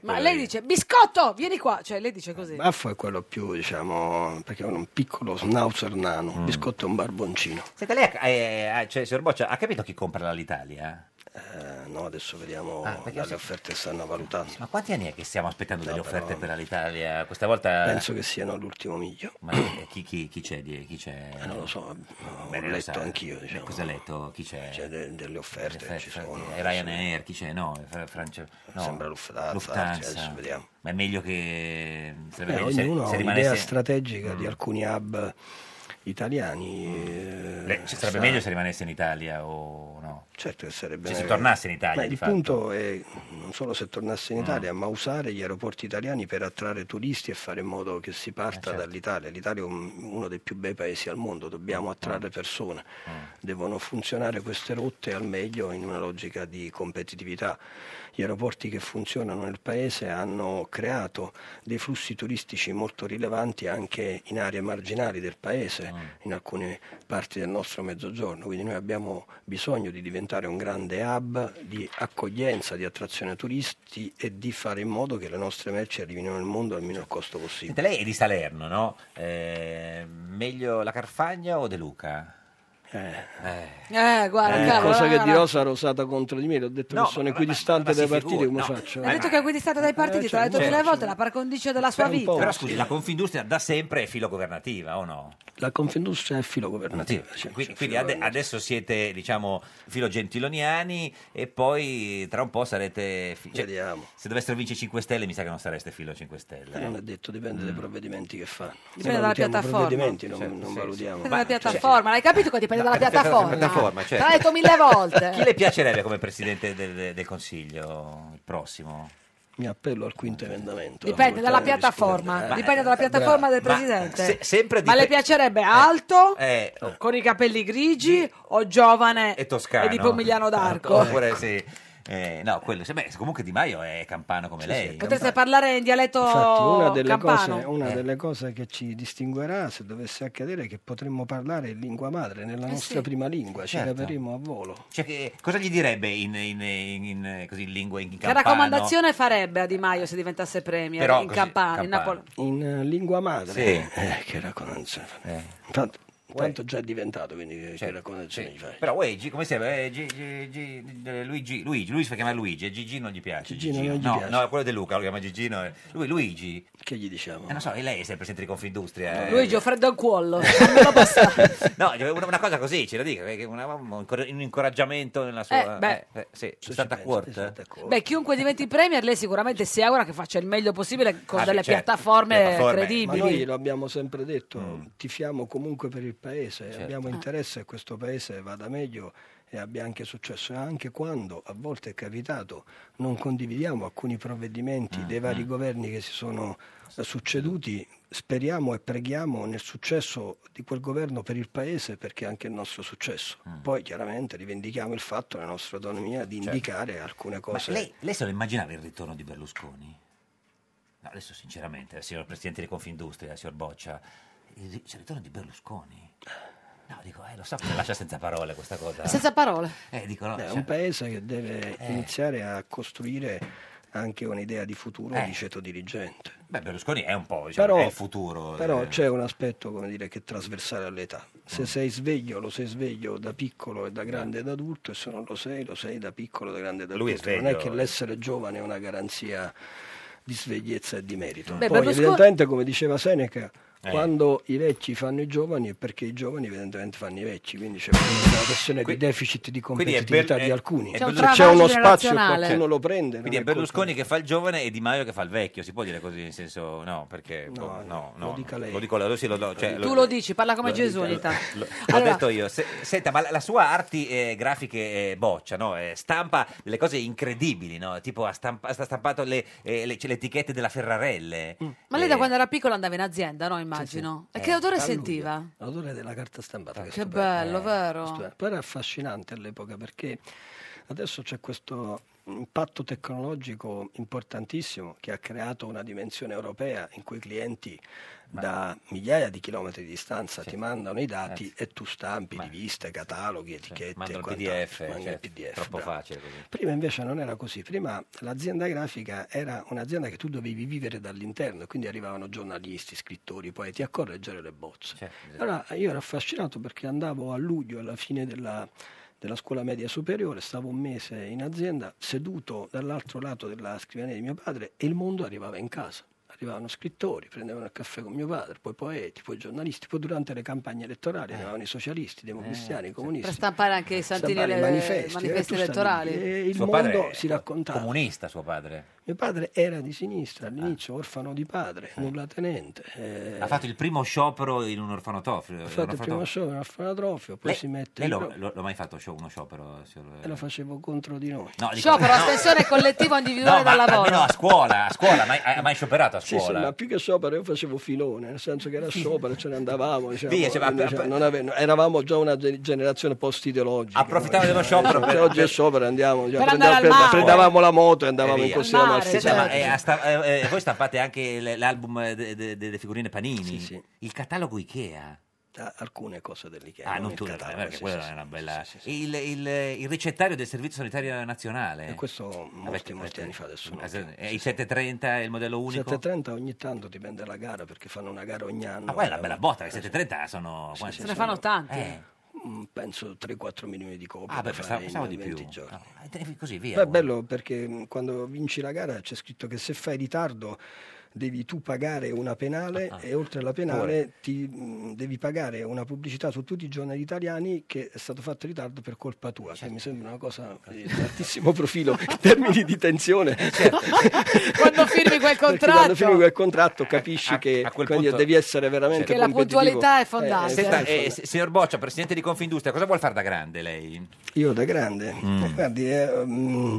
S1: Ma
S2: quello
S1: lei
S2: lì.
S1: dice, biscotto, vieni qua. Cioè, lei dice così.
S13: Baffo è quello più, diciamo, perché è un piccolo schnauzer nano,
S2: Mm.
S13: Biscotto è un barboncino.
S2: Senta, lei ha- eh, ha- cioè, signor Boccia, ha capito chi compra l'Italia?
S13: Eh, no, adesso vediamo
S2: Ah, perché
S13: dalle
S2: se-
S13: offerte stanno valutando.
S2: Ma quanti anni è che stiamo aspettando delle
S13: No, però-
S2: offerte per l'Italia? Questa volta...
S13: Penso che siano l'ultimo miglio.
S2: Ma eh, chi, chi- chi c'è? di- Chi c'è?
S13: Eh, non lo so, ho
S2: Beh, lei lo
S13: letto
S2: sa.
S13: anch'io,
S2: Beh,
S13: diciamo.
S2: Cosa ha letto? Chi c'è?
S13: C'è de- delle offerte,
S2: Delle
S13: ci sono.
S2: Eh, Ryanair, chi c'è? No, Fra- Francia... no,
S13: Sembra Lufthansa, adesso vediamo.
S2: Ma è meglio che...
S13: Eh,
S2: sarebbe meglio se- se
S13: ognuno ha un'idea
S2: rimanesse- Mm.
S13: strategica di alcuni hub italiani. eh,
S2: Beh, ci cioè, sarebbe
S13: sa-
S2: meglio se rimanesse in Italia o no?
S13: Certo che sarebbe
S2: Se si
S13: meglio.
S2: tornasse in Italia, Mm.
S13: Ma
S2: di
S13: il
S2: fatto.
S13: punto è non solo se tornasse in Italia, ma usare gli aeroporti italiani per attrarre turisti e fare in modo che si
S2: Eh,
S13: parta
S2: certo.
S13: dall'Italia. L'Italia è un- uno dei più bei paesi al mondo,
S2: Mm.
S13: dobbiamo attrarre persone. Devono funzionare queste rotte al meglio in una logica di competitività. Gli aeroporti che funzionano nel paese hanno creato dei flussi turistici molto rilevanti anche in aree marginali del paese, in alcune parti del nostro mezzogiorno. Quindi noi abbiamo bisogno di diventare un grande hub di accoglienza, di attrazione turisti e di fare in modo che le nostre merci arrivino nel mondo al minor costo possibile.
S2: Senta, lei è di Salerno, no? Eh, meglio la Carfagna o De Luca? Eh.
S1: Eh, guarda,
S13: Ogni
S1: cavolo,
S13: cosa
S1: guarda,
S13: che
S1: guarda.
S13: dirò sarà usata contro di me, l'ho detto
S2: No,
S13: che sono
S2: ma-
S13: equidistante
S2: ma- ma
S13: dai
S2: si
S13: partiti,
S2: figuri,
S13: come
S2: no.
S13: faccio?
S1: Ha detto che è guidistata dai partiti, te l'ha detto
S2: certo.
S1: mille volte, la par condicio della sua
S13: un po'.
S1: vita.
S2: Però scusi, la Confindustria da sempre è filogovernativa o no?
S13: La Confindustria è filogovernativa. sì.
S2: Quindi, quindi ade- adesso siete, diciamo, filogentiloniani e poi tra un po' sarete... fi- cioè, se dovessero vincere 5 Stelle mi sa che non sareste filo 5 Stelle.
S13: Non è detto, dipende dai provvedimenti che fanno.
S1: Dipende
S13: Se
S1: dalla
S13: valutiamo
S1: piattaforma.
S13: provvedimenti, non,
S2: Certo,
S13: non
S2: sì,
S13: valutiamo.
S1: Dipende dalla
S2: cioè,
S1: piattaforma, l'hai capito che dipende dalla piattaforma?
S2: piattaforma, certo.
S1: Te l'ha detto mille
S2: Chi
S1: volte.
S2: le piacerebbe come presidente del, del Consiglio il prossimo?
S13: Mi appello al quinto emendamento.
S1: Dipende dalla piattaforma, dipende dalla piattaforma del
S2: Cioè, Ma
S1: presidente.
S2: se- sempre
S1: Ma le
S2: dipe-
S1: piacerebbe alto,
S2: Eh,
S1: con i capelli grigi o giovane
S2: e toscano.
S1: di Eh, Pomigliano d'Arco?
S2: Oppure sì. Eh, no, quello, se- beh, comunque Di Maio è campano come
S13: Sì, sì,
S2: lei.
S13: è
S1: Potreste parlare in dialetto
S13: Infatti, una, delle
S1: Oh, campano.
S13: cose, una
S2: Eh.
S13: delle cose che ci distinguerà se dovesse accadere è che potremmo parlare in lingua madre, nella
S2: Eh
S13: nostra
S2: sì.
S13: prima lingua, ci
S2: Certo.
S13: laveremo a volo.
S2: Cioè, che- cosa gli direbbe in, in, in- in- così in lingua in
S1: Che
S2: campano?
S1: raccomandazione farebbe a Di Maio se diventasse premier
S2: Però
S1: in
S2: così,
S1: Campania, in
S2: Campania.
S1: Napoli?
S13: In eh, lingua madre?
S2: Sì. Eh.
S13: Eh, che raccomandazione. Intanto, intanto già è diventato, quindi che- che
S2: Certo,
S13: raccomandazione gli fai?
S2: Però uè, G- come si chiama? Eh, G- G- G- eh, Luigi, Luigi, lui si fa chiamare Luigi, e Gigi non gli piace.
S13: Gigino non gli
S2: no,
S13: piace.
S2: no, quello di Luca, lo chiama Gigino. eh. Lui, Luigi. Che gli diciamo? non so, e lei è sempre presente di Confindustria. eh.
S1: Luigi, ho freddo al cuollo.
S2: No, una, una cosa così, ce lo dica, che una- un incor- un incoraggiamento nella sua...
S1: Eh, beh.
S2: eh, sì, Santa eh. Quarta.
S1: Beh, chiunque diventi premier, lei sicuramente si augura che faccia il meglio possibile con
S13: Ah, sì,
S1: delle
S13: certo.
S1: piattaforme,
S13: Piattaforme.
S1: credibili.
S13: Ma noi lo abbiamo sempre detto, tifiamo comunque per il paese, abbiamo
S1: Ah.
S13: interesse che questo paese vada meglio e abbia anche successo, anche quando a volte è capitato non condividiamo alcuni provvedimenti dei vari governi che si sono eh, succeduti, speriamo e preghiamo nel successo di quel governo per il paese perché è anche il nostro successo. Poi chiaramente rivendichiamo il fatto, la nostra autonomia, di
S2: Certo.
S13: indicare alcune
S2: Ma
S13: cose.
S2: lei, lei se lo immaginava il ritorno di Berlusconi? No, adesso sinceramente, eh, signor Presidente di Confindustria, signor Boccia, il, ri- cioè, il ritorno di Berlusconi? No, dico, eh, lo so che mi lascia senza parole questa cosa.
S1: Senza parole.
S2: Eh, dico, no,
S13: Beh, È
S2: cioè-
S13: un paese che deve
S2: Eh.
S13: iniziare a costruire anche un'idea di futuro
S2: Eh.
S13: di ceto dirigente.
S2: Beh, Berlusconi è un po', diciamo,
S13: Però-
S2: è il futuro.
S13: Però
S2: eh. Mm.
S13: c'è un aspetto, come dire, che è trasversale all'età. Se sei sveglio, lo sei sveglio da piccolo e da grande ed adulto, e se non lo sei, lo sei da piccolo e da grande ed adulto.
S2: Lui è
S13: Non è
S2: sveglio,
S13: che
S2: eh.
S13: l'essere giovane è una garanzia di svegliezza e di merito.
S1: Beh,
S13: Poi,
S1: Berlusconi-
S13: evidentemente, come diceva Seneca,
S2: Eh.
S13: quando i vecchi fanno i giovani è perché i giovani evidentemente fanno i vecchi, quindi c'è una questione di deficit di
S2: quindi è Ber-
S13: competitività di
S2: è-
S13: alcuni.
S2: è C'è un
S13: Se c'è
S2: travaglio
S13: uno spazio e
S1: generazionale.
S13: qualcuno lo prende.
S2: Cioè, Quindi è
S13: non è colpa
S2: Berlusconi che fa il giovane e Di Maio che fa il vecchio, si può dire così, nel senso, no, perché... boh, no, no,
S13: lo dica lei.
S2: Lo dico, lo- sì, lo- lo- cioè,
S1: Tu lo dici, parla come Gesù ogni tanto.
S2: L'ho
S1: Allora-
S2: detto io. Se- senta, ma la, la sua arti eh, grafiche eh, boccia, no? Eh, stampa delle cose incredibili, no? Tipo ha, stampa- sta stampato le, eh, le- cioè, le etichette della Ferrarelle.
S13: Mm,
S1: Ma lei da quando era piccola andava in azienda, no? Immagino. E che
S13: Eh,
S1: odore
S13: a luglio.
S1: sentiva? Ah,
S13: L'odore della carta stampata.
S1: Che bello, vero?
S13: stupendo. Però era affascinante all'epoca perché adesso c'è questo impatto tecnologico importantissimo che ha creato una dimensione europea in cui i clienti da migliaia di chilometri di distanza ti mandano i dati e tu stampi riviste, cataloghi, etichette,
S2: Manda il
S13: quant'altro.
S2: PDF,
S13: Manda il
S2: cioè,
S13: PDF,
S2: troppo
S13: bravo.
S2: facile così.
S13: Prima invece non era così, prima l'azienda grafica era un'azienda che tu dovevi vivere dall'interno, quindi arrivavano giornalisti, scrittori, poeti a correggere le bozze. Allora io ero affascinato perché andavo a luglio alla fine della, della scuola media superiore, stavo un mese in azienda, seduto dall'altro lato della scrivania di mio padre e il mondo arrivava in casa. Arrivavano scrittori, prendevano il caffè con mio padre, poi poeti, poi giornalisti, poi durante le campagne elettorali arrivavano i socialisti, i democristiani, i comunisti.
S1: Per stampare anche i santini
S13: Stampare i
S1: e
S13: manifesti,
S1: manifesti
S13: eh, tu stavi
S1: elettorali.
S13: lì, eh, il
S2: Suo
S13: mondo
S2: padre
S13: si raccontava.
S2: Comunista suo padre.
S13: Mio padre era di sinistra all'inizio, orfano di padre, nulla tenente. eh,
S2: Ah. Ha fatto il primo sciopero in un orfanotrofio.
S13: ha fatto il primo show in orfanotrofio, poi
S2: Lei,
S13: si mette
S2: lei
S13: in
S2: Eh, lo,
S13: pro-
S2: lo- l'ho mai fatto scio- uno sciopero? signor-
S13: e lo facevo contro di noi.
S2: No, dico-
S1: Sciopero,
S2: no.
S1: astensione collettiva individuale
S2: No, ma
S1: dal lavoro.
S2: almeno a scuola, a scuola, mai, ha mai scioperato a
S13: Sì, sì,
S2: scuola?
S13: ma più che sciopero io facevo filone, nel senso che era sciopero, ce ne andavamo, diciamo,
S2: Via, cioè, ma-
S13: quindi, cioè, non ave- eravamo già una ge- generazione post-ideologica.
S2: Approfittavo
S13: no? Eh,
S2: dello sciopero
S13: Se
S2: per-
S13: oggi è
S2: per-
S13: sciopero andiamo, cioè,
S1: Per
S13: prendiamo-
S1: andare al
S13: pre-
S1: mare.
S13: prendavamo la moto e andavamo in
S2: Eh, via.
S13: corsia da Marsi,
S2: Senta, ma,
S13: certo.
S2: eh, a sta- eh, eh, voi stampate anche l- l'album eh, de- de- delle figurine Panini? Il catalogo Ikea?
S13: Ah, Alcune cose dell'Ikea.
S2: Ah,
S13: non
S2: non
S13: il
S2: tu,
S13: catalogo,
S2: perché
S13: sì,
S2: quella
S13: sì,
S2: è una
S13: sì,
S2: bella...
S13: sì, sì, sì.
S2: Il, il, il ricettario del Servizio Sanitario Nazionale? Eh,
S13: E questo molti,
S2: Avete-
S13: molti anni fa adesso. no.
S2: Eh, Il 730 è il modello unico?
S13: 730 ogni tanto dipende dalla gara perché fanno una gara ogni anno. eh.
S2: Ma quella è una bella botta, i 730 sono...
S13: Sì,
S2: quanti?
S13: sì,
S1: Se ne
S13: sono-
S1: fanno tanti.
S13: Mm, Penso 3-4 milioni di copie.
S2: Ah, beh,
S13: da
S2: pensavo-
S13: fare in
S2: pensavo di
S13: 20
S2: più.
S13: giorni.
S2: Eh, Così, via.
S13: Beh, è bello perché mh, quando vinci la gara c'è scritto che se fai ritardo devi tu pagare una penale
S2: Ah,
S13: e oltre alla penale ti, mh, devi pagare una pubblicità su tutti i giornali italiani che è stato fatto in ritardo per colpa tua,
S2: Certo.
S13: che mi sembra una cosa eh, di altissimo profilo in termini di tensione.
S2: Certo.
S1: quando firmi quel
S13: Perché
S1: contratto.
S13: Quando firmi quel contratto capisci che quindi
S2: punto-
S13: devi essere veramente
S1: Che la
S13: competitivo.
S1: puntualità è
S13: Eh,
S1: fondante.
S2: Senta, eh, s- signor Boccia, presidente di Confindustria, cosa vuol fare da grande lei?
S13: Io da grande, guardi, eh, mm,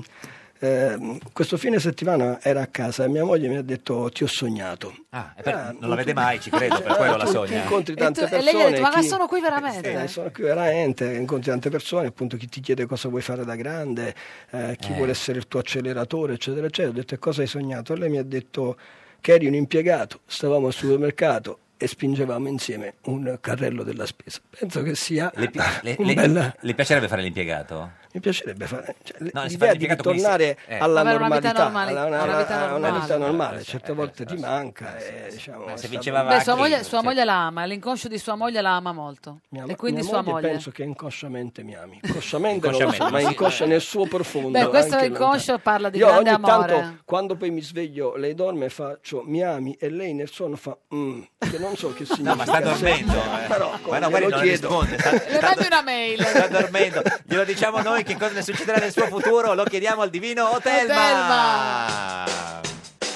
S13: ehm, questo fine settimana era a casa e mia moglie mi ha detto ti ho sognato.
S2: Ah, è per- non la vede mai, ci credo, per quello la
S13: tu- tu
S2: sogna.
S13: Eh, incontri
S1: E,
S13: tante
S1: tu- e
S13: persone.
S1: lei gli ha detto, ma
S13: chi-
S1: sono qui veramente?
S13: eh, sono qui veramente, incontri tante persone, appunto chi ti chiede cosa vuoi fare da grande, eh, chi
S1: Eh.
S13: vuole essere il tuo acceleratore, eccetera, eccetera. Ho detto e cosa hai sognato? E lei mi ha detto che eri un impiegato, stavamo al supermercato e spingevamo insieme un carrello della spesa. Penso che sia
S2: Le, pi- le-
S13: un
S2: le-
S13: bel...
S2: le piacerebbe fare l'impiegato?
S13: Mi piacerebbe fare cioè,
S2: No, si fa
S13: l'idea di
S2: l'impiegato con i se-
S13: tornare
S2: eh.
S13: alla
S2: Avere una
S13: normalità,
S2: vita normale-
S13: alla-
S2: una
S13: alla-
S2: vita
S13: a una vita
S2: normale.
S13: normale,
S2: eh,
S13: certe volte ti manca. e, diciamo, è
S2: se
S13: stato-
S2: vinceva
S1: Beh, sua moglie, sua moglie la ama, l'inconscio di sua moglie la ama molto.
S13: Mia-
S1: e quindi
S13: mia
S1: sua moglie.
S13: penso che inconsciamente mi ami. Inconsciamente non lo so,
S2: Inconsciamente,
S13: ma
S2: sì. eh.
S13: inconscia nel suo profondo.
S1: Beh, questo
S13: anche
S1: è inconscio, parla di
S13: Io ogni
S1: grande amore.
S13: tanto, quando poi mi sveglio, lei dorme e faccio mi ami e lei nel sonno fa mm, che non so che significa.
S2: No, ma sta dormendo.
S13: Se-
S2: eh.
S13: Però,
S2: ma no,
S13: come
S2: guardi,
S13: glielo
S2: non
S13: chiedo.
S2: risponde. Sta,
S1: Le mandi una mail.
S2: sta dormendo. Glielo diciamo noi che cosa ne succederà nel suo futuro. Lo chiediamo al divino Otelma.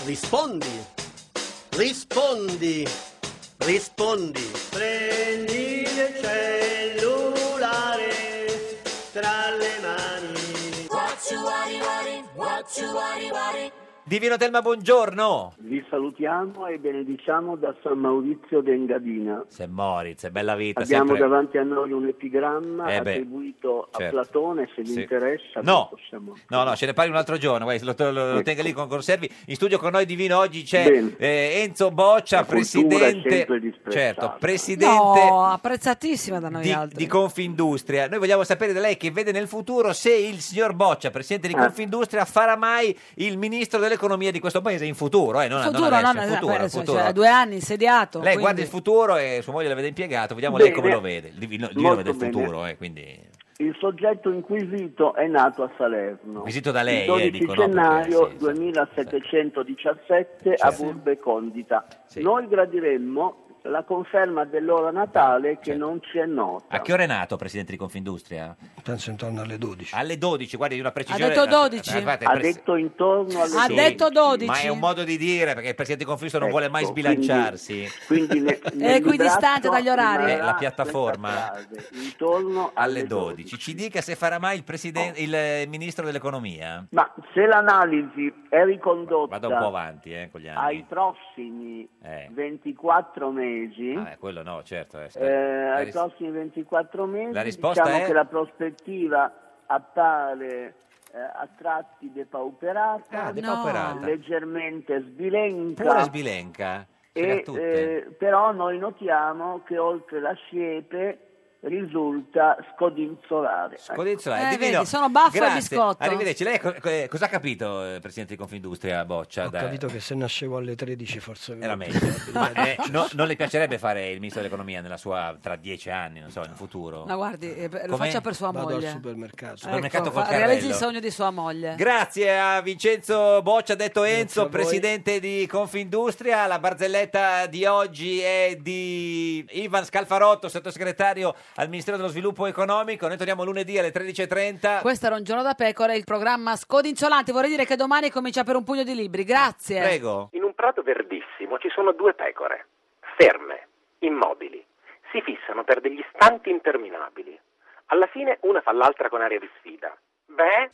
S3: Rispondi, rispondi, rispondi. Prendi il cellulare tra le mani.
S2: Divino Otelma, buongiorno.
S3: Vi salutiamo e benediciamo da San Maurizio d'Engadina.
S2: Se Moritz, è bella vita.
S3: Abbiamo
S2: sempre.
S3: davanti a noi un epigramma
S2: Eh beh,
S3: attribuito a
S2: certo.
S3: Platone, se vi
S2: Sì.
S3: interessa.
S2: No.
S3: poi possiamo-
S2: No, no, ce ne parli un altro giorno, guardi, lo, lo, lo
S3: Ecco.
S2: tenga lì con conservi. In studio con noi divino oggi c'è
S3: Bene.
S2: eh, Enzo Boccia,
S3: La cultura è
S2: presidente,
S3: sempre disprezzata.
S2: certo, presidente
S1: No, apprezzatissima da noi
S2: di,
S1: altri.
S2: di Confindustria. Noi vogliamo sapere da lei che vede nel futuro se il signor Boccia, presidente di
S3: Eh.
S1: Ah.
S2: Confindustria, farà mai il ministro dell'economia di questo paese in futuro. Eh, non, non
S1: futuro,
S2: adesso,
S1: no,
S2: in
S1: no,
S2: futuro,
S1: adesso,
S2: futuro.
S1: cioè, ha due anni insediato.
S2: Lei
S1: quindi-
S2: guarda il futuro e sua moglie la vede impiegato, vediamo lei come
S3: Bene.
S2: lo vede. Il divino, il divino
S3: Molto
S2: vede il
S3: bene.
S2: futuro, eh, quindi...
S3: Il soggetto inquisito è nato a Salerno.
S2: Acquisito da lei, eh,
S3: il 12
S2: dicono,
S3: gennaio 2717 a Burbe Condita. Noi gradiremmo la conferma dell'ora natale che
S2: Certo.
S3: non ci è nota.
S2: A che ora è nato presidente di Confindustria?
S13: Penso intorno alle 12.
S2: Alle 12, guardi, di una
S1: Ha
S2: precisione.
S1: detto 12.
S2: Guardate,
S3: Ha
S2: pres-
S3: detto intorno alle
S1: Ha
S3: dodici.
S1: detto 12.
S2: Ma è un modo di dire perché il presidente di Confindustria non vuole mai
S3: Ecco,
S2: sbilanciarsi.
S3: Quindi ne-
S1: È equidistante
S3: braccio
S1: dagli
S13: Esatto.
S1: orari.
S2: Eh, la piattaforma
S3: intorno
S2: alle 12. Ci dica se farà mai il, presiden- il eh, ministro dell'economia.
S3: Ma se l'analisi è
S2: Vado un po'
S3: ricondotta
S2: avanti eh, con gli anni.
S3: ai prossimi
S2: Eh.
S3: 24 mesi,
S2: Eh, quello no, certo. eh, sta-
S3: Eh,
S2: la
S3: ai
S2: ris-
S3: prossimi 24 mesi
S2: la risposta
S3: diciamo
S2: è-
S3: che la prospettiva appare eh, a tratti depauperata,
S2: Ah, depauperata.
S3: leggermente sbilenca,
S2: Pure Sbilenca. ce l'ha
S3: e,
S2: tutte.
S3: eh, però noi notiamo che oltre la siepe risulta scodinzolare. Ecco.
S2: Scodinzola,
S1: Eh,
S2: divino.
S1: vedi, sono baffo e
S2: Grazie,
S1: biscotto.
S2: Arrivederci. Lei co- co- eh, cosa ha capito, eh, presidente di Confindustria Boccia?
S13: Ho
S2: da-
S13: capito che se nascevo alle 13 forse
S2: Era meglio. Ma, eh, no- non le piacerebbe fare il ministro dell'economia nella sua tra dieci anni, non so, in futuro?
S1: No, guardi, eh, lo
S2: Com'è?
S1: faccia per sua
S2: Vado al
S1: moglie.
S13: supermercato.
S2: Supermercato
S1: Ecco,
S2: col
S1: fa- realizzi il
S2: carrello.
S1: sogno di sua moglie.
S2: Grazie a Vincenzo Boccia, detto
S1: a
S2: Enzo,
S1: voi.
S2: presidente di Confindustria. La barzelletta di oggi è di Ivan Scalfarotto, sottosegretario al Ministero dello Sviluppo Economico. Noi torniamo lunedì alle 13.30.
S1: Questo era un giorno da pecora, il programma Scodinzolanti. Vorrei dire che domani comincia per un pugno di libri. Grazie.
S2: Eh. Prego.
S22: In un prato verdissimo ci sono due pecore, ferme, immobili. Si fissano per degli istanti interminabili. Alla fine una fa l'altra con aria di sfida. Beh?